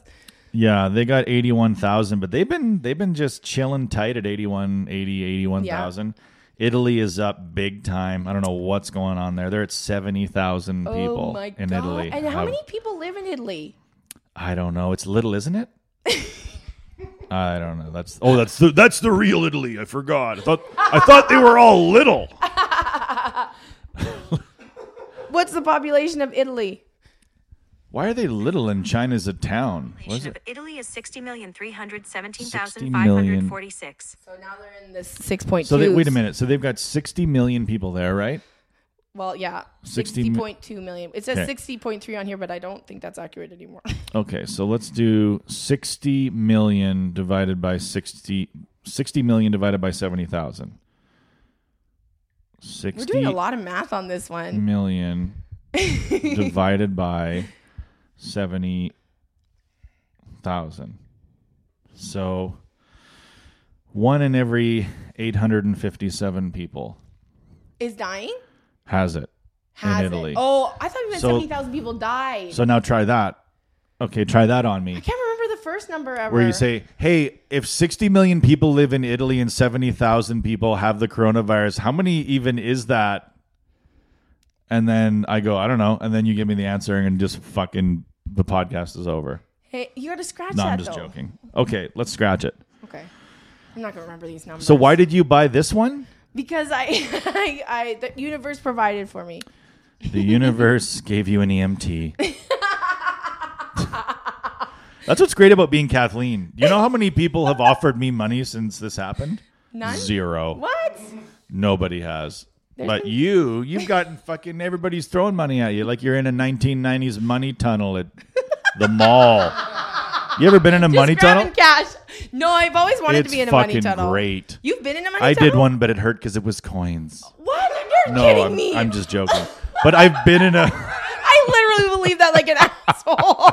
[SPEAKER 1] Yeah, they got 81,000, but they've been they've been just chilling tight at 81, 80, 81,000. Italy is up big time. I don't know what's going on there. They're at 70,000 people
[SPEAKER 2] oh my
[SPEAKER 1] in
[SPEAKER 2] god!
[SPEAKER 1] Italy.
[SPEAKER 2] And how
[SPEAKER 1] I-
[SPEAKER 2] many people live in Italy?
[SPEAKER 1] I don't know. It's little, isn't
[SPEAKER 2] (laughs)
[SPEAKER 1] it? I don't know. That's Oh, that's the that's the real Italy. I forgot. I thought
[SPEAKER 2] (laughs)
[SPEAKER 1] I thought they were all little.
[SPEAKER 2] What's the population of Italy?
[SPEAKER 1] Why are they little and China's a town? What is
[SPEAKER 3] population
[SPEAKER 1] it?
[SPEAKER 3] of Italy is 60,317,546.
[SPEAKER 2] So now they're in the six point two.
[SPEAKER 1] So they, wait a minute. So they've got 60 million people there, right?
[SPEAKER 2] Well, yeah,
[SPEAKER 1] 60
[SPEAKER 2] sixty
[SPEAKER 1] mi-
[SPEAKER 2] point two million. It says
[SPEAKER 1] Okay.
[SPEAKER 2] sixty point three on here, but I don't think that's accurate anymore. (laughs)
[SPEAKER 1] Okay, so let's do 60 million divided by 60 60 million divided by 70,000.
[SPEAKER 2] We're
[SPEAKER 1] 60
[SPEAKER 2] doing a lot of math on this
[SPEAKER 1] Mm.
[SPEAKER 2] one.
[SPEAKER 1] million divided by 70,000. So one in every 857 people
[SPEAKER 2] Is dying?
[SPEAKER 1] has it.
[SPEAKER 2] Has it.
[SPEAKER 1] Italy.
[SPEAKER 2] Oh, I thought you meant
[SPEAKER 1] So-
[SPEAKER 2] seventy thousand people died.
[SPEAKER 1] So now try that. Okay, try that on me.
[SPEAKER 2] I can't remember the first number ever.
[SPEAKER 1] where you say, "Hey, if 60 million people live in Italy and 70,000 people have the coronavirus, how many even is that?" And then I go, "I don't know." And then you give me the answer and just fucking the podcast is over.
[SPEAKER 2] Hey, you got to scratch
[SPEAKER 1] No,
[SPEAKER 2] that
[SPEAKER 1] I'm just
[SPEAKER 2] though.
[SPEAKER 1] joking. Okay, let's scratch it.
[SPEAKER 2] Okay. I'm not gonna remember these numbers.
[SPEAKER 1] So why did you buy this one?
[SPEAKER 2] Because I, (laughs) I, I, the universe provided for me. (laughs)
[SPEAKER 1] The universe gave you an E EMT. That's what's great about being Kathleen. You know how many people have offered me money since this happened?
[SPEAKER 2] None.
[SPEAKER 1] Zero.
[SPEAKER 2] What?
[SPEAKER 1] Nobody has.
[SPEAKER 2] There's
[SPEAKER 1] but
[SPEAKER 2] been-
[SPEAKER 1] you, you've gotten fucking everybody's throwing money at you like you're in a 1990s money tunnel at
[SPEAKER 2] (laughs)
[SPEAKER 1] the mall. You ever been in a money
[SPEAKER 2] Just grabbing
[SPEAKER 1] tunnel?
[SPEAKER 2] cash. No, I've always wanted
[SPEAKER 1] It's
[SPEAKER 2] to be in a money
[SPEAKER 1] fucking
[SPEAKER 2] tunnel.
[SPEAKER 1] great.
[SPEAKER 2] You've been in a money
[SPEAKER 1] I
[SPEAKER 2] tunnel.
[SPEAKER 1] did one, but it hurt because it was coins.
[SPEAKER 2] What? You're
[SPEAKER 1] No,
[SPEAKER 2] kidding
[SPEAKER 1] I'm,
[SPEAKER 2] me.
[SPEAKER 1] I'm just joking. But I've been in a. (laughs)
[SPEAKER 2] I literally believe that like an asshole.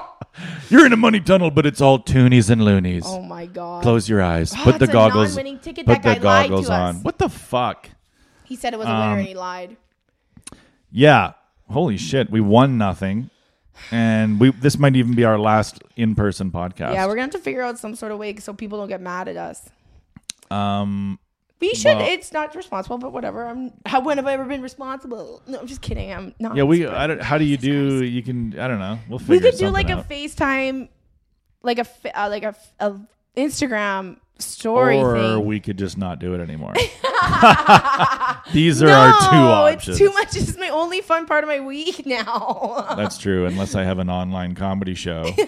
[SPEAKER 1] You're in a money tunnel, but it's all toonies and loonies.
[SPEAKER 2] Oh my god.
[SPEAKER 1] Close your eyes.
[SPEAKER 2] Oh,
[SPEAKER 1] put the
[SPEAKER 2] it's a
[SPEAKER 1] goggles.
[SPEAKER 2] non-winning ticket.
[SPEAKER 1] Put
[SPEAKER 2] That
[SPEAKER 1] the
[SPEAKER 2] guy lied to
[SPEAKER 1] goggles
[SPEAKER 2] us.
[SPEAKER 1] on. What the fuck?
[SPEAKER 2] He said it was a winner
[SPEAKER 1] Um,
[SPEAKER 2] and he lied.
[SPEAKER 1] Yeah. Holy shit. We won nothing. And we this might even be our last in person podcast.
[SPEAKER 2] Yeah, we're gonna have to figure out some sort of way so people don't get mad at us. Um,
[SPEAKER 1] Um,
[SPEAKER 2] we should.
[SPEAKER 1] well-
[SPEAKER 2] it's not responsible, but whatever. I'm. How, when have I ever been responsible? No, I'm just kidding. I'm not.
[SPEAKER 1] Yeah, we. I don't. How do you do? You can. I don't know. We'll figure.
[SPEAKER 2] we could do like
[SPEAKER 1] out.
[SPEAKER 2] a FaceTime, like a fa- uh, like a, f- a Instagram story
[SPEAKER 1] or
[SPEAKER 2] thing.
[SPEAKER 1] we could just not do it
[SPEAKER 2] (laughs)
[SPEAKER 1] anymore. (laughs) These are our two
[SPEAKER 2] No,
[SPEAKER 1] options.
[SPEAKER 2] It's too much. It's my only fun part of my week (laughs) now.
[SPEAKER 1] That's true. Unless I have an online comedy show,
[SPEAKER 2] (laughs)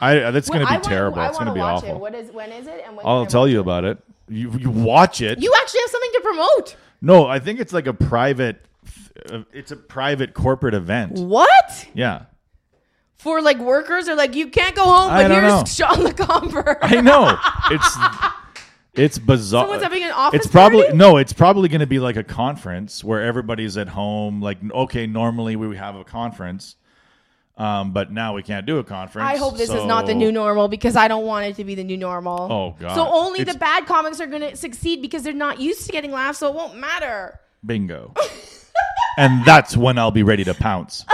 [SPEAKER 1] I that's going to be
[SPEAKER 2] I wanna-
[SPEAKER 1] terrible.
[SPEAKER 2] I
[SPEAKER 1] it's going to
[SPEAKER 2] wanna
[SPEAKER 1] be
[SPEAKER 2] watch
[SPEAKER 1] awful.
[SPEAKER 2] It. What is when is it? And when
[SPEAKER 1] I'll
[SPEAKER 2] can I
[SPEAKER 1] tell
[SPEAKER 2] watch
[SPEAKER 1] you about it. You you watch it.
[SPEAKER 2] it? You actually have something to promote.
[SPEAKER 1] no, I think it's like a private. uh, It's a private corporate event.
[SPEAKER 2] What?
[SPEAKER 1] Yeah,
[SPEAKER 2] For like workers are like you can't go home,
[SPEAKER 1] I
[SPEAKER 2] but
[SPEAKER 1] don't
[SPEAKER 2] here's
[SPEAKER 1] know.
[SPEAKER 2] Sean LeComber.
[SPEAKER 1] (laughs) I know. It's it's bizarre.
[SPEAKER 2] Someone's having an office
[SPEAKER 1] It's probably
[SPEAKER 2] party?
[SPEAKER 1] no. It's probably going to be like a conference where everybody's at home. Like okay, normally we would have a conference, um, but now we can't do a conference.
[SPEAKER 2] I hope this is
[SPEAKER 1] so-
[SPEAKER 2] not the new normal because I don't want it to be the new normal.
[SPEAKER 1] Oh, God.
[SPEAKER 2] So only
[SPEAKER 1] It's-
[SPEAKER 2] the bad comics are going to succeed because they're not used to getting laughs, so it won't matter.
[SPEAKER 1] bingo. and that's when I'll be ready to pounce.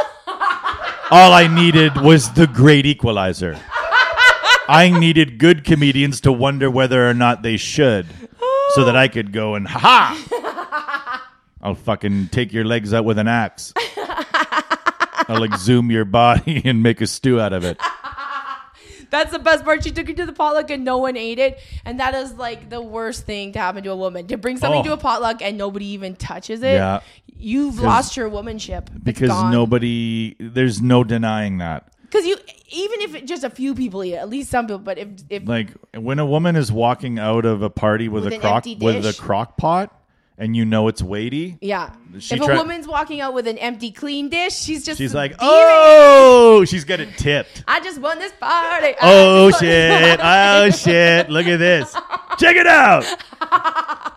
[SPEAKER 1] All I needed was the great equalizer. I needed good comedians to wonder whether or not they should, so that I could go and ha ha. I'll fucking take your legs out with an axe. I'll exhume your body (laughs) and make a stew out of it.
[SPEAKER 2] That's the best part. She took it to the potluck and no one ate it. And that is like the worst thing to happen to a woman to bring something
[SPEAKER 1] Oh.
[SPEAKER 2] to a potluck and nobody even touches it.
[SPEAKER 1] Yeah.
[SPEAKER 2] You've lost your womanship It's
[SPEAKER 1] Because
[SPEAKER 2] gone.
[SPEAKER 1] nobody, there's no denying that.
[SPEAKER 2] Because you, even if it, just a few people eat it, at least some people, but if, if
[SPEAKER 1] Like when a woman is walking out of a party with,
[SPEAKER 2] With
[SPEAKER 1] a
[SPEAKER 2] an
[SPEAKER 1] crock
[SPEAKER 2] empty
[SPEAKER 1] with a
[SPEAKER 2] dish.
[SPEAKER 1] crock pot, and you know it's weighty,
[SPEAKER 2] yeah, if
[SPEAKER 1] She
[SPEAKER 2] a
[SPEAKER 1] tried-
[SPEAKER 2] woman's walking out with an empty clean dish, she's just
[SPEAKER 1] she's like,
[SPEAKER 2] beaming.
[SPEAKER 1] "Oh, she's got it tipped."
[SPEAKER 2] I just won this party. (laughs) I
[SPEAKER 1] Oh
[SPEAKER 2] just won this (laughs)
[SPEAKER 1] shit!
[SPEAKER 2] party."
[SPEAKER 1] Oh shit! Look at this! Check it
[SPEAKER 2] (laughs)
[SPEAKER 1] out!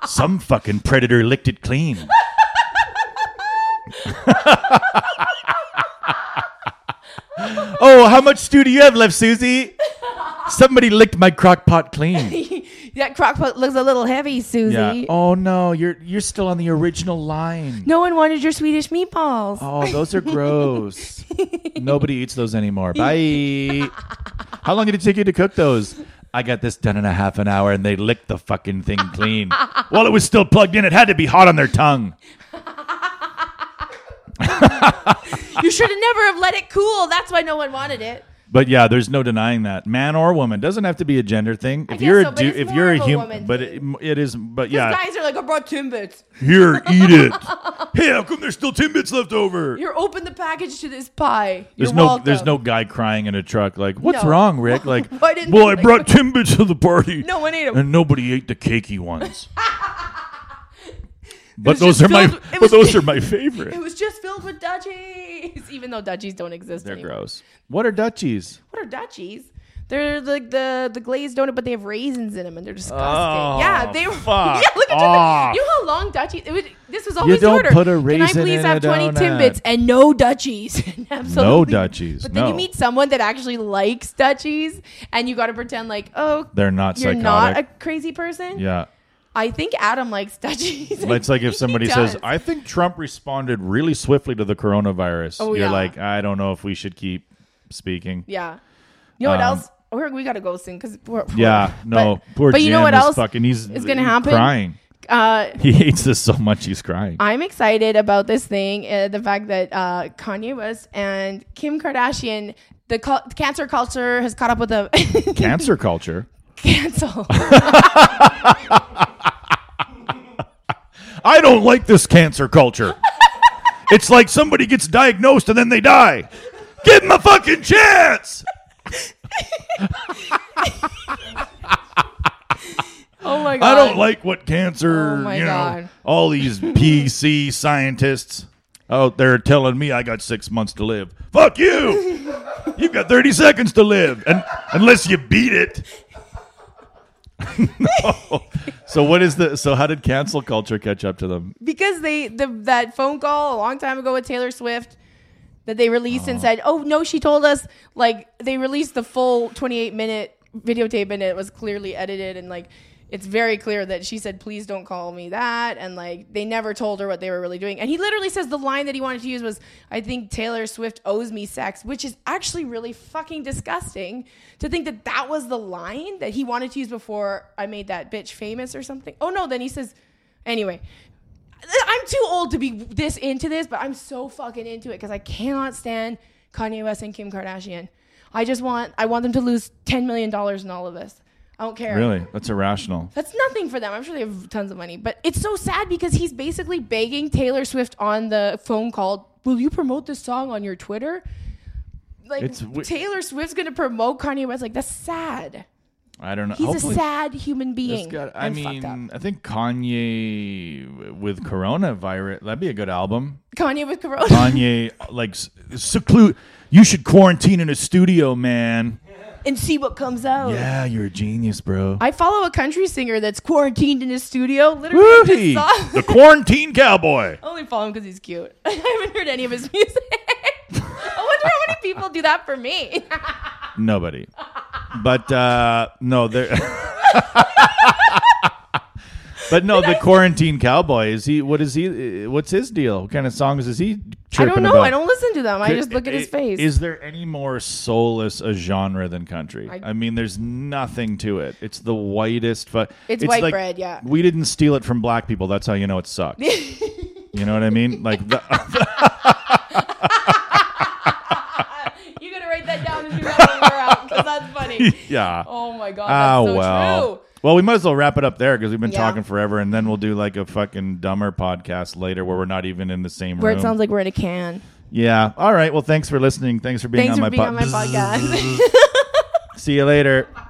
[SPEAKER 1] Some fucking predator licked it
[SPEAKER 2] (laughs)
[SPEAKER 1] clean. (laughs) oh, how much stew do you have left, Susie? Somebody licked my crock pot
[SPEAKER 2] (laughs)
[SPEAKER 1] clean.
[SPEAKER 2] that crock pot looks a little heavy, Susie.
[SPEAKER 1] Yeah. Oh no, you're you're still on the original line.
[SPEAKER 2] No one wanted your Swedish meatballs.
[SPEAKER 1] Oh, those are
[SPEAKER 2] (laughs)
[SPEAKER 1] gross. Nobody eats those anymore. Bye. How long did it take you to cook those? I got this done in a half an hour and they licked the fucking thing
[SPEAKER 2] (laughs)
[SPEAKER 1] clean. While it was still plugged in, it had to be hot on their tongue.
[SPEAKER 2] You should have never have let it cool. That's why no one wanted it.
[SPEAKER 1] But yeah, there's no denying that. Man or woman doesn't have to be a gender thing. If
[SPEAKER 2] guess
[SPEAKER 1] you're
[SPEAKER 2] so,
[SPEAKER 1] a
[SPEAKER 2] but
[SPEAKER 1] dude,
[SPEAKER 2] it's
[SPEAKER 1] if
[SPEAKER 2] more
[SPEAKER 1] you're a
[SPEAKER 2] of a
[SPEAKER 1] human,
[SPEAKER 2] woman
[SPEAKER 1] but it,
[SPEAKER 2] thing.
[SPEAKER 1] it is but
[SPEAKER 2] These
[SPEAKER 1] yeah.
[SPEAKER 2] guys are like, I brought Timbits.
[SPEAKER 1] Here, eat
[SPEAKER 2] (laughs)
[SPEAKER 1] it. hey, how come there's still Timbits left over?
[SPEAKER 2] You're open the package to this pie.
[SPEAKER 1] There's
[SPEAKER 2] You're
[SPEAKER 1] no
[SPEAKER 2] welcome.
[SPEAKER 1] there's no guy crying in a truck like, "What's
[SPEAKER 2] No.
[SPEAKER 1] wrong,
[SPEAKER 2] (laughs)
[SPEAKER 1] Rick?" Like,
[SPEAKER 2] Why didn't
[SPEAKER 1] "Well,
[SPEAKER 2] you
[SPEAKER 1] I
[SPEAKER 2] like-
[SPEAKER 1] brought Timbits to the party."
[SPEAKER 2] No one ate 'em.
[SPEAKER 1] And nobody ate the cakey
[SPEAKER 2] (laughs)
[SPEAKER 1] ones. but
[SPEAKER 2] was
[SPEAKER 1] those
[SPEAKER 2] just
[SPEAKER 1] are my
[SPEAKER 2] filled- it
[SPEAKER 1] but
[SPEAKER 2] was- (laughs)
[SPEAKER 1] those are my favorite.
[SPEAKER 2] It was just filled with duchies, (laughs) even though duchies don't exist
[SPEAKER 1] They're
[SPEAKER 2] anymore.
[SPEAKER 1] gross. What are Dutchies?
[SPEAKER 2] What are duchies? They're like the, the glazed donut, but they have raisins in them, and they're disgusting.
[SPEAKER 1] Oh,
[SPEAKER 2] yeah, they were. (laughs)
[SPEAKER 1] fuck
[SPEAKER 2] Yeah, look at
[SPEAKER 1] off.
[SPEAKER 2] this. You know how long duchies? It was, this was always
[SPEAKER 1] don't
[SPEAKER 2] order.
[SPEAKER 1] put a
[SPEAKER 2] Can
[SPEAKER 1] raisin
[SPEAKER 2] I please
[SPEAKER 1] in
[SPEAKER 2] have
[SPEAKER 1] a
[SPEAKER 2] 20
[SPEAKER 1] donut.
[SPEAKER 2] timbits and no duchies? (laughs) Absolutely.
[SPEAKER 1] No Dutchies.
[SPEAKER 2] But then
[SPEAKER 1] no.
[SPEAKER 2] you meet someone that actually likes duchies, and you got to pretend like, oh,
[SPEAKER 1] They're not
[SPEAKER 2] you're
[SPEAKER 1] psychotic.
[SPEAKER 2] not a crazy person.
[SPEAKER 1] yeah.
[SPEAKER 2] I think Adam likes duchies.
[SPEAKER 1] Well, It's like
[SPEAKER 2] think
[SPEAKER 1] if
[SPEAKER 2] (laughs) he
[SPEAKER 1] somebody
[SPEAKER 2] does.
[SPEAKER 1] says, "I think Trump responded really swiftly to the coronavirus."
[SPEAKER 2] Oh,
[SPEAKER 1] You're
[SPEAKER 2] yeah.
[SPEAKER 1] like, "I don't know if we should keep speaking."
[SPEAKER 2] yeah." You know what
[SPEAKER 1] Um,
[SPEAKER 2] else? We're, we got to go soon because we're, we're- (laughs)
[SPEAKER 1] Yeah, no.
[SPEAKER 2] But,
[SPEAKER 1] poor
[SPEAKER 2] but you know
[SPEAKER 1] Jim
[SPEAKER 2] what
[SPEAKER 1] is
[SPEAKER 2] else?
[SPEAKER 1] Fucking, he's
[SPEAKER 2] is gonna
[SPEAKER 1] he's
[SPEAKER 2] happen?
[SPEAKER 1] Crying.
[SPEAKER 2] Uh,
[SPEAKER 1] He hates this so much. He's
[SPEAKER 2] (laughs)
[SPEAKER 1] crying.
[SPEAKER 2] I'm excited about this thing. Uh, the fact that uh, Kanye West and Kim Kardashian, the cul cancer culture has caught up with the (laughs)
[SPEAKER 1] Cancer culture.
[SPEAKER 2] cancel. (laughs)
[SPEAKER 1] I don't like this cancer
[SPEAKER 2] (laughs)
[SPEAKER 1] culture. it's like somebody gets diagnosed and then they die. Give them a fucking chance.
[SPEAKER 2] oh my
[SPEAKER 1] I
[SPEAKER 2] god!
[SPEAKER 1] don't like what cancer,
[SPEAKER 2] Oh my
[SPEAKER 1] you know,
[SPEAKER 2] God.
[SPEAKER 1] all
[SPEAKER 2] (laughs)
[SPEAKER 1] these PC scientists out there telling me I got six months to live. Fuck you. You've got 30 seconds to live. And unless you beat it. (laughs) No. So what is the so how did cancel culture catch up to them?
[SPEAKER 2] because they the that phone call a long time ago with Taylor Swift that they released and said, "Oh no, she told us." Like they released the full 28 minute videotape and it was clearly edited and like it's very clear that she said, "Please don't call me that," and like they never told her what they were really doing. And he literally says the line that he wanted to use was, "I think Taylor Swift owes me sex," which is actually really fucking disgusting to think that that was the line that he wanted to use before I made that bitch famous or something. Oh no, then he says, anyway, I'm too old to be this into this, but I'm so fucking into it because I cannot stand Kanye West and Kim Kardashian. I just want I want them to lose ten million dollars in all of this. I don't care.
[SPEAKER 1] Really? That's irrational.
[SPEAKER 2] That's nothing for them. I'm sure they have tons of money, but it's so sad because he's basically begging Taylor Swift on the phone call, "Will you promote this song on your Twitter?" Like
[SPEAKER 1] It's wi-
[SPEAKER 2] Taylor Swift's gonna promote Kanye West. Like that's sad.
[SPEAKER 1] I don't know.
[SPEAKER 2] He's
[SPEAKER 1] Hopefully-
[SPEAKER 2] a sad human
[SPEAKER 1] It's
[SPEAKER 2] being.
[SPEAKER 1] got- I
[SPEAKER 2] I'm
[SPEAKER 1] mean,
[SPEAKER 2] fucked up.
[SPEAKER 1] I think Kanye with coronavirus, that'd be a good album.
[SPEAKER 2] Kanye with Corona.
[SPEAKER 1] Kanye, like, s- seclude. You should quarantine in a studio, man.
[SPEAKER 2] (laughs) and see what comes out.
[SPEAKER 1] Yeah, you're a genius, bro.
[SPEAKER 2] I follow a country singer that's quarantined in his studio.
[SPEAKER 1] Woo-hee.
[SPEAKER 2] Literally, just saw-
[SPEAKER 1] the quarantine cowboy.
[SPEAKER 2] (laughs) I only follow him because he's cute. (laughs) I haven't heard any of his music. (laughs) I wonder how many people do that for me. (laughs)
[SPEAKER 1] Nobody. But uh no, there. (laughs) but no, the quarantine cowboy is he? What is he? What's his deal? What kind of songs is he
[SPEAKER 2] I
[SPEAKER 1] chirping
[SPEAKER 2] don't know.
[SPEAKER 1] about?
[SPEAKER 2] I don't listen to them. I
[SPEAKER 1] Could-
[SPEAKER 2] just look at his
[SPEAKER 1] i-
[SPEAKER 2] face.
[SPEAKER 1] Is there any more soulless a genre than country? I,
[SPEAKER 2] I-
[SPEAKER 1] mean, there's nothing to it. It's the whitest. Fu-
[SPEAKER 2] It's white bread, yeah.
[SPEAKER 1] We didn't steal it from black people. That's how you know it sucks. you know what I mean? Like the, (laughs)
[SPEAKER 2] (laughs) (laughs) you gotta write that down and do that when we're out because that's funny.
[SPEAKER 1] (laughs) yeah.
[SPEAKER 2] Oh my god,
[SPEAKER 1] Ah,
[SPEAKER 2] that's so
[SPEAKER 1] well.
[SPEAKER 2] true.
[SPEAKER 1] Well, we might as well wrap it up there because we've been
[SPEAKER 2] Yeah.
[SPEAKER 1] talking forever, and then we'll do like a fucking dumber podcast later where we're not even in the same
[SPEAKER 2] Where
[SPEAKER 1] room.
[SPEAKER 2] it sounds like we're in a can.
[SPEAKER 1] yeah. (laughs) All right. Well, thanks for listening. Thanks for being
[SPEAKER 2] Thanks
[SPEAKER 1] on
[SPEAKER 2] for
[SPEAKER 1] my
[SPEAKER 2] being
[SPEAKER 1] po-
[SPEAKER 2] on my podcast. (laughs)
[SPEAKER 1] See you later.